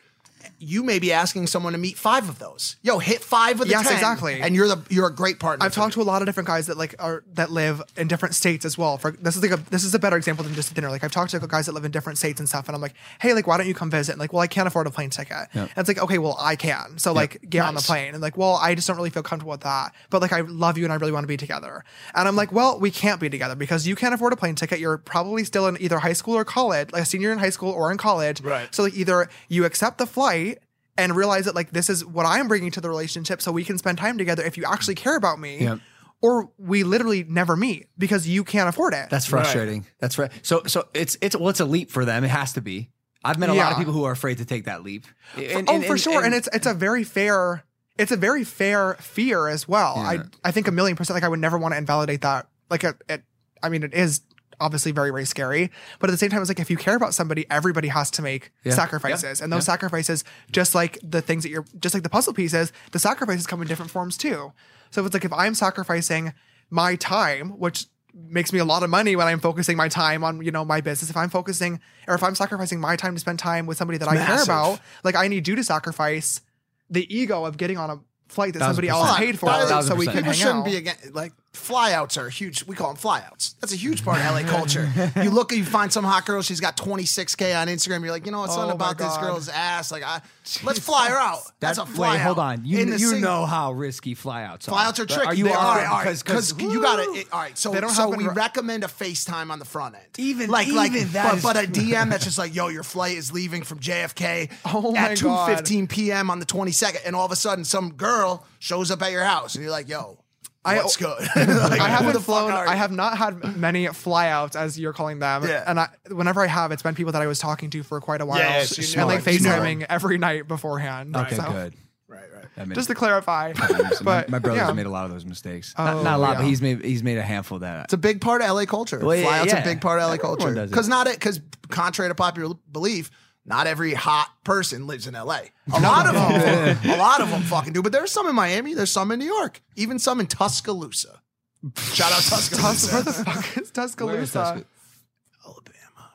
Speaker 3: you may be asking someone to meet five of those. Yo, hit five of the
Speaker 2: yes,
Speaker 3: 10,
Speaker 2: exactly.
Speaker 3: And you're the you're a great partner.
Speaker 2: I've talked to a lot of different guys that like are that live in different states as well. For this is like a this is a better example than just dinner. Like I've talked to guys that live in different states and stuff, and I'm like, hey, like why don't you come visit? And like, well, I can't afford a plane ticket.
Speaker 5: Yeah.
Speaker 2: And it's like, okay, well, I can. So
Speaker 5: Yeah.
Speaker 2: like, get on the
Speaker 5: Nice.
Speaker 2: plane. And like, well, I just don't really feel comfortable with that. But like, I love you and I really want to be together. And I'm like, well, we can't be together because you can't afford a plane ticket. You're probably still in either high school or college, like a senior in high school or in college. Right. So like, either you accept the flight and realize that like this is what I'm bringing to the relationship, so we can spend time together if you actually care about me.
Speaker 5: Yep.
Speaker 2: Or we literally never meet because you can't afford it.
Speaker 5: That's frustrating. That's right. So so it's it's well, it's a leap for them. It has to be. I've met a lot
Speaker 2: Yeah.
Speaker 5: of people who are afraid to take that leap. And-
Speaker 2: oh,
Speaker 5: and-
Speaker 2: for
Speaker 5: and-
Speaker 2: sure, and, it's it's a very fair it's a very fair fear as well.
Speaker 5: Yeah.
Speaker 2: I I think a million percent. Like I would never want to invalidate that. Like it, it I mean, it is obviously very very scary, but at the same time, it's like if you care about somebody, everybody has to make
Speaker 5: Yeah.
Speaker 2: sacrifices,
Speaker 5: Yeah.
Speaker 2: and those
Speaker 5: Yeah.
Speaker 2: sacrifices, just like the things that you're, just like the puzzle pieces, the sacrifices come in different forms too. So if it's like if I'm sacrificing my time, which makes me a lot of money when I'm focusing my time on, you know, my business. If I'm focusing or if I'm sacrificing my time to spend time with somebody that I care
Speaker 3: Massive.
Speaker 2: about, like I need you to sacrifice the ego of getting on a flight that
Speaker 5: Thousand
Speaker 2: somebody
Speaker 5: percent.
Speaker 2: else paid for so we can
Speaker 3: People
Speaker 2: hang
Speaker 3: shouldn't
Speaker 2: out.
Speaker 3: be again like flyouts are huge. We call them flyouts. That's a huge part of LA culture. you look, you find some hot girl. She's got 26k on Instagram. You're like, you know, it's
Speaker 5: Oh
Speaker 3: something
Speaker 5: my
Speaker 3: about this
Speaker 5: God.
Speaker 3: girl's ass. Like, I, let's fly her out. That's a
Speaker 5: That-
Speaker 3: fly.
Speaker 5: Wait,
Speaker 3: out.
Speaker 5: hold on. You,
Speaker 3: In the
Speaker 5: you
Speaker 3: sing-
Speaker 5: know how risky flyouts are.
Speaker 3: Flyouts are
Speaker 5: But
Speaker 3: tricky.
Speaker 5: Are you
Speaker 3: They
Speaker 5: all
Speaker 3: are,
Speaker 5: right?
Speaker 3: all right,
Speaker 5: Because,
Speaker 3: because you got to. All right, so
Speaker 5: They don't
Speaker 3: so
Speaker 5: have
Speaker 3: we
Speaker 5: any-
Speaker 3: recommend a FaceTime on the front end.
Speaker 5: Even-
Speaker 3: like like
Speaker 5: even that
Speaker 3: but,
Speaker 5: is-
Speaker 3: but a DM that's just like, yo, your flight is leaving from JFK
Speaker 2: Oh my
Speaker 3: at two
Speaker 2: God.
Speaker 3: fifteen p.m. on the twenty second, and all of a sudden some girl shows up at your house, and you're like, yo, what's good? Like,
Speaker 2: I
Speaker 3: who
Speaker 2: haven't
Speaker 3: the fuck
Speaker 2: flown.
Speaker 3: are
Speaker 2: I
Speaker 3: you?
Speaker 2: have not had many flyouts, as you're calling them.
Speaker 3: Yeah.
Speaker 2: And I, whenever I have, it's been people that I was talking to for quite a while,
Speaker 3: Yeah, yeah, so you
Speaker 2: and
Speaker 3: know
Speaker 2: like
Speaker 3: them. You know
Speaker 2: FaceTiming every night beforehand.
Speaker 5: Okay,
Speaker 2: So,
Speaker 5: good. Right, right.
Speaker 2: Just to clarify,
Speaker 5: my,
Speaker 2: but
Speaker 5: my brother's
Speaker 2: yeah.
Speaker 5: made a lot of those mistakes.
Speaker 2: Oh,
Speaker 5: not, not a lot,
Speaker 2: yeah.
Speaker 5: but he's made he's made a handful that.
Speaker 3: It's a big part of LA culture.
Speaker 5: Well, yeah,
Speaker 3: Flyout's
Speaker 5: yeah.
Speaker 3: a big part of LA
Speaker 5: Everyone
Speaker 3: culture.
Speaker 5: does it.
Speaker 3: Because not it. Because contrary to popular belief, not every hot person lives in LA. A
Speaker 5: No.
Speaker 3: lot of them, a lot of them fucking do. But there's some in Miami. There's some in New York. Even some in Tuscaloosa. Shout out Tuscaloosa.
Speaker 2: Where the fuck is Tuscaloosa?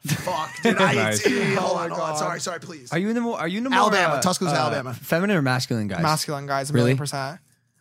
Speaker 3: Fuck, dude. I,
Speaker 5: Nice.
Speaker 3: hold
Speaker 2: Oh
Speaker 3: on,
Speaker 2: my
Speaker 3: hold on.
Speaker 2: God.
Speaker 3: Sorry, sorry. Please.
Speaker 5: Are you in the more? Are you in the more,
Speaker 3: Alabama,
Speaker 5: uh,
Speaker 3: Tuscaloosa,
Speaker 5: uh,
Speaker 3: Alabama.
Speaker 5: Feminine or masculine guys?
Speaker 2: Masculine guys, a
Speaker 5: Really?
Speaker 2: million percent.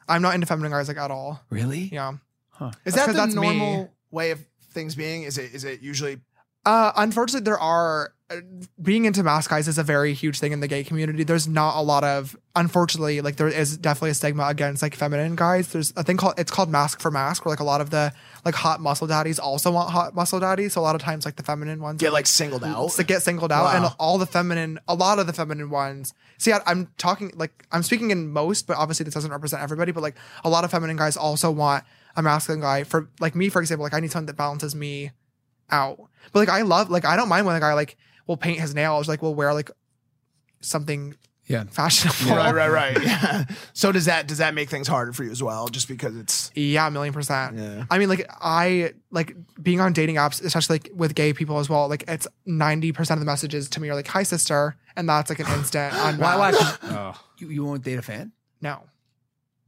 Speaker 2: I'm not into feminine guys like at all.
Speaker 5: Really?
Speaker 2: Yeah.
Speaker 5: Huh.
Speaker 2: That's
Speaker 3: Is that
Speaker 2: 'cause
Speaker 3: the
Speaker 2: that's me.
Speaker 3: normal way of things being? Is it? Is it usually?
Speaker 2: Uh, unfortunately, there are uh, being into mask guys is a very huge thing in the gay community. There's not a lot of, unfortunately, like there is definitely a stigma against like feminine guys. There's a thing called it's called mask for mask, where like a lot of the like hot muscle daddies also want hot muscle daddies. So a lot of times, like the feminine ones
Speaker 3: Get, like, singled out?
Speaker 2: to get singled out,
Speaker 3: Wow.
Speaker 2: and all the feminine, a lot of the feminine ones. See, I, I'm talking like I'm speaking in most, but obviously this doesn't represent everybody. But like a lot of feminine guys also want a masculine guy for like me, for example. Like I need someone that balances me out. But like I love like I don't mind when a guy like will paint his nails, like will wear like something
Speaker 5: yeah
Speaker 2: fashionable.
Speaker 3: Right, right, right. Yeah. So does that does that make things harder for you as well? Just because it's
Speaker 2: Yeah, a million percent. I mean, like I like being on dating apps, especially like with gay people as well. Like it's ninety percent of the messages to me are like "Hi, sister," and that's like an instant. on
Speaker 5: Why
Speaker 2: match.
Speaker 5: watch? you, you won't date a fan?
Speaker 2: No.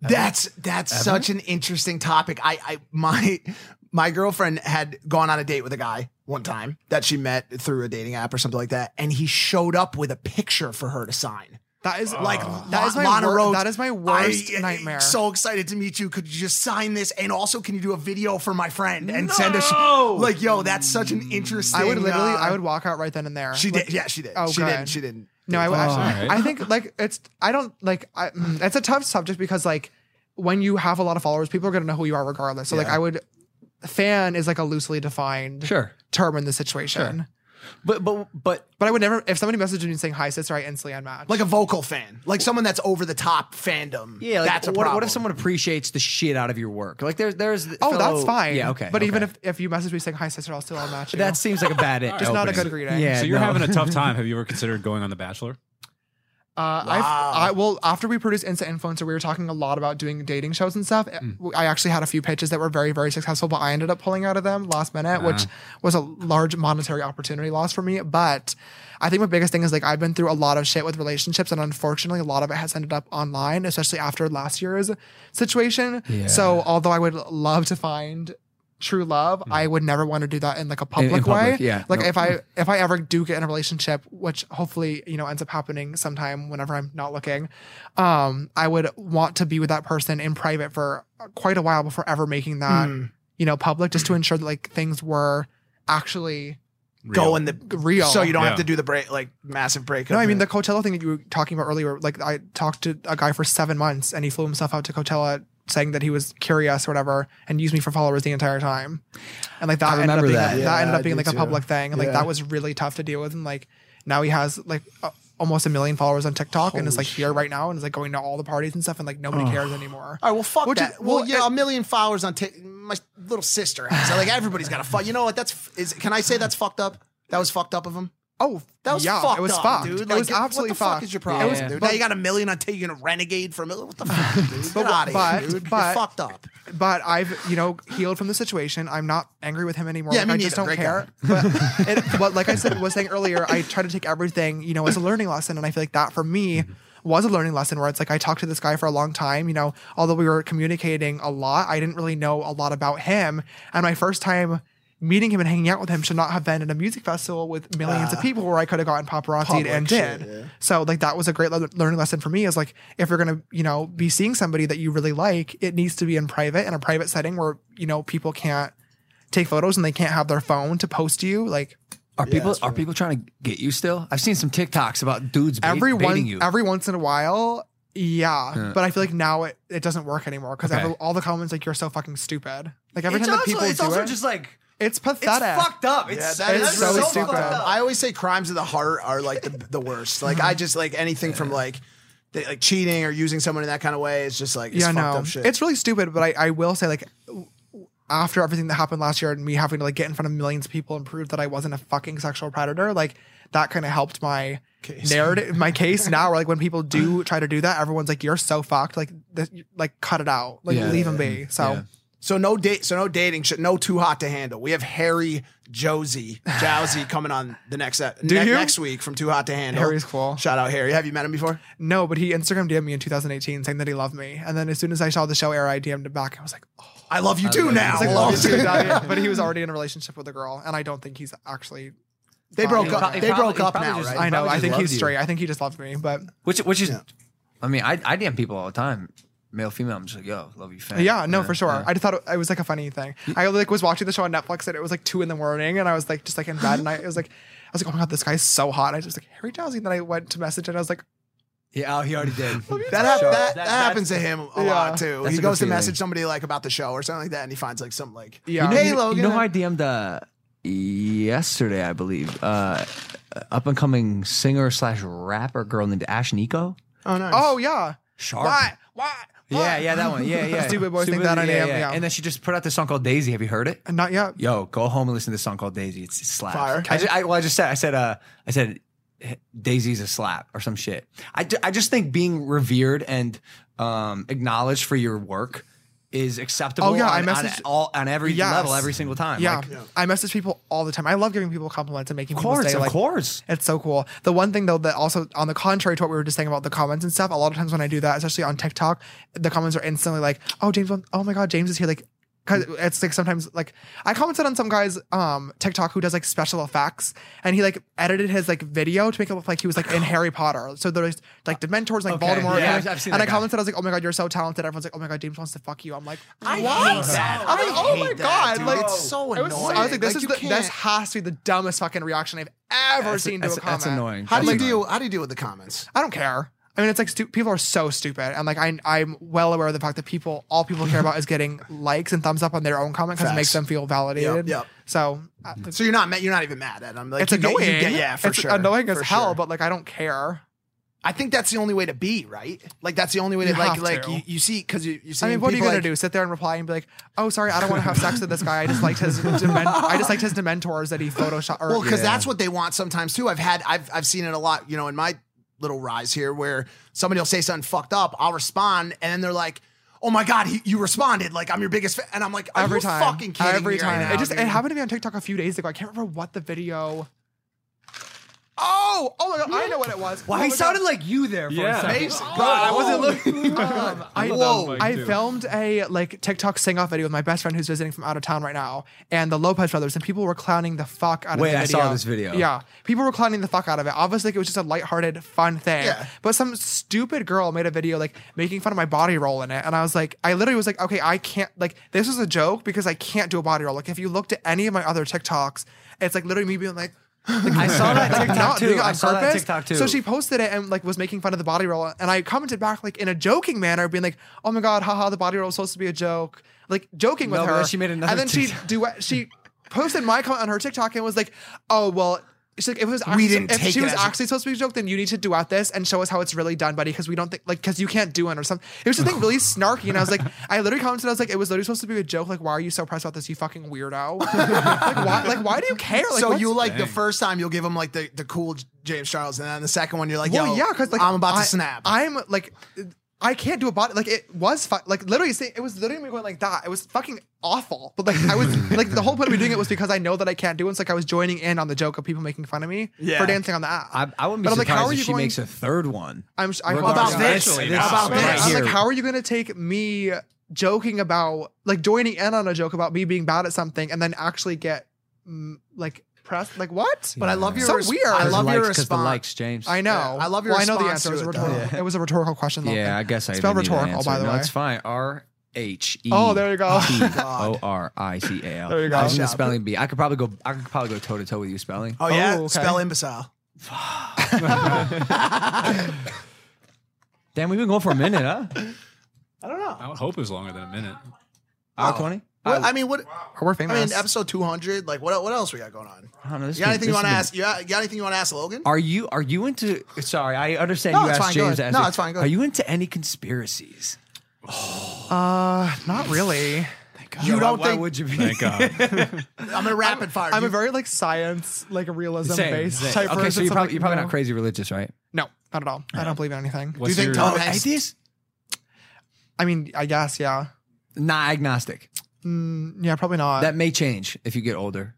Speaker 3: That's that's
Speaker 5: Ever?
Speaker 3: such an interesting topic. I, I my my girlfriend had gone on a date with a guy one time that she met through a dating app or something like that, and he showed up with a picture for her to sign.
Speaker 2: That is
Speaker 3: like
Speaker 5: Oh.
Speaker 2: that is my
Speaker 3: Lana
Speaker 2: wor-
Speaker 3: Rhodes.
Speaker 2: that is my worst
Speaker 3: I-
Speaker 2: nightmare.
Speaker 3: So excited to meet you. Could you just sign this? And also, can you do a video for my friend and send us?
Speaker 2: No!
Speaker 3: Like, yo, that's such an interesting.
Speaker 2: I would literally,
Speaker 3: uh,
Speaker 2: I would walk out right then and there.
Speaker 3: She
Speaker 2: Like-
Speaker 3: did. Yeah, she did.
Speaker 2: Oh,
Speaker 3: she
Speaker 2: good.
Speaker 3: didn't. She didn't.
Speaker 2: No, I,
Speaker 3: Oh,
Speaker 2: actually,
Speaker 3: alright.
Speaker 2: I think like it's I don't like I, mm, it's a tough subject because like when you have a lot of followers, people are gonna know who you are regardless. So like
Speaker 5: Yeah.
Speaker 2: I would fan is like a loosely defined
Speaker 5: Sure.
Speaker 2: term in the situation.
Speaker 5: But but but
Speaker 2: but I would never if somebody messaged me saying hi sister, I instantly unmatch.
Speaker 3: Like a vocal fan, like someone that's over the top fandom.
Speaker 5: Yeah, like,
Speaker 3: that's a
Speaker 5: what,
Speaker 3: problem.
Speaker 5: what if someone appreciates the shit out of your work? Like there's there's the
Speaker 2: Oh,
Speaker 5: fellow-
Speaker 2: that's fine.
Speaker 5: Yeah, okay.
Speaker 2: But even
Speaker 5: okay.
Speaker 2: if if you message me saying hi sister, I'll still unmatch you.
Speaker 5: that seems like a bad,
Speaker 2: Just not a good greeting.
Speaker 5: Yeah,
Speaker 4: so you're
Speaker 5: no.
Speaker 4: having a tough time. Have you ever considered going on The Bachelor?
Speaker 2: Uh,
Speaker 3: Wow.
Speaker 2: I've, I well after we produced Insta Influencer, we were talking a lot about doing dating shows and stuff. I actually had a few pitches that were very very successful, but I ended up pulling out of them last minute, which
Speaker 9: Ah.
Speaker 2: was a large monetary opportunity loss for me. But I think my biggest thing is like I've been through a lot of shit with relationships, and unfortunately, a lot of it has ended up online, especially after last year's situation.
Speaker 5: Yeah.
Speaker 2: So although I would love to find true love, I would never want to do that in like a public,
Speaker 5: in public,
Speaker 2: way.
Speaker 5: yeah,
Speaker 2: Like
Speaker 5: no.
Speaker 2: if I if I ever do get in a relationship, which hopefully, you know, ends up happening sometime whenever I'm not looking, um, I would want to be with that person in private for quite a while before ever making that,
Speaker 3: Mm.
Speaker 2: you know, public just to ensure that like things were actually
Speaker 3: Go in the
Speaker 2: real.
Speaker 3: so you don't have to do the break like massive breakup.
Speaker 2: No, I mean the Coachella thing that you were talking about earlier. Like I talked to a guy for seven months, and he flew himself out to Coachella, saying that he was curious or whatever, and used me for followers the entire time. And like that,
Speaker 5: I
Speaker 2: ended up
Speaker 5: remember
Speaker 2: being,
Speaker 5: that.
Speaker 2: that
Speaker 5: Yeah,
Speaker 2: ended
Speaker 5: I
Speaker 2: up being
Speaker 5: do
Speaker 2: like a
Speaker 5: too.
Speaker 2: public thing, and like
Speaker 5: Yeah.
Speaker 2: that was really tough to deal with. And like now he has like a, almost a million followers on TikTok, and is like here right now, and is like going to all the parties and stuff, and like nobody
Speaker 3: Ugh.
Speaker 2: cares anymore.
Speaker 3: All right, well, fuck
Speaker 2: Which
Speaker 3: that.
Speaker 2: is-
Speaker 3: well,
Speaker 2: well,
Speaker 3: yeah, a million followers on Tik my little sister has. Like everybody's got a fuck. You know what? That's f- is. Can I say that's fucked up? That was fucked up of him.
Speaker 2: Oh,
Speaker 3: that was
Speaker 2: yeah,
Speaker 3: fucked
Speaker 2: it was
Speaker 3: up,
Speaker 2: fucked.
Speaker 3: dude.
Speaker 2: It
Speaker 3: Like,
Speaker 2: was absolutely
Speaker 3: what the fuck
Speaker 2: fucked.
Speaker 3: is your
Speaker 2: Yeah.
Speaker 3: problem,
Speaker 2: It was-
Speaker 3: dude? now
Speaker 2: but-
Speaker 3: you got a million on Tik. You're gonna renegade for a million. What the fuck, dude? Get
Speaker 2: But-
Speaker 3: out of
Speaker 2: but-
Speaker 3: here, dude.
Speaker 2: but-
Speaker 3: You're fucked up.
Speaker 2: but I've you know healed from the situation. I'm not angry with him anymore.
Speaker 3: Yeah,
Speaker 2: like,
Speaker 3: me
Speaker 2: I just don't
Speaker 3: neither. Great
Speaker 2: care. But it, what like I said was saying earlier, I try to take everything you know as a learning lesson, and I feel like that for me
Speaker 3: Mm-hmm.
Speaker 2: was a learning lesson where it's like I talked to this guy for a long time. You know, although we were communicating a lot, I didn't really know a lot about him. And my first time. Meeting him and hanging out with him should not have been at a music festival with millions of
Speaker 3: Ah.
Speaker 2: people where I could have gotten paparazzi
Speaker 3: Public
Speaker 2: and
Speaker 3: shit,
Speaker 2: did.
Speaker 3: yeah.
Speaker 2: So like that was a great le- learning lesson for me is like if you're gonna you know be seeing somebody that you really like, it needs to be in private in a private setting where you know people can't take photos and they can't have their phone to post to you. Like
Speaker 5: Are people are people trying to get you still? I've seen some TikToks about dudes bait,
Speaker 2: every one,
Speaker 5: baiting you.
Speaker 2: every once in a while, yeah.
Speaker 5: Yeah.
Speaker 2: But I feel like now it, it doesn't work anymore because
Speaker 5: Okay.
Speaker 2: all the comments like you're so fucking stupid. Like every
Speaker 5: It's
Speaker 2: time that
Speaker 5: also-
Speaker 2: people
Speaker 5: it's
Speaker 2: do
Speaker 5: also
Speaker 2: it,
Speaker 5: just like
Speaker 2: it's pathetic.
Speaker 3: yeah, that is
Speaker 2: so,
Speaker 3: so
Speaker 2: stupid.
Speaker 3: fucked up. I always say crimes of the heart are like the, the worst. Like I just like anything from like they, like cheating or using someone in that kind of way is just like it's
Speaker 2: yeah,
Speaker 3: fucked
Speaker 2: no,
Speaker 3: up shit.
Speaker 2: it's really stupid. But I, I will say, like, w- w- after everything that happened last year and me having to like get in front of millions of people and prove that I wasn't a fucking sexual predator, like that kind of helped my
Speaker 3: Case.
Speaker 2: narrative, my case now. Where like when people do try to do that, everyone's like, "You're so fucked." Like, th- like cut it out. Like,
Speaker 3: Yeah.
Speaker 2: leave them be. So.
Speaker 3: So no date. So no dating. Shit. No too hot to handle. We have Harry Josie Jowsey coming on the next ep-
Speaker 2: Do
Speaker 3: ne-
Speaker 2: you?
Speaker 3: next week from Too Hot to Handle.
Speaker 2: Harry's cool.
Speaker 3: Shout out Harry. Have you met him before?
Speaker 2: No, but he Instagram DM'd me in 2018 saying that he loved me. And then as soon as I saw the show air, I DM'd him back. I was like, "Oh,
Speaker 3: I love you
Speaker 2: I
Speaker 3: too
Speaker 2: love
Speaker 3: now.
Speaker 2: It's like, love you too, Daddy. but he was already in a relationship with a girl, and I don't think he's actually.
Speaker 3: They broke up- He they probably- broke he up probably
Speaker 5: now, just- right?
Speaker 2: I know.
Speaker 5: probably
Speaker 2: I
Speaker 5: just
Speaker 2: think he's
Speaker 5: loved you.
Speaker 2: straight. I think he just loved me, but
Speaker 5: Which which is, I mean, I, I DM people all the time, male, female. I'm just like, yo, love you, fan.
Speaker 2: yeah, no, for sure. I just thought it, it was like a funny thing. I like was watching the show on Netflix, and it was like two in the morning, and I was like just like in bed, and I it was like, I was like, oh my god, this guy's so hot. I just like Harry Dowsey. Then I went to message, and I was like,
Speaker 5: Yeah, oh, he already did.
Speaker 3: That, hap- that, that, happens to him a
Speaker 2: yeah.
Speaker 3: lot too.
Speaker 5: That's
Speaker 3: he
Speaker 5: a good
Speaker 3: goes to
Speaker 5: feeling.
Speaker 3: message somebody like about the show or something like that, and he finds like something like,
Speaker 5: You know,
Speaker 3: "Hey
Speaker 5: you-
Speaker 3: Logan,
Speaker 5: you know, who I DM'd uh, yesterday, I believe, uh, up and coming singer slash rapper girl named Ash Nico.
Speaker 2: oh no, oh yeah,
Speaker 5: Sharp.
Speaker 2: Why? Why?
Speaker 5: Yeah, yeah, that one. Yeah, yeah.
Speaker 2: Stupid boys think that I am. Yeah.
Speaker 5: And then she just put out this song called Daisy. Have you heard it?
Speaker 2: Not yet.
Speaker 5: Yo, go home and listen to this song called Daisy. It's, it's slap.
Speaker 2: Fire.
Speaker 5: I, just, I well, I just said I said uh I said Daisy's a slap or some shit. I, ju- I just think being revered and um acknowledged for your work is acceptable.
Speaker 2: Oh, yeah, I
Speaker 5: on, on
Speaker 2: messaged-
Speaker 5: all on every
Speaker 2: Yes.
Speaker 5: level every single time.
Speaker 2: Yeah.
Speaker 5: Like,
Speaker 2: I message people all the time. I love giving people compliments and making
Speaker 5: Of
Speaker 2: people
Speaker 5: course,
Speaker 2: stay.
Speaker 5: of
Speaker 2: like,
Speaker 5: course.
Speaker 2: It's so cool. The one thing though that also on the contrary to what we were just saying about the comments and stuff, a lot of times when I do that, especially on TikTok, the comments are instantly like, "Oh, James, oh my god, James is here!" Like, cause it's like sometimes like I commented on some guy's um TikTok who does like special effects, and he like edited his like video to make it look like he was like in Harry Potter. So there's like Dementors, like
Speaker 5: Okay.
Speaker 2: Voldemort,
Speaker 5: Yeah,
Speaker 2: and,
Speaker 5: I've- I've seen
Speaker 2: and I
Speaker 5: that guy.
Speaker 2: commented, I was like, "Oh my god, you're so talented!" Everyone's like, "Oh my god, James wants to fuck you." I'm like,
Speaker 3: I
Speaker 2: "What?"
Speaker 3: hate that.
Speaker 2: I'm like,
Speaker 3: I
Speaker 2: "Oh my
Speaker 3: hate that,
Speaker 2: god!"
Speaker 3: dude.
Speaker 2: Like
Speaker 3: It's so
Speaker 2: it was- I was
Speaker 3: annoying.
Speaker 2: like, "This
Speaker 3: Like,
Speaker 2: is
Speaker 3: you
Speaker 2: the,
Speaker 3: can't-
Speaker 2: this has to be the dumbest fucking reaction I've ever
Speaker 5: That's-
Speaker 2: seen to
Speaker 5: that's-
Speaker 2: a comment."
Speaker 5: that's annoying.
Speaker 3: How do you
Speaker 5: Like-
Speaker 3: deal? How do you deal with the comments?
Speaker 2: I don't care. I mean, it's like stu- people are so stupid, and like I, I'm well aware of the fact that people, all people care about is getting likes and thumbs up on their own comment because it
Speaker 3: Facts.
Speaker 2: makes them feel validated.
Speaker 3: Yep, yep.
Speaker 2: So uh,
Speaker 3: So you're not mad. You're not even mad at him. Like
Speaker 2: it's
Speaker 3: you get- you
Speaker 2: annoying.
Speaker 3: get- yeah, for
Speaker 2: it's
Speaker 3: sure.
Speaker 2: Annoying as
Speaker 3: For
Speaker 2: hell,
Speaker 3: sure.
Speaker 2: but like I don't care.
Speaker 3: I think that's the only way to be right. Like that's the only way to
Speaker 2: You
Speaker 3: like
Speaker 2: have
Speaker 3: like
Speaker 2: to.
Speaker 3: you, you see because you you see.
Speaker 2: I mean, what are you
Speaker 3: people,
Speaker 2: gonna
Speaker 3: like,
Speaker 2: do? Sit there and reply and be like, "Oh, sorry, I don't want to have sex with this guy. I just liked his, demen- I just liked his dementors that he photoshopped." or-
Speaker 3: Well, because that's what they want sometimes too. I've had I've I've seen it a lot. You know, in my little rise here where somebody will say something fucked up, I'll respond, and then they're like, "Oh my god, he, you responded! Like I'm your biggest fan," and I'm like, "Are
Speaker 2: every
Speaker 3: you
Speaker 2: time.
Speaker 3: fucking kidding
Speaker 2: every
Speaker 3: me right
Speaker 2: time.
Speaker 3: now,
Speaker 2: it just
Speaker 3: dude?
Speaker 2: it happened to me on TikTok a few days ago. I can't remember what the video. Oh, oh my god, I know what it was.
Speaker 5: Well,
Speaker 2: oh
Speaker 5: he
Speaker 2: my
Speaker 5: sounded
Speaker 2: God.
Speaker 5: like you there for a second. Oh,
Speaker 2: Amazing.
Speaker 5: God, I wasn't looking.
Speaker 2: Um, I, whoa,
Speaker 5: love that mic,
Speaker 2: I
Speaker 5: too.
Speaker 2: filmed a like TikTok sing off video with my best friend who's visiting from out of town right now, and the Lopez brothers, and people were clowning the fuck out
Speaker 5: Wait,
Speaker 2: of the
Speaker 5: I
Speaker 2: video.
Speaker 5: saw this video.
Speaker 2: Yeah, people were clowning the fuck out of it. Obviously, like, it was just a lighthearted, fun thing. But some stupid girl made a video like making fun of my body roll in it, and I was like, I literally was like, okay, I can't like this is a joke because I can't do a body roll. Like if you looked at any of my other TikToks, it's like literally me being like.
Speaker 5: I saw that
Speaker 2: Like,
Speaker 5: TikTok
Speaker 2: not
Speaker 5: too.
Speaker 2: doing it
Speaker 5: I
Speaker 2: on
Speaker 5: saw that
Speaker 2: purpose.
Speaker 5: TikTok too.
Speaker 2: So she posted it and like was making fun of the body roll, and I commented back like in a joking manner, being like, "Oh my god, haha, the body roll was supposed to be a joke," like joking with
Speaker 5: No, but
Speaker 2: her.
Speaker 5: then she made another
Speaker 2: and then
Speaker 5: TikTok.
Speaker 2: she duet, she posted my comment on her TikTok and was like, "Oh well." She's like, if it was actually,
Speaker 3: didn't
Speaker 2: if
Speaker 3: take
Speaker 2: she
Speaker 3: it
Speaker 2: was
Speaker 3: as a-
Speaker 2: actually supposed to be a joke, then you need to duet this and show us how it's really done, buddy, because we don't think like because you can't do it or something. It was just like really snarky, and I was like, I literally commented, I was like, it was literally supposed to be a joke. Like, why are you so pressed about this, you fucking weirdo? like, why? Like, why do you care? Like,
Speaker 3: so
Speaker 2: what's-
Speaker 3: you like the first time you'll give him like the, the cool J- James Charles, and then the second one you're like,
Speaker 2: well,
Speaker 3: "Yo,
Speaker 2: yeah, because like
Speaker 3: I'm about
Speaker 2: I-
Speaker 3: to snap."
Speaker 2: I'm like, I can't do a body. Like it was fu- like literally, say- it was literally me going like that. It was fucking awful. But like I was like the whole point of me doing it was because I know that I can't do it. It's like I was joining in on the joke of people making fun of me
Speaker 5: Yeah.
Speaker 2: for dancing on the app.
Speaker 5: I, I wouldn't be
Speaker 2: But I'm like,
Speaker 5: surprised
Speaker 2: how are
Speaker 5: if
Speaker 2: you
Speaker 5: she
Speaker 2: going-
Speaker 5: makes a third one.
Speaker 2: I'm sh- I hope
Speaker 5: Regardless.
Speaker 2: not.
Speaker 5: How about this?
Speaker 2: I'm like, how are you going to take me joking about like joining in on a joke about me being bad at something and then actually get mm, like pressed? Like what?
Speaker 3: But I love your
Speaker 2: so
Speaker 3: res-
Speaker 2: weird.
Speaker 3: I love your
Speaker 5: Likes 'cause the
Speaker 3: response.
Speaker 5: likes, James.
Speaker 2: I know.
Speaker 3: Yeah, I love your
Speaker 2: Well, I know the
Speaker 3: response
Speaker 2: answer. It was,
Speaker 3: to
Speaker 2: a
Speaker 3: it, though.
Speaker 2: rhetorical, it was a rhetorical question. Logan.
Speaker 5: Yeah, I guess I
Speaker 2: spell
Speaker 5: didn't
Speaker 2: rhetorical.
Speaker 5: Even answer.
Speaker 2: by the
Speaker 5: no,
Speaker 2: way,
Speaker 5: it's fine. R H E.
Speaker 2: Oh, there you go.
Speaker 5: T
Speaker 2: Oh,
Speaker 5: O R I C A L.
Speaker 2: There you go.
Speaker 5: I was in the
Speaker 2: Nice job.
Speaker 5: spelling bee. I could probably go. I could probably go toe to toe with you spelling.
Speaker 3: oh yeah, spell imbecile.
Speaker 5: Damn, we've been going for a minute, huh?
Speaker 3: I don't know.
Speaker 4: I would hope it was longer than a minute.
Speaker 5: Hour twenty. Oh,
Speaker 3: What, I mean, what?
Speaker 2: We're
Speaker 3: I mean, episode 200. Like, what? What else we got going on?
Speaker 5: I don't know. This
Speaker 3: You got
Speaker 5: has been-
Speaker 3: anything you want to
Speaker 5: this has
Speaker 3: ask? You got, you got anything you want to ask Logan?
Speaker 5: been- Are you are you into? Sorry, I understand
Speaker 3: No,
Speaker 5: you
Speaker 3: it's
Speaker 5: asked
Speaker 3: fine, go
Speaker 5: James.
Speaker 3: ahead.
Speaker 5: to ask
Speaker 3: No,
Speaker 5: you.
Speaker 3: it's fine, go
Speaker 5: Are
Speaker 3: ahead.
Speaker 5: you into any conspiracies?
Speaker 2: Uh, not really.
Speaker 3: You don't
Speaker 5: why
Speaker 3: think?
Speaker 5: would you be?
Speaker 4: Thank God.
Speaker 3: I'm gonna rapid fire.
Speaker 2: I'm a
Speaker 3: You-
Speaker 2: very like science, like realism
Speaker 5: Same,
Speaker 2: based
Speaker 5: same.
Speaker 2: type.
Speaker 5: Okay, so
Speaker 2: person,
Speaker 5: you're
Speaker 2: so,
Speaker 5: probably
Speaker 2: like,
Speaker 5: you're probably
Speaker 2: no.
Speaker 5: not crazy religious, right?
Speaker 2: No, not at all. I don't believe in anything.
Speaker 3: do you
Speaker 4: What's
Speaker 3: think
Speaker 4: your-
Speaker 3: Tom
Speaker 5: Oh,
Speaker 3: Hanks?
Speaker 5: atheist?
Speaker 2: I mean, I guess yeah.
Speaker 5: Nah, agnostic.
Speaker 2: Mm, yeah, probably
Speaker 3: Uh,
Speaker 2: not.
Speaker 5: That may change if you get older.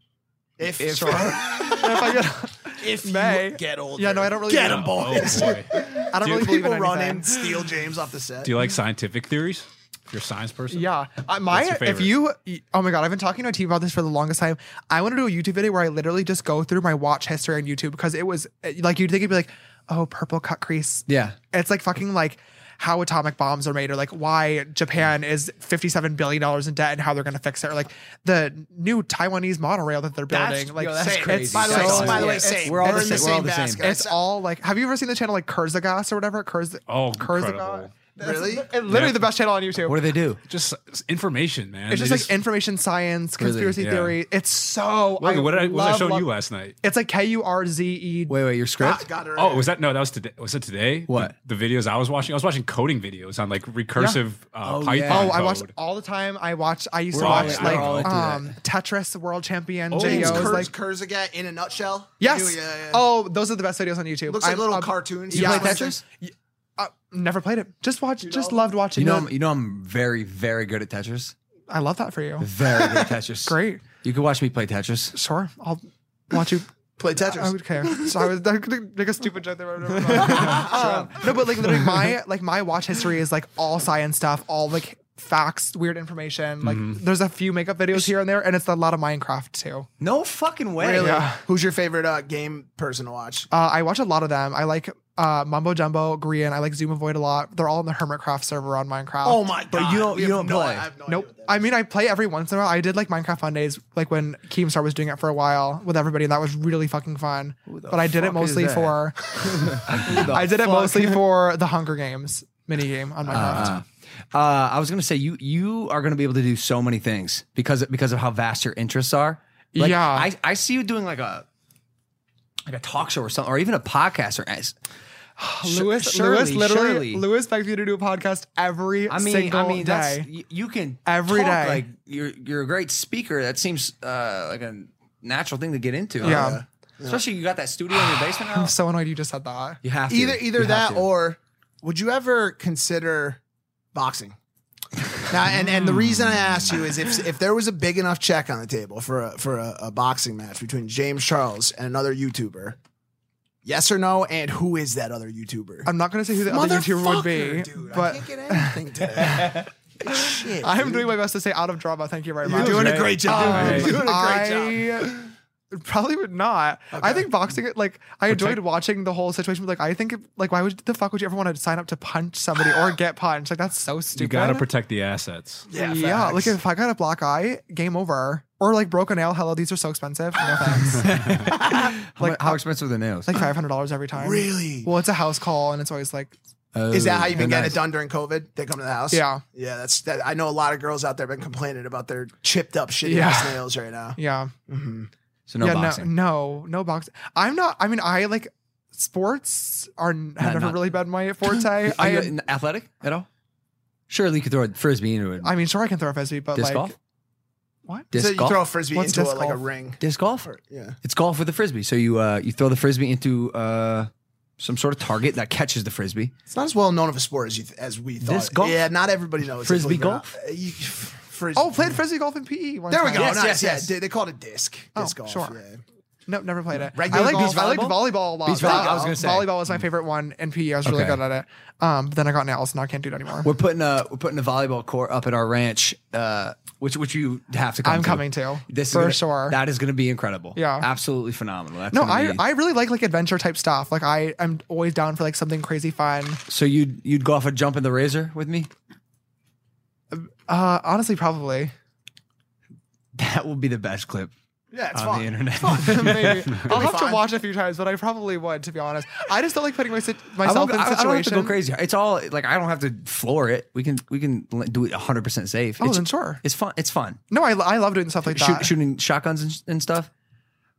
Speaker 3: If,
Speaker 2: Sure. if I could,
Speaker 3: if you
Speaker 2: May.
Speaker 3: get older,
Speaker 2: Yeah, no, I don't really-
Speaker 3: get him,
Speaker 4: Oh
Speaker 3: boys.
Speaker 4: boy.
Speaker 2: I don't
Speaker 3: Dude,
Speaker 2: really believe
Speaker 3: people
Speaker 2: in
Speaker 3: run
Speaker 2: anything.
Speaker 3: in, steal James off the set.
Speaker 4: Do you like scientific theories? If you're a science person?
Speaker 2: Yeah, I, my
Speaker 4: What's your
Speaker 2: if you oh my god, I've been talking to a team about this for the longest time. I want to do a YouTube video where I literally just go through my watch history on YouTube because it was eh, like you'd think it'd be like, oh, purple cut crease.
Speaker 5: Yeah.
Speaker 2: It's like fucking like how atomic bombs are made, or like why Japan is fifty-seven billion dollars in debt and how they're going to fix it, or like the new Taiwanese monorail that they're building. like,
Speaker 5: yo, that's
Speaker 2: it's
Speaker 5: crazy.
Speaker 3: By the way,
Speaker 2: so-
Speaker 5: Same.
Speaker 3: by the way,
Speaker 5: It's-
Speaker 3: same.
Speaker 5: we're all
Speaker 3: They're
Speaker 5: the
Speaker 3: in the
Speaker 5: same- we're all
Speaker 3: same
Speaker 5: the same.
Speaker 3: basket.
Speaker 2: It's all like, have you ever seen the channel like Kurzagas or whatever? Kurz,
Speaker 4: Oh,
Speaker 2: Kurzagas.
Speaker 4: incredible.
Speaker 3: Really?
Speaker 2: Literally the best channel on YouTube.
Speaker 5: What do they do?
Speaker 4: Just s- information, man.
Speaker 2: It's
Speaker 4: They
Speaker 2: just, like information science,
Speaker 5: Really?
Speaker 2: conspiracy
Speaker 4: Yeah.
Speaker 2: theory. It's so.
Speaker 4: Logan, what did I, what was I
Speaker 2: love,
Speaker 4: showing
Speaker 2: love-
Speaker 4: you last night?
Speaker 2: It's like K U R Z E.
Speaker 5: Wait, wait, your
Speaker 3: Ah,
Speaker 5: script?
Speaker 3: got it.
Speaker 4: Oh, was that no? That was today. Was it today?
Speaker 5: What?
Speaker 4: the, the videos I was watching? I was watching coding videos on like recursive uh,
Speaker 5: Oh,
Speaker 4: Python.
Speaker 5: yeah.
Speaker 2: Oh,
Speaker 4: code.
Speaker 2: I watched all the time. I watch. I used
Speaker 4: We're
Speaker 2: to
Speaker 4: all-
Speaker 2: watch
Speaker 4: we're
Speaker 2: like
Speaker 4: all
Speaker 5: into that.
Speaker 2: um, Tetris World Champion
Speaker 3: James
Speaker 2: videos.
Speaker 3: Kurz,
Speaker 2: like
Speaker 3: Kurzaga in a nutshell.
Speaker 2: yes.
Speaker 3: You- yeah, yeah.
Speaker 2: Oh, those are the best videos on YouTube.
Speaker 3: looks like little cartoons. You play Tetris?
Speaker 2: Y- uh, never played it. Just watch. just loved watching.
Speaker 5: You know,
Speaker 2: it.
Speaker 5: I'm, you know, I'm very, very good at Tetris.
Speaker 2: I love that for you.
Speaker 5: Very good at Tetris.
Speaker 2: Great.
Speaker 5: You can watch me play Tetris.
Speaker 2: Sure. I'll watch you
Speaker 3: play Tetris.
Speaker 2: I would care. So I was I could make a stupid joke there. but I would never mind. Um, no, but like literally my like my watch history is like all science stuff, all like facts, weird information. Like there's a few makeup videos here and there, and it's a lot of Minecraft too.
Speaker 5: No fucking way.
Speaker 3: really?
Speaker 2: Yeah.
Speaker 3: Who's your favorite uh, game person to watch?
Speaker 2: Uh, I watch a lot of them. I like uh, Mumbo Jumbo, Green. I like Zoom Avoid a lot. They're all in the Hermitcraft server on Minecraft.
Speaker 3: Oh my god!
Speaker 5: But you don't-
Speaker 3: We
Speaker 5: you don't
Speaker 3: have no,
Speaker 5: play.
Speaker 3: I have no idea
Speaker 2: Nope.
Speaker 3: what that
Speaker 2: I mean, I play every once in a while. I did like Minecraft Mondays, like when Keemstar was doing it for a while with everybody, and that was really fucking fun.
Speaker 5: Who the
Speaker 2: But I did it
Speaker 5: fuck is
Speaker 2: mostly
Speaker 5: that?
Speaker 2: for I did it mostly for the Hunger Games minigame on Minecraft.
Speaker 5: Uh, uh, I was gonna say you you are gonna be able to do so many things because because of how vast your interests are. Like,
Speaker 2: Yeah.
Speaker 5: I, I see you doing like a like a talk show or something, or even a podcast or as-
Speaker 2: Lewis,
Speaker 5: surely,
Speaker 2: Lewis, literally,
Speaker 5: surely.
Speaker 2: Lewis begs me to do a podcast every
Speaker 5: I mean,
Speaker 2: single
Speaker 5: I mean,
Speaker 2: day.
Speaker 5: that's you, you can
Speaker 2: Every
Speaker 5: every day.
Speaker 2: day.
Speaker 5: Like you're you're a great speaker. That seems uh, like a natural thing to get into.
Speaker 2: Oh, Yeah.
Speaker 5: Especially you got that studio in your basement now.
Speaker 2: I'm so annoyed you just said that.
Speaker 5: You have to.
Speaker 3: Either either
Speaker 5: You have
Speaker 3: that
Speaker 5: to.
Speaker 3: or would you ever consider boxing? now, and, and the reason I asked you is if if there was a big enough check on the table for a, for a, a boxing match between James Charles and another YouTuber, yes or no, and who is that other YouTuber?
Speaker 2: I'm not gonna say who the other YouTuber would be, but I am doing my best to stay out of drama. Thank you very
Speaker 3: You're
Speaker 2: much.
Speaker 3: doing a great job.
Speaker 2: Um,
Speaker 3: You're doing a great
Speaker 2: I probably would not. I think boxing, like, I enjoyed watching the whole situation, but like, I think, like, why would the fuck would you ever want to sign up to punch somebody or get punched? Like, that's so stupid.
Speaker 4: You got to protect the assets.
Speaker 2: Yeah, yeah. Like, if I got a black eye, game over. Or like broken nail. Hello, these are so expensive. No thanks. like,
Speaker 5: how expensive are the nails?
Speaker 2: like five hundred dollars every time.
Speaker 3: Really?
Speaker 2: Well, it's a house call, and it's always like
Speaker 5: Oh,
Speaker 3: Is that how you've been
Speaker 2: Nice.
Speaker 3: getting it done during COVID? They come to the house.
Speaker 2: Yeah.
Speaker 3: yeah. That's that. I know a lot of girls out there have been complaining about their chipped up shitty
Speaker 2: Yeah.
Speaker 3: ass nails right now. Mm-hmm.
Speaker 2: Yeah.
Speaker 5: So no
Speaker 2: yeah,
Speaker 5: boxing.
Speaker 2: No, no, no boxing. I'm not. I mean, I like sports are have never
Speaker 5: not-
Speaker 2: really been my forte.
Speaker 5: Are you
Speaker 2: I,
Speaker 5: n- athletic at all? Surely you could throw a frisbee into it.
Speaker 2: I mean, sure, I can throw a frisbee, but
Speaker 5: disc
Speaker 2: like,
Speaker 5: golf.
Speaker 2: what?
Speaker 5: Disc
Speaker 3: so you
Speaker 5: golf?
Speaker 3: throw a frisbee
Speaker 2: What's
Speaker 3: into a,
Speaker 2: disc
Speaker 3: like a
Speaker 2: golf?
Speaker 3: ring.
Speaker 5: Disc golf.
Speaker 3: Yeah.
Speaker 5: It's golf with a frisbee. So you uh, you throw the frisbee into uh, some sort of target that catches the frisbee.
Speaker 3: It's not as well known of a sport as you th- as we thought.
Speaker 5: Disc golf?
Speaker 3: Yeah, not everybody knows. it,
Speaker 5: Frisbee
Speaker 3: believe it or not.
Speaker 5: golf?
Speaker 3: Uh, you- frisbee.
Speaker 2: Oh, played frisbee golf in PE. One
Speaker 3: there we
Speaker 2: time.
Speaker 3: go. nice. Yeah, they- they called it disc.
Speaker 2: Oh,
Speaker 3: Disc golf.
Speaker 2: sure.
Speaker 3: Yeah.
Speaker 2: No, never played it.
Speaker 3: Regular
Speaker 2: I liked,
Speaker 3: golf,
Speaker 2: I liked
Speaker 3: volleyball?
Speaker 2: volleyball a lot.
Speaker 5: Beach
Speaker 2: There you
Speaker 5: volley, I was
Speaker 2: go.
Speaker 5: gonna say.
Speaker 2: volleyball was my favorite one in PE. I was really
Speaker 5: Okay.
Speaker 2: good at it. Um, but then I got nails, and I can't do it anymore.
Speaker 5: We're putting a we're putting a volleyball court up at our ranch, uh, which which you have to come.
Speaker 2: I'm
Speaker 5: to.
Speaker 2: coming to,
Speaker 5: This is
Speaker 2: for
Speaker 5: gonna-
Speaker 2: sure.
Speaker 5: That is going to be incredible.
Speaker 2: Yeah.
Speaker 5: absolutely phenomenal. That's
Speaker 2: no,
Speaker 5: gonna
Speaker 2: I,
Speaker 5: be-
Speaker 2: I really like like adventure type stuff. Like I am always down for like something crazy fun.
Speaker 5: So you'd you'd go off a jump in the razor with me?
Speaker 2: Uh, honestly, probably.
Speaker 5: That will be the best clip
Speaker 3: Yeah, it's
Speaker 5: on
Speaker 3: fun.
Speaker 5: the internet.
Speaker 2: Maybe. I'll
Speaker 3: be
Speaker 2: have
Speaker 3: fine.
Speaker 2: to watch a few times, but I probably would, to be honest. I just don't like putting my, sit-
Speaker 5: I,
Speaker 2: myself
Speaker 5: won't,
Speaker 2: in
Speaker 5: I,
Speaker 2: situations.
Speaker 5: I don't have to go crazy. It's all like I don't have to floor it. We can we can l- do it 100 percent safe.
Speaker 2: Oh,
Speaker 5: it's,
Speaker 2: then sure.
Speaker 5: It's fun. It's fun.
Speaker 2: No, I, I love doing stuff like
Speaker 5: Shoot,
Speaker 2: that.
Speaker 5: shooting shotguns and, and stuff.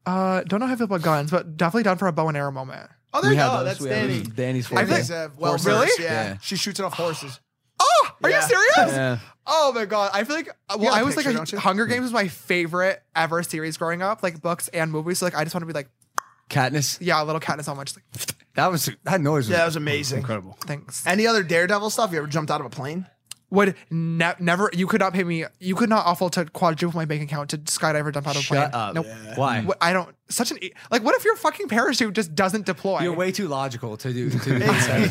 Speaker 2: Uh, don't know how I feel about guns, but definitely down for a bow and arrow moment.
Speaker 3: Oh, there
Speaker 5: We
Speaker 3: you
Speaker 5: have
Speaker 3: go.
Speaker 5: those.
Speaker 3: That's
Speaker 5: We have
Speaker 3: Danny.
Speaker 5: those. Danny's
Speaker 3: I think
Speaker 5: forte.
Speaker 3: uh, well,
Speaker 2: Really?
Speaker 3: versed, Yeah.
Speaker 5: Yeah.
Speaker 3: she shoots it off horses.
Speaker 2: Oh, are
Speaker 3: Yeah.
Speaker 2: you serious?
Speaker 5: Yeah.
Speaker 2: Oh my god, I feel
Speaker 3: uh,
Speaker 2: like well,
Speaker 3: got a
Speaker 2: I was
Speaker 3: picture,
Speaker 2: like
Speaker 3: don't you?
Speaker 2: a, Hunger Games was my favorite ever series growing up, like books and movies. So like I just want to be like,
Speaker 5: Katniss.
Speaker 2: yeah, a little Katniss on my just like
Speaker 5: That was that noise. Was
Speaker 3: Yeah, that was amazing.
Speaker 4: Incredible.
Speaker 2: thanks.
Speaker 3: Any other daredevil stuff? You ever jumped out of a plane?
Speaker 2: Would ne- never you could not pay me you could not offer to quadruple my bank account to skydive or jump out of a plane.
Speaker 5: Shut up.
Speaker 2: Nope.
Speaker 5: Why?
Speaker 2: What- I don't such an e- like what if your fucking parachute just doesn't deploy?
Speaker 5: You're way too logical to do. To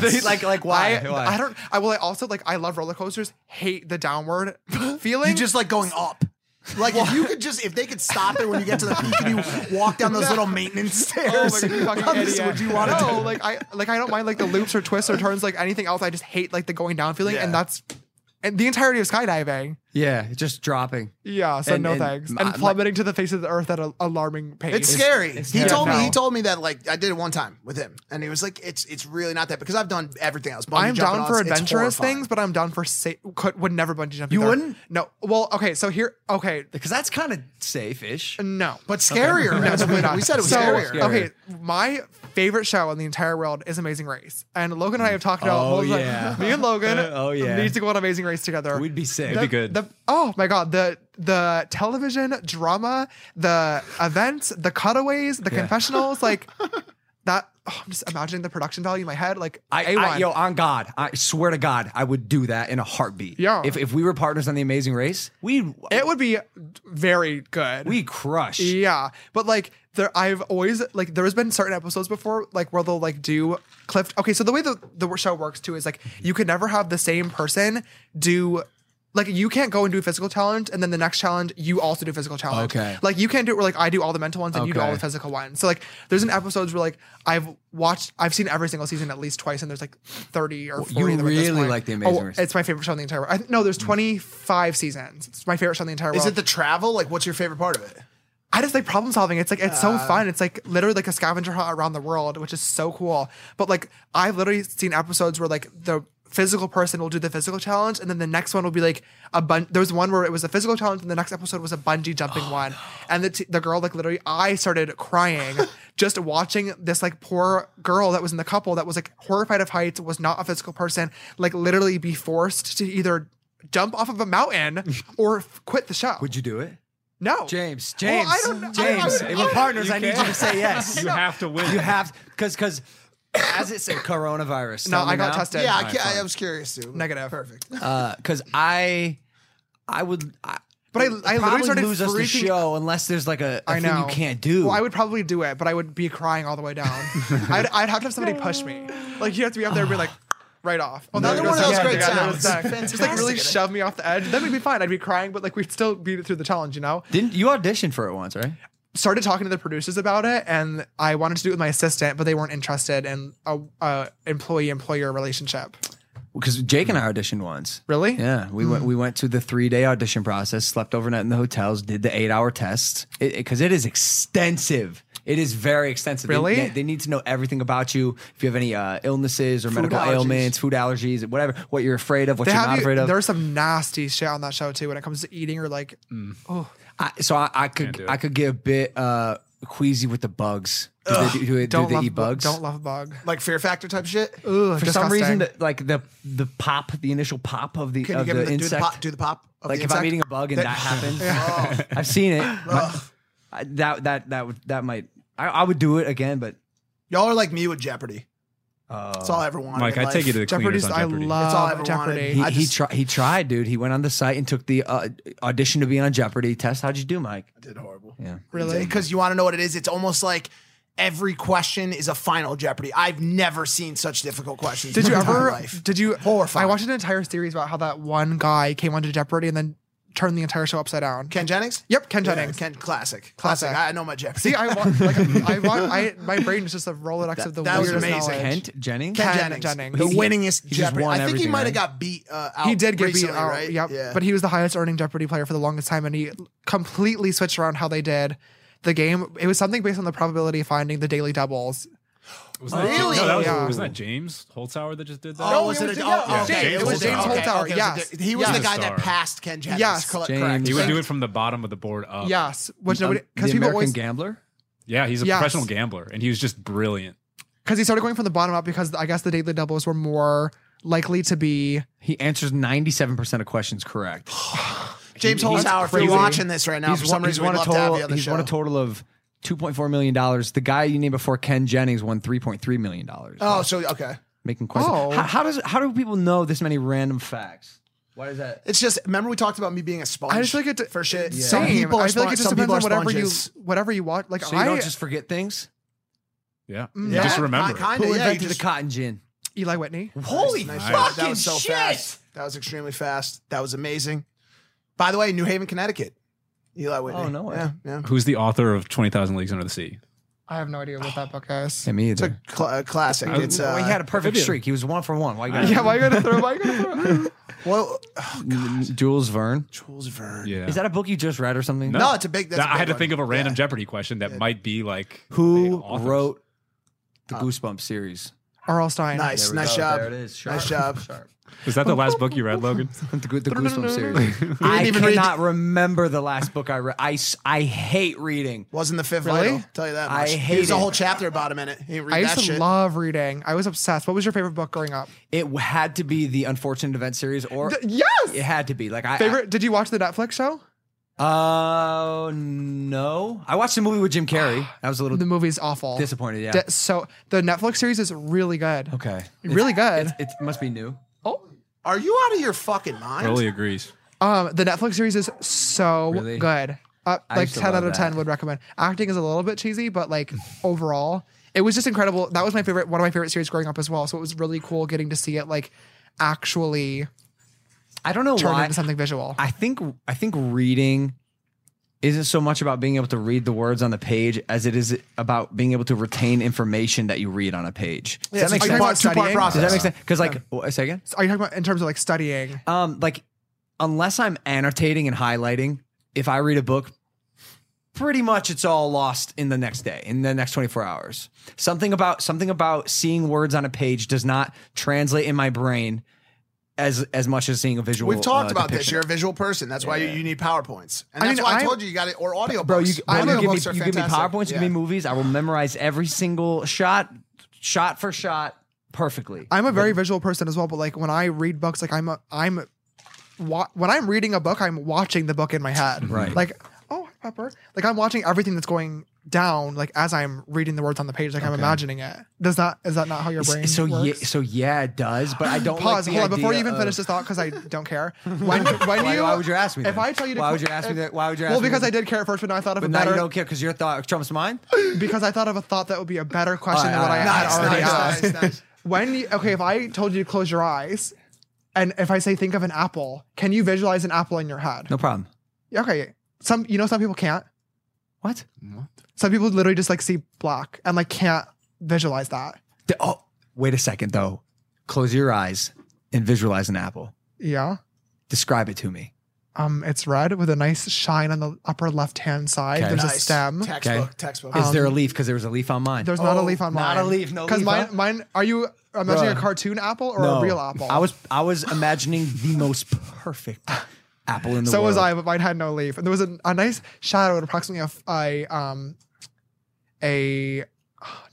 Speaker 5: do like like why?
Speaker 2: I,
Speaker 5: why?
Speaker 2: I don't. I will. I also like. I love roller coasters. Hate the downward feeling.
Speaker 3: You just like going up. Like if you could just if they could stop it when you get to the peak and you walk down those little maintenance
Speaker 2: Oh
Speaker 3: stairs.
Speaker 2: my god, you
Speaker 3: How
Speaker 2: fucking
Speaker 3: this
Speaker 2: idiot.
Speaker 3: would you want to
Speaker 2: no,
Speaker 3: do?
Speaker 2: like I like I don't mind like the loops or twists or turns like anything else. I just hate like the going down feeling,
Speaker 3: Yeah.
Speaker 2: and that's and the entirety of skydiving.
Speaker 5: Yeah, just dropping.
Speaker 2: Yeah, so
Speaker 5: And-
Speaker 2: no
Speaker 5: and
Speaker 2: thanks.
Speaker 5: my-
Speaker 2: and uh, plummeting to the face of the earth at an alarming pace.
Speaker 3: It's scary. he told me.
Speaker 2: terrifying.
Speaker 3: He told me that like I did it one time with him, and he was like, "It's it's really not that because I've done everything else. Bungee
Speaker 2: I'm
Speaker 3: jumping,
Speaker 2: down
Speaker 3: all
Speaker 2: for
Speaker 3: this- it's
Speaker 2: adventurous
Speaker 3: horrifying.
Speaker 2: things, but I'm down for sa- could, would never bungee jump.
Speaker 5: You
Speaker 2: either.
Speaker 5: wouldn't?
Speaker 2: No. Well, okay. So here, okay,
Speaker 5: Because that's kind of safe-ish.
Speaker 2: no,
Speaker 3: but scarier. That's what we- we said it was
Speaker 2: so,
Speaker 3: scarier.
Speaker 2: Okay, my favorite show in the entire world is Amazing Race, and Logan and I have talked about.
Speaker 5: Oh,
Speaker 2: multiple times.
Speaker 5: yeah.
Speaker 2: me and Logan.
Speaker 5: Oh, yeah.
Speaker 2: need to go on Amazing Race together.
Speaker 5: We'd be sick.
Speaker 4: It'd be good.
Speaker 2: The, oh my god, the the television drama, the events, the cutaways, the confessionals, like that. oh, I'm just imagining the production value in my head. Like
Speaker 5: I,
Speaker 2: A1.
Speaker 5: I yo on God, I swear to God, I would do that in a heartbeat.
Speaker 2: Yeah.
Speaker 5: If if we were partners on the Amazing Race, we
Speaker 2: it would be very good.
Speaker 5: we crush.
Speaker 2: Yeah, but like there, I've always like there has been certain episodes before like where they'll like do cliff. Okay, so the way the the show works too is like you can never have the same person do. Like you can't go and do physical challenge, and then the next challenge you also do physical challenge.
Speaker 5: Okay.
Speaker 2: Like you can't do it where like I do all the mental ones and you do all
Speaker 5: Okay.
Speaker 2: the physical ones. So like there's an episodes where like I've watched, I've seen every single season at least twice, and there's like thirty or
Speaker 5: you
Speaker 2: forty. of them at this
Speaker 5: really
Speaker 2: point.
Speaker 5: like The Amazing
Speaker 2: Oh,
Speaker 5: Race.
Speaker 2: it's my favorite show in the entire world. I, th- no, there's twenty five seasons. It's my favorite show in the entire
Speaker 3: Is
Speaker 2: world.
Speaker 3: it the travel? Like, what's your favorite part of it?
Speaker 2: I just like problem solving. It's like it's so
Speaker 5: Uh.
Speaker 2: fun. It's like literally like a scavenger hunt around the world, which is so cool. But like I've literally seen episodes where like the physical person will do the physical challenge, and then the next one will be like a bun. There was one where it was a physical challenge, and the next episode was a bungee jumping one. And the t- the girl like literally, I started crying just watching this like poor girl that was in the couple that was like horrified of heights, was not a physical person, like literally be forced to either jump off of a mountain or f- quit the show.
Speaker 5: Would you do it?
Speaker 2: No.
Speaker 5: James,
Speaker 2: Well,
Speaker 5: James,
Speaker 2: I don't know-
Speaker 5: James.
Speaker 2: I- I-
Speaker 5: Hey, we're partners.
Speaker 2: You
Speaker 5: I need you
Speaker 2: can't.
Speaker 5: to say yes.
Speaker 2: You have
Speaker 4: to win.
Speaker 5: You have because because as it's a coronavirus.
Speaker 2: No,
Speaker 5: tell me
Speaker 2: I got
Speaker 5: now.
Speaker 2: tested.
Speaker 3: Yeah, I, uh, ca- I was curious too.
Speaker 2: Negative.
Speaker 3: Perfect.
Speaker 5: because I, I would, I,
Speaker 2: But I- I
Speaker 5: would
Speaker 2: literally
Speaker 5: probably
Speaker 2: started
Speaker 5: lose us the
Speaker 2: freaking-
Speaker 5: show unless there's like a a
Speaker 2: I
Speaker 5: thing
Speaker 2: know
Speaker 5: you can't do.
Speaker 2: Well, I would probably do it, but I would be crying all the way down. I'd, I'd have to have somebody push me. Like you have to be up there and be like, right off. Oh,
Speaker 3: Another
Speaker 2: there
Speaker 3: one
Speaker 2: goes
Speaker 3: of those
Speaker 2: Zach.
Speaker 3: great
Speaker 2: Yeah, there goes
Speaker 3: times.
Speaker 2: Zach. Just like really
Speaker 3: Fantastic.
Speaker 2: shove me off the edge. Then we'd be fine. I'd be crying, but like we'd still beat it through the challenge, you know.
Speaker 5: Didn't you audition for it once, right?
Speaker 2: Started talking to the producers about it, and I wanted to do it with my assistant, but they weren't interested in a, a employee employer relationship.
Speaker 5: Because Jake and I auditioned once.
Speaker 2: Really?
Speaker 5: Yeah, we went. We went to the three day audition process. Slept overnight in the hotels. Did the eight hour tests because it is extensive. It is very extensive. They-
Speaker 2: Really?
Speaker 5: They, they need to know everything about you. If you have any uh, illnesses or medical
Speaker 2: allergies.
Speaker 5: ailments, food allergies, whatever, what you're afraid of, what
Speaker 2: They
Speaker 5: you're
Speaker 2: have
Speaker 5: not
Speaker 2: you-
Speaker 5: afraid of.
Speaker 2: There's some nasty shit on that show too when it comes to eating or like, oh,
Speaker 5: I, so I, I could I could get a bit uh, queasy with the bugs. Do they, do, do
Speaker 2: don't
Speaker 5: they
Speaker 2: love
Speaker 5: eat
Speaker 2: bu-
Speaker 5: bugs?
Speaker 2: Don't love bug.
Speaker 3: Like Fear Factor type shit.
Speaker 2: Ugh,
Speaker 5: For some reason, the, like the the pop, the initial pop of the
Speaker 3: Can you
Speaker 5: of
Speaker 3: give
Speaker 5: the
Speaker 3: him the, do the
Speaker 5: insect.
Speaker 3: pop? Do the pop? Of
Speaker 5: like
Speaker 3: the
Speaker 5: if I'm
Speaker 3: insect? Oh,
Speaker 5: eating a bug and that, happens, I've seen it. My- I- that that that would that might I, I would do it again, but
Speaker 3: Y'all are like me with Jeopardy. That's all I ever wanted. in life. That's all I ever wanted.
Speaker 5: He,
Speaker 3: I
Speaker 5: he
Speaker 3: just-
Speaker 5: tried. He tried, dude. He went on the site and took the uh, audition to be on Jeopardy test. How'd you do, Mike? I
Speaker 3: did horrible.
Speaker 5: Yeah,
Speaker 3: Really? Because you want to know what it is? It's almost like every question is a final Jeopardy. I've never seen such difficult questions.
Speaker 2: Did
Speaker 3: in
Speaker 2: you
Speaker 3: my entire
Speaker 2: ever?
Speaker 3: life.
Speaker 2: Did you? I watched an entire series about how that one guy came onto Jeopardy and then turned the entire show upside down.
Speaker 3: Ken Jennings?
Speaker 2: Yep, Ken
Speaker 3: Yeah,
Speaker 2: Jennings.
Speaker 3: Ken, classic,
Speaker 2: Classic.
Speaker 3: classic. I know my Jeopardy.
Speaker 2: See, I want like I want I my brain is just a rolodex of the
Speaker 3: that was
Speaker 2: weirdest
Speaker 3: amazing.
Speaker 2: knowledge.
Speaker 5: Kent Jennings.
Speaker 2: Ken Jennings.
Speaker 3: the
Speaker 2: He-
Speaker 3: winningest
Speaker 5: he just
Speaker 3: Jeopardy.
Speaker 5: won
Speaker 3: I think he
Speaker 5: everything,
Speaker 3: might
Speaker 5: right?
Speaker 3: have got beat uh, out.
Speaker 2: he did get
Speaker 3: recently,
Speaker 2: beat out,
Speaker 3: right?
Speaker 2: yep.
Speaker 3: Yeah.
Speaker 2: But he was the highest earning Jeopardy player for the longest time, and he completely switched around how they did the game. It was something based on the probability of finding the daily doubles.
Speaker 4: Was that
Speaker 3: Really?
Speaker 4: No, that was,
Speaker 3: Yeah.
Speaker 4: Wasn't that James Holzhauer that just did that?
Speaker 3: Oh, was it a
Speaker 2: yeah,
Speaker 3: oh,
Speaker 2: James.
Speaker 3: okay.
Speaker 2: It was James
Speaker 3: okay,
Speaker 2: Holzhauer,
Speaker 3: okay, it was a
Speaker 2: yes.
Speaker 3: di- He was
Speaker 4: He's
Speaker 3: the
Speaker 4: a
Speaker 3: guy
Speaker 4: star.
Speaker 3: that passed Ken Jennings.
Speaker 2: Yes.
Speaker 3: cor-
Speaker 4: James.
Speaker 3: correct.
Speaker 4: He would do it from the bottom of the board up.
Speaker 3: Oh.
Speaker 2: Yes, which
Speaker 5: Um,
Speaker 2: nobody
Speaker 5: the
Speaker 2: because people
Speaker 5: American
Speaker 2: always
Speaker 5: gambler.
Speaker 4: Yeah, he's a
Speaker 2: Yes.
Speaker 4: professional gambler, and he was just brilliant.
Speaker 2: because he started going from the bottom up because I guess the daily doubles were more likely to be
Speaker 5: He answers ninety seven percent of questions correct.
Speaker 3: James
Speaker 5: He- he's
Speaker 3: Holzhauer, if you're
Speaker 5: crazy.
Speaker 3: watching this right now, for some
Speaker 5: won-
Speaker 3: reason,
Speaker 5: won
Speaker 3: we'd
Speaker 5: a
Speaker 3: love to
Speaker 5: total,
Speaker 3: have you on the
Speaker 5: He's won
Speaker 3: show.
Speaker 5: a total of two point four million dollars. The guy you named before, Ken Jennings, won three point three million dollars.
Speaker 3: Oh, so okay.
Speaker 5: making questions.
Speaker 3: Oh.
Speaker 5: How, how does how do people know this many random facts? Why is that?
Speaker 3: It's just remember we talked about me being a sponge.
Speaker 2: I just feel like it
Speaker 3: for shit.
Speaker 2: Yeah.
Speaker 3: Some people are
Speaker 2: I feel like it just
Speaker 3: spon- some
Speaker 2: depends
Speaker 3: people
Speaker 2: on
Speaker 3: are
Speaker 2: whatever you
Speaker 3: sponges.
Speaker 2: whatever you watch. Like
Speaker 5: So you
Speaker 2: I
Speaker 5: don't just forget things.
Speaker 4: Yeah,
Speaker 2: Mm.
Speaker 4: You just remember.
Speaker 3: Kind- kinda,
Speaker 5: Who
Speaker 3: yeah, you
Speaker 5: invented
Speaker 3: just-
Speaker 5: the cotton gin?
Speaker 2: Eli Whitney.
Speaker 5: Holy
Speaker 3: Nice.
Speaker 5: fucking
Speaker 3: That was so
Speaker 5: shit!
Speaker 3: fast. That was extremely fast. That was amazing. By the way, New Haven, Connecticut. Eli Whitney.
Speaker 5: Oh, no way.
Speaker 3: Yeah, yeah.
Speaker 4: Who's the author of Twenty Thousand Leagues Under the Sea?
Speaker 2: I have no idea what that book is.
Speaker 5: Yeah, me
Speaker 3: It's a
Speaker 5: either.
Speaker 3: cl- a classic.
Speaker 5: I-
Speaker 3: It's
Speaker 5: well,
Speaker 3: uh,
Speaker 5: he had a perfect streak. He was one for one. Why? you gotta-
Speaker 2: Yeah, why are you gonna throw? Why are you gonna throw?
Speaker 3: well,
Speaker 5: Jules Verne.
Speaker 3: Jules Verne.
Speaker 4: Yeah.
Speaker 5: Is that a book you just read or something?
Speaker 3: No, it's a big. That's a
Speaker 4: I had
Speaker 3: big
Speaker 4: to think
Speaker 3: one.
Speaker 4: of a random Jeopardy question that might be like
Speaker 5: Who
Speaker 4: authors.
Speaker 5: wrote the Goosebumps series?
Speaker 2: Earl Stein.
Speaker 3: Nice,
Speaker 5: There we
Speaker 3: nice
Speaker 5: go.
Speaker 3: job.
Speaker 5: There it is. Sharp.
Speaker 3: Nice job.
Speaker 4: Was that the last book you read, Logan?
Speaker 5: the, Go- the Goosebumps series.
Speaker 3: You didn't
Speaker 5: I
Speaker 3: even read
Speaker 5: cannot remember the last book I read. I, s- I hate reading.
Speaker 3: Wasn't the fifth
Speaker 2: Really?
Speaker 3: vital? Tell you that.
Speaker 5: I
Speaker 3: Much.
Speaker 5: hate
Speaker 3: There's a
Speaker 5: it.
Speaker 3: whole chapter about him in it. He didn't read
Speaker 2: I
Speaker 3: that
Speaker 2: used to
Speaker 3: shit.
Speaker 2: love reading. I was obsessed. What was your favorite book growing up?
Speaker 5: It w- had to be the Unfortunate Event series, or
Speaker 2: Th- yes.
Speaker 5: it had to be like I
Speaker 2: favorite? did you watch the Netflix show?
Speaker 5: Oh no! I watched the movie with Jim Carrey. I was a little
Speaker 2: The movie's awful.
Speaker 5: disappointed. Yeah.
Speaker 2: D- so the Netflix series is really good.
Speaker 5: okay.
Speaker 2: Really good.
Speaker 5: It must be new.
Speaker 3: Are you out of your fucking mind?
Speaker 4: Really agrees.
Speaker 2: Um, the Netflix series is so
Speaker 5: Really?
Speaker 2: good. Uh,
Speaker 5: I
Speaker 2: like
Speaker 5: used to
Speaker 2: ten out
Speaker 5: love
Speaker 2: of ten
Speaker 5: that.
Speaker 2: would recommend. Acting is a little bit cheesy, but like overall, it was just incredible. That was my favorite, one of my favorite series growing up as well. So it was really cool getting to see it like actually
Speaker 5: I don't know
Speaker 2: turn
Speaker 5: why.
Speaker 2: into something visual.
Speaker 5: I think I think reading isn't so much about being able to read the words on the page as it is about being able to retain information that you read on a page. Does
Speaker 3: Yeah,
Speaker 5: that
Speaker 3: it's
Speaker 5: make
Speaker 3: a
Speaker 5: sense?
Speaker 3: two-part- two-part
Speaker 5: Does that
Speaker 3: process.
Speaker 5: make sense? Because like, what, say again.
Speaker 2: So Are you talking about in terms of like studying?
Speaker 5: Um, like unless I'm annotating and highlighting, if I read a book, pretty much it's all lost in the next day, in the next 24 hours. Something about something about seeing words on a page does not translate in my brain as as much as seeing a visual.
Speaker 3: We've talked
Speaker 5: uh,
Speaker 3: about this.
Speaker 5: depiction.
Speaker 3: You're a visual person. That's why you, you need PowerPoints. And
Speaker 2: I
Speaker 3: that's
Speaker 2: mean,
Speaker 3: why I
Speaker 2: I'm-
Speaker 3: told you you got it or audio.
Speaker 5: Bro, you, bro, you give, me,
Speaker 3: are
Speaker 5: you give me
Speaker 3: fantastic.
Speaker 5: PowerPoints, you
Speaker 3: Yeah.
Speaker 5: give me movies. I will memorize every single shot, shot for shot, perfectly.
Speaker 2: I'm a very visual person as well, but like when I read books, like I'm a, I'm wa- when I'm reading a book, I'm watching the book in my head.
Speaker 5: Right.
Speaker 2: Like, oh, pepper. Like I'm watching everything that's going down, like as I'm reading the words on the page, like I'm
Speaker 5: Okay.
Speaker 2: imagining it. Does not is that not how your
Speaker 5: It's-
Speaker 2: brain
Speaker 5: so
Speaker 2: works?
Speaker 5: yeah, so yeah, it does. But I don't like
Speaker 2: pause.
Speaker 5: the
Speaker 2: hold on, before you
Speaker 5: idea
Speaker 2: even
Speaker 5: of-
Speaker 2: finish this thought, because I don't care. When, when
Speaker 5: why,
Speaker 2: you,
Speaker 5: why would you ask me?
Speaker 2: If
Speaker 5: that?
Speaker 2: I tell you, to
Speaker 5: why would you
Speaker 2: quit-
Speaker 5: ask me
Speaker 2: if-
Speaker 5: that? Why would you ask
Speaker 2: Well,
Speaker 5: me
Speaker 2: because
Speaker 5: that?
Speaker 2: I did care at first, but now I thought of
Speaker 5: But
Speaker 2: a
Speaker 5: now
Speaker 2: better.
Speaker 5: you don't care because your thought trumps mine.
Speaker 2: because I thought of a thought that would be a better question
Speaker 5: All
Speaker 2: than
Speaker 5: right,
Speaker 2: what I
Speaker 5: all right.
Speaker 2: had
Speaker 5: Nice,
Speaker 2: already
Speaker 5: nice,
Speaker 2: asked.
Speaker 5: nice, nice.
Speaker 2: When you, okay, if I told you to close your eyes, and if I say think of an apple, can you visualize an apple in your head?
Speaker 5: No problem.
Speaker 2: Okay, some you know some people can't.
Speaker 5: What?
Speaker 2: Some people literally just like see black and like can't visualize that.
Speaker 5: D- Oh, wait a second though. Close your eyes and visualize an apple.
Speaker 2: Yeah.
Speaker 5: Describe it to me.
Speaker 2: Um, it's red with a nice shine on the upper left hand side. There's a stem.
Speaker 5: Okay. Is there a leaf? Because there was a leaf on mine.
Speaker 2: Um, There's Oh, not a leaf on mine.
Speaker 5: Oh, Not a leaf. No
Speaker 2: Because
Speaker 5: leaf.
Speaker 2: mine,
Speaker 5: huh?
Speaker 2: mine. Are you imagining
Speaker 5: Bruh.
Speaker 2: a cartoon apple or
Speaker 5: No.
Speaker 2: a real apple?
Speaker 5: I was I was imagining the most perfect apple in the
Speaker 2: so
Speaker 5: world.
Speaker 2: was I, but mine had no leaf, and there was a, a nice shadow at approximately a, f- a, um a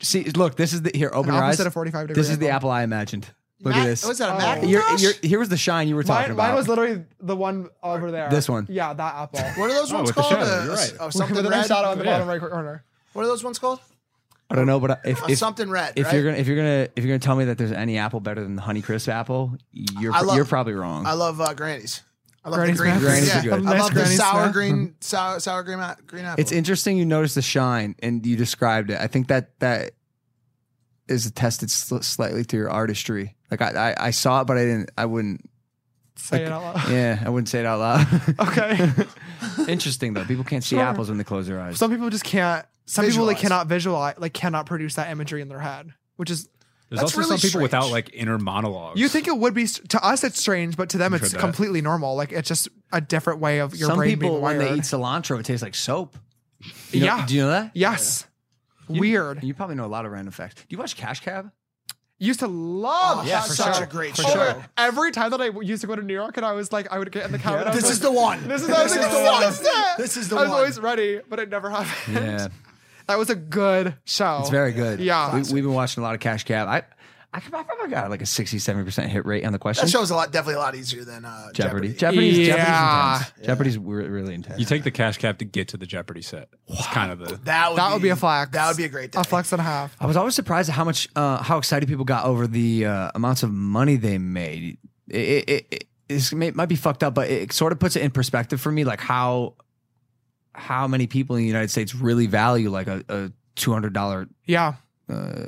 Speaker 5: See, look, this is the here. Open
Speaker 2: An
Speaker 5: your eyes.
Speaker 2: opposite of 45 degree
Speaker 5: This is the apple I imagined. Look at
Speaker 2: Mac-
Speaker 5: this.
Speaker 2: was that a Oh. Macintosh?
Speaker 5: You're, you're, here was the shine you were talking
Speaker 2: mine,
Speaker 5: about.
Speaker 2: mine was literally the one over there.
Speaker 5: This one.
Speaker 2: Yeah, that apple.
Speaker 3: What are those
Speaker 5: Oh,
Speaker 3: ones
Speaker 5: with the
Speaker 3: called?
Speaker 5: shadow, you're
Speaker 3: Uh,
Speaker 5: right.
Speaker 3: oh, something
Speaker 2: With a nice
Speaker 3: red.
Speaker 2: shadow on the
Speaker 3: Yeah.
Speaker 2: bottom right corner.
Speaker 3: What are those ones called?
Speaker 5: I don't know, but if,
Speaker 3: Oh,
Speaker 5: if
Speaker 3: something red,
Speaker 5: if
Speaker 3: right?
Speaker 5: you're gonna if you're gonna if you're gonna tell me that there's any apple better than the Honeycrisp apple, you're
Speaker 3: I love-
Speaker 5: you're probably wrong.
Speaker 3: I love uh, Granny's. I love
Speaker 5: Granny's
Speaker 3: the green.
Speaker 5: Mac. Granny's
Speaker 3: yeah.
Speaker 5: are good.
Speaker 3: I
Speaker 5: Nice
Speaker 3: love the
Speaker 5: Granny's
Speaker 3: sour
Speaker 5: Mac.
Speaker 3: green, sour, sour green, a- green apple.
Speaker 5: It's interesting you noticed the shine and you described it. I think that that is attested sl- slightly to your artistry. Like I, I I saw it, but I didn't. I wouldn't
Speaker 2: Say it out loud.
Speaker 5: Yeah, I wouldn't say it out loud.
Speaker 2: Okay.
Speaker 5: interesting though. People can't see
Speaker 2: Sure.
Speaker 5: apples when they close their eyes.
Speaker 2: Some people just can't. Some people like
Speaker 5: Visualize.
Speaker 2: cannot visualize, like cannot produce that imagery in their head, which is.
Speaker 4: There's
Speaker 2: that's
Speaker 4: also
Speaker 2: really
Speaker 4: some people
Speaker 2: strange.
Speaker 4: without like inner monologues.
Speaker 2: You think it would be st- to us? It's strange, but to them,
Speaker 4: I've
Speaker 2: it's
Speaker 4: heard that.
Speaker 2: completely normal. Like it's just a different way of your
Speaker 5: Some
Speaker 2: brain
Speaker 5: people
Speaker 2: being
Speaker 5: when
Speaker 2: wired.
Speaker 5: they eat cilantro, it tastes like soap. You know-
Speaker 2: Yeah.
Speaker 5: Do you know that?
Speaker 2: Yes. Weird.
Speaker 5: You, probably know a lot of random facts. Do you watch Cash Cab?
Speaker 2: Used to love
Speaker 5: Oh,
Speaker 2: that
Speaker 5: yeah, for
Speaker 2: show.
Speaker 5: sure, great
Speaker 2: Oh
Speaker 5: show.
Speaker 2: my God. Every time that I w- used to go to New York, and I was like, I would get in the cab. and I was
Speaker 3: This
Speaker 2: like,
Speaker 3: is the one.
Speaker 2: This is,
Speaker 3: This
Speaker 2: I was
Speaker 3: is
Speaker 2: like,
Speaker 3: the
Speaker 2: "What
Speaker 3: one.
Speaker 2: is that?"
Speaker 3: This is the
Speaker 2: I was
Speaker 3: one.
Speaker 2: always ready, but it never happened.
Speaker 5: Yeah.
Speaker 2: That was a good show.
Speaker 5: It's very good.
Speaker 2: Yeah.
Speaker 5: we, we've been watching a lot of Cash Cab. I, I, I probably got like a 60, 70 percent hit rate on the question.
Speaker 3: That show's a lot, definitely a lot easier than uh,
Speaker 5: Jeopardy.
Speaker 3: Jeopardy.
Speaker 5: Jeopardy's,
Speaker 4: Yeah.
Speaker 5: Jeopardy's intense. Jeopardy's re- really intense.
Speaker 4: You take the cash cap to get to the Jeopardy set. It's kind of the
Speaker 3: That would,
Speaker 2: That
Speaker 3: be,
Speaker 2: would be a flex.
Speaker 3: That would be a great day.
Speaker 2: A flex and a half.
Speaker 5: I was always surprised at how much, uh, how excited people got over the uh, amounts of money they made. It, it, it, it it's- it might be fucked up, but it sort of puts it in perspective for me, like how how many people in the United States really value like a, a two hundred dollar
Speaker 2: yeah
Speaker 5: uh,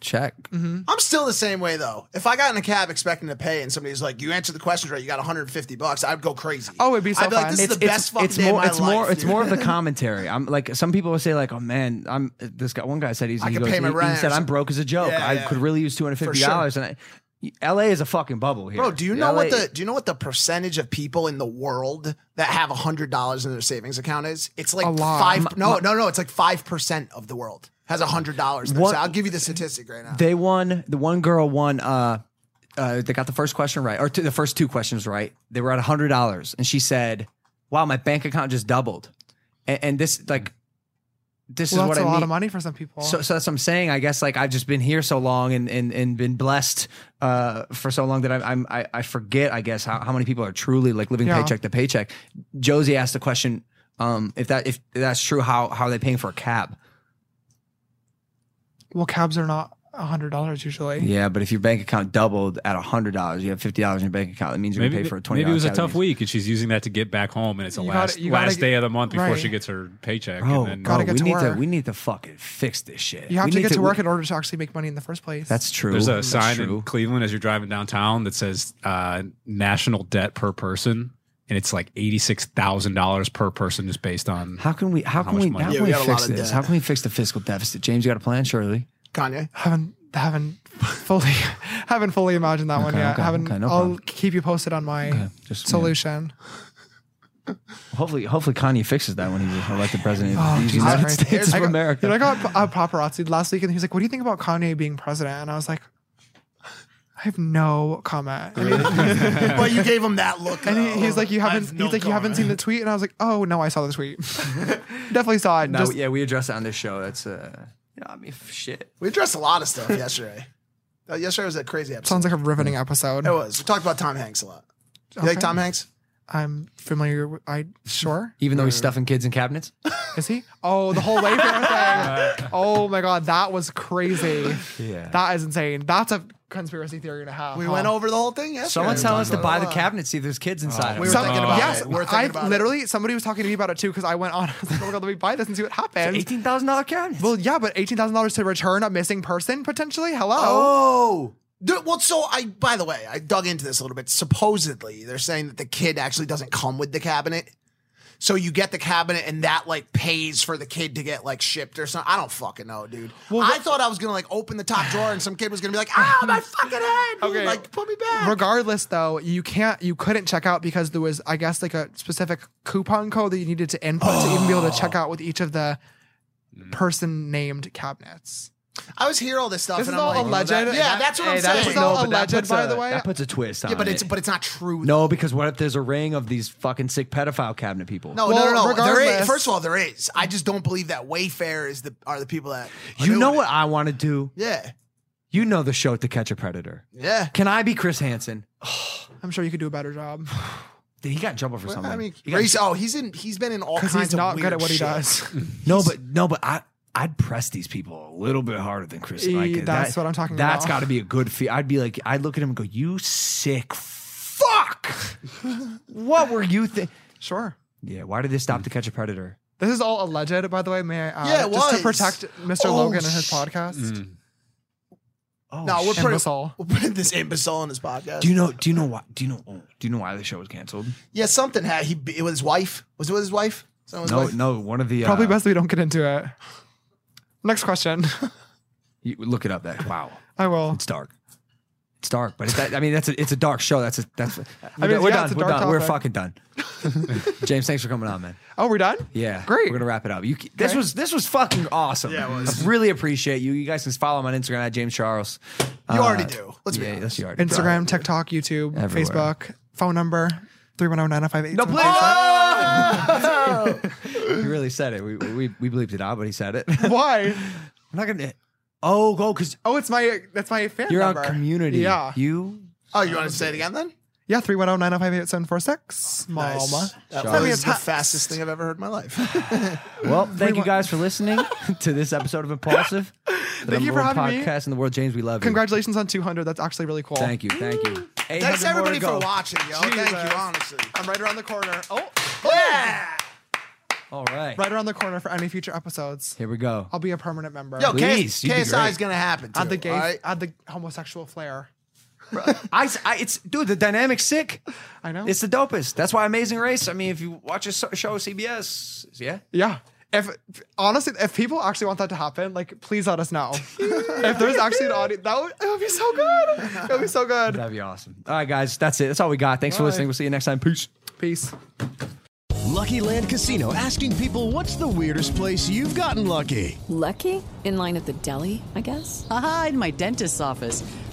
Speaker 5: check.
Speaker 3: I'm still the same way though. If I got in a cab expecting to pay and somebody's like, "You answered the questions right, you got 150 bucks," I'd go crazy.
Speaker 2: Oh, it'd be so
Speaker 3: I'd be like,
Speaker 2: fun.
Speaker 3: "This is
Speaker 2: It's-
Speaker 3: the best fucking day
Speaker 5: more,
Speaker 3: of my
Speaker 5: it's
Speaker 3: life."
Speaker 5: more, it's
Speaker 3: dude.
Speaker 5: more of the commentary. I'm like, some people will say like, "Oh man, I'm this guy." One guy said he's,
Speaker 3: I
Speaker 5: he
Speaker 3: can
Speaker 5: goes,
Speaker 3: pay my
Speaker 5: he- he
Speaker 3: rent or
Speaker 5: said, "I'm
Speaker 3: something."
Speaker 5: broke as a joke.
Speaker 3: Yeah,
Speaker 5: I
Speaker 3: yeah.
Speaker 5: could really use two hundred fifty dollars." And I, L.A. is a fucking bubble here,
Speaker 3: Bro, do you know what
Speaker 5: LA
Speaker 3: the do you know what the percentage of people in the world that have hundred dollars in their savings account is? It's like
Speaker 5: A lot.
Speaker 3: five.
Speaker 5: My-
Speaker 3: No,
Speaker 5: my-
Speaker 3: no, no. It's like five percent of the world has hundred dollars. So
Speaker 5: What-
Speaker 3: I'll give you the statistic right now.
Speaker 5: They won. The one girl won. Uh, uh, they got the first question right, or two the first two questions right. They were at hundred dollars, and she said, "Wow, my bank account just doubled." And, and this, like, this
Speaker 2: well,
Speaker 5: is what
Speaker 2: that's
Speaker 5: I
Speaker 2: a lot
Speaker 5: mean.
Speaker 2: of money for some people.
Speaker 5: So, so that's what I'm saying. I guess like I've just been here so long and and, and been blessed uh, for so long that I, I'm I, I forget. I guess how, how many people are truly like living
Speaker 2: Yeah.
Speaker 5: paycheck to paycheck. Josie asked the question um, if that if that's true. How how are they paying for a cab?
Speaker 2: well, cabs are not hundred dollars usually.
Speaker 5: Yeah, but if your bank account doubled at hundred dollars, you have fifty dollars in your bank account. That means you're
Speaker 4: maybe,
Speaker 5: gonna pay for a twenty.
Speaker 4: maybe it was a tough week, and she's using that to get back home, and it's the
Speaker 2: You gotta-
Speaker 4: last
Speaker 2: you gotta
Speaker 4: last
Speaker 2: get-
Speaker 4: day of the month before
Speaker 2: right.
Speaker 4: she gets her paycheck.
Speaker 5: Bro,
Speaker 4: and then
Speaker 5: bro,
Speaker 2: Oh, get
Speaker 5: Oh, we
Speaker 2: to
Speaker 5: need
Speaker 2: work.
Speaker 5: to we need to fucking fix this shit.
Speaker 2: You have
Speaker 5: We
Speaker 2: to
Speaker 5: need
Speaker 2: get to,
Speaker 5: we-
Speaker 2: work in order to actually make money in the first place.
Speaker 5: That's true.
Speaker 4: There's a
Speaker 5: That's
Speaker 4: sign
Speaker 5: true.
Speaker 4: in Cleveland as you're driving downtown that says uh, national debt per person, and it's like eighty six thousand dollars per person, just based on
Speaker 5: How can we? How,
Speaker 4: How
Speaker 5: can
Speaker 4: much
Speaker 5: we?
Speaker 4: money?
Speaker 5: How
Speaker 4: Yeah,
Speaker 5: can
Speaker 4: we
Speaker 5: we
Speaker 4: got a lot
Speaker 5: fix
Speaker 4: of
Speaker 5: this?
Speaker 4: debt.
Speaker 5: How can we fix the fiscal deficit? James, you got a plan, surely.
Speaker 3: Kanye.
Speaker 2: haven't haven't fully haven't fully imagined that one
Speaker 5: Okay,
Speaker 2: yet.
Speaker 5: okay,
Speaker 2: haven't.
Speaker 5: okay, no
Speaker 2: I'll
Speaker 5: problem.
Speaker 2: keep you posted on my
Speaker 5: just-
Speaker 2: solution.
Speaker 5: Hopefully, hopefully Kanye fixes that when he's elected president
Speaker 2: Oh,
Speaker 5: of the
Speaker 2: Jesus
Speaker 5: United
Speaker 2: Christ.
Speaker 5: States
Speaker 2: I
Speaker 5: of
Speaker 2: got-
Speaker 5: America.
Speaker 2: You know, I got uh, paparazzi last week, and he was like, "What do you think about Kanye being president?" And I was like, "I have no comment." And, he,
Speaker 3: but you gave him that look.
Speaker 2: and
Speaker 3: though.
Speaker 2: he, he's like, "You
Speaker 3: I
Speaker 2: haven't."
Speaker 3: have
Speaker 2: he's
Speaker 3: no
Speaker 2: like, "You haven't seen the tweet," and I was like, "Oh no, I saw the tweet. Definitely saw it."
Speaker 5: no,
Speaker 2: Just-
Speaker 5: yeah, we addressed it on this show. That's uh, you know, I mean, f- shit.
Speaker 3: We addressed a lot of stuff yesterday. Uh, yesterday was a crazy
Speaker 5: Oh,
Speaker 3: episode.
Speaker 2: Sounds like a riveting episode.
Speaker 3: it was. We talked about Tom Hanks a lot. You like
Speaker 2: Okay.
Speaker 3: Tom Hanks?
Speaker 2: I'm familiar with. I sure.
Speaker 5: Even though he's stuffing kids in cabinets.
Speaker 2: Is he? Oh, the whole Wayfair thing. Oh my god, that was crazy.
Speaker 5: Yeah.
Speaker 2: That is insane. That's a conspiracy theory and a half.
Speaker 3: We
Speaker 2: huh?
Speaker 3: went over the whole thing Uh, yesterday.
Speaker 5: Someone's telling us to buy the cabinet, see if there's
Speaker 2: Oh,
Speaker 5: kids inside. Some-
Speaker 2: yes,
Speaker 3: We're thinking
Speaker 2: I
Speaker 3: about it.
Speaker 2: literally somebody was talking to me about it too because I went on. I was like, oh my god, let me buy this and see what happens.
Speaker 5: Eighteen thousand dollar cabinet.
Speaker 2: Well, yeah, but eighteen thousand dollars to return a missing person potentially. Hello.
Speaker 3: Oh. Dude, well, so I, by the way, I dug into this a little bit. Supposedly, they're saying that the kid actually doesn't come with the cabinet. So you get the cabinet and that like pays for the kid to get like shipped or something. I don't fucking know, dude. I thought I was gonna like open the top drawer and some kid was gonna be like, ah, my fucking head.
Speaker 2: Okay.
Speaker 3: Like, put me back.
Speaker 2: Regardless, though, you can't, you couldn't check out because there was, I guess, like a specific coupon code that you needed to input to even be able to check out with each of the
Speaker 3: Mm.
Speaker 2: person named cabinets.
Speaker 3: I was hearing all this stuff
Speaker 2: This
Speaker 3: and
Speaker 2: is
Speaker 3: I'm
Speaker 2: all
Speaker 3: like,
Speaker 2: alleged.
Speaker 3: yeah,
Speaker 2: That-
Speaker 3: that's what
Speaker 2: hey,
Speaker 3: I'm
Speaker 2: that
Speaker 3: saying.
Speaker 2: was all
Speaker 5: but that
Speaker 2: alleged,
Speaker 5: puts
Speaker 2: by
Speaker 5: a-
Speaker 2: the way.
Speaker 5: That puts a twist on
Speaker 3: yeah, but
Speaker 5: it.
Speaker 3: it's but it's not true.
Speaker 5: no, because what if there's a ring of these fucking sick pedophile cabinet people?
Speaker 3: No,
Speaker 2: Well,
Speaker 3: no, no, no. There is,
Speaker 2: regardless-
Speaker 3: first of all, there is. I just don't believe that Wayfair is the are the people that are
Speaker 5: you
Speaker 3: doing
Speaker 5: know
Speaker 3: it.
Speaker 5: what I want to do?
Speaker 3: Yeah,
Speaker 5: You know the show to catch a predator.
Speaker 3: yeah.
Speaker 5: Can I be Chris Hansen?
Speaker 2: I'm sure you could do a better job
Speaker 5: Dude, He got in trouble for
Speaker 3: Well,
Speaker 5: something.
Speaker 3: I mean,
Speaker 5: He got-
Speaker 3: Reese- oh, he's in. He's been in all
Speaker 2: because
Speaker 3: kinds
Speaker 2: he's
Speaker 3: of
Speaker 2: not
Speaker 3: weird
Speaker 2: good at what he
Speaker 3: shit.
Speaker 2: does.
Speaker 5: no, but no, but I I'd press these people a little bit harder than Chris.
Speaker 2: Eh,
Speaker 5: Like,
Speaker 2: that's what I'm talking
Speaker 5: That's
Speaker 2: about.
Speaker 5: got to be a good fee. I'd be like, I'd look at him and go, "You sick fuck! what were you think?"
Speaker 2: Sure.
Speaker 5: Yeah, why did they stop to catch a predator?
Speaker 2: This is all alleged, by the way. May I add?
Speaker 3: Yeah, it
Speaker 2: just
Speaker 3: was.
Speaker 2: to protect Mr.
Speaker 3: Oh,
Speaker 2: Logan and his
Speaker 3: sh- Mm.
Speaker 2: podcast.
Speaker 5: Oh,
Speaker 3: No, we're
Speaker 5: shit.
Speaker 3: putting,
Speaker 2: Imbecile.
Speaker 3: we're putting this imbecile in his podcast.
Speaker 5: do you know? Do you know why? Do you know? oh, do you know why the show was canceled?
Speaker 3: yeah, something had he it was his wife. Was it with his wife? Someone
Speaker 5: No,
Speaker 3: wife?
Speaker 5: no. One of the uh,
Speaker 2: Probably best we don't get into it. Next question.
Speaker 5: You, look it up. That wow,
Speaker 2: I will.
Speaker 5: it's dark. It's dark, but it's that, I mean that's a, it's a dark show. That's a that's. A,
Speaker 2: I mean,
Speaker 5: we're
Speaker 2: yeah,
Speaker 5: done.
Speaker 2: it's a
Speaker 5: We're
Speaker 2: dark
Speaker 5: done. We're
Speaker 2: topic.
Speaker 5: fucking done. James, thanks for coming on, man.
Speaker 2: Oh, we're done.
Speaker 5: Yeah,
Speaker 2: Great.
Speaker 5: We're gonna wrap it up. You, this
Speaker 2: Okay.
Speaker 5: was this was fucking awesome. Yeah, I really appreciate you. You guys can follow him on Instagram at James Charles.
Speaker 3: you already do. Let's be
Speaker 5: uh, yeah,
Speaker 3: honest.
Speaker 5: yes, you already do.
Speaker 2: Instagram, TikTok, YouTube,
Speaker 5: Everywhere.
Speaker 2: Facebook, phone number 310
Speaker 5: No, please. he really said it. We, we we bleeped it out, but he said it. I'm
Speaker 2: Why?
Speaker 5: not gonna. Oh, go because
Speaker 2: Oh, it's my that's my fan
Speaker 5: you're on
Speaker 2: number.
Speaker 5: community.
Speaker 2: Yeah.
Speaker 5: you.
Speaker 3: Oh, you want to say it again then?
Speaker 2: yeah, 310-905-8746. Mama.
Speaker 3: That
Speaker 2: Send me a
Speaker 3: was the
Speaker 2: text.
Speaker 3: fastest thing I've ever heard in my life.
Speaker 5: Well, thank you guys for listening to this episode of Impulsive.
Speaker 2: Thank you for having me.
Speaker 5: podcast in the world, James. We love you.
Speaker 2: Congratulations on 200. That's actually really cool.
Speaker 5: Thank you. Thank you.
Speaker 3: Thanks
Speaker 5: 800 more to
Speaker 3: everybody for
Speaker 5: go.
Speaker 3: watching, yo. Thank
Speaker 2: Jesus.
Speaker 3: you, honestly.
Speaker 2: I'm right around the corner. Oh,
Speaker 3: Yeah.
Speaker 5: All right.
Speaker 2: right around the corner for any future episodes.
Speaker 5: Here we go.
Speaker 2: I'll be a permanent member.
Speaker 3: Yo,
Speaker 5: Please,
Speaker 3: K-
Speaker 5: you'd be
Speaker 3: KSI is
Speaker 5: great.
Speaker 3: gonna happen. Too,
Speaker 2: add the gay,
Speaker 3: all right?
Speaker 2: add the homosexual flair.
Speaker 5: I, I- it's dude, the dynamic's sick.
Speaker 2: I know.
Speaker 5: It's the dopest. That's why Amazing Race. I mean, if you watch a so- show CBS, yeah,
Speaker 2: Yeah. If honestly, if people actually want that to happen, like please let us know. if there's actually an audience, that would, it would be so good. It would be so good.
Speaker 5: that'd be awesome. All right, guys, that's it. That's all we got. Thanks for listening. We'll see you next time. Peace.
Speaker 2: Peace.
Speaker 6: Lucky Land Casino asking people what's the weirdest place you've gotten lucky?
Speaker 7: Lucky? In line at the deli, I guess?
Speaker 11: Aha, in my dentist's office.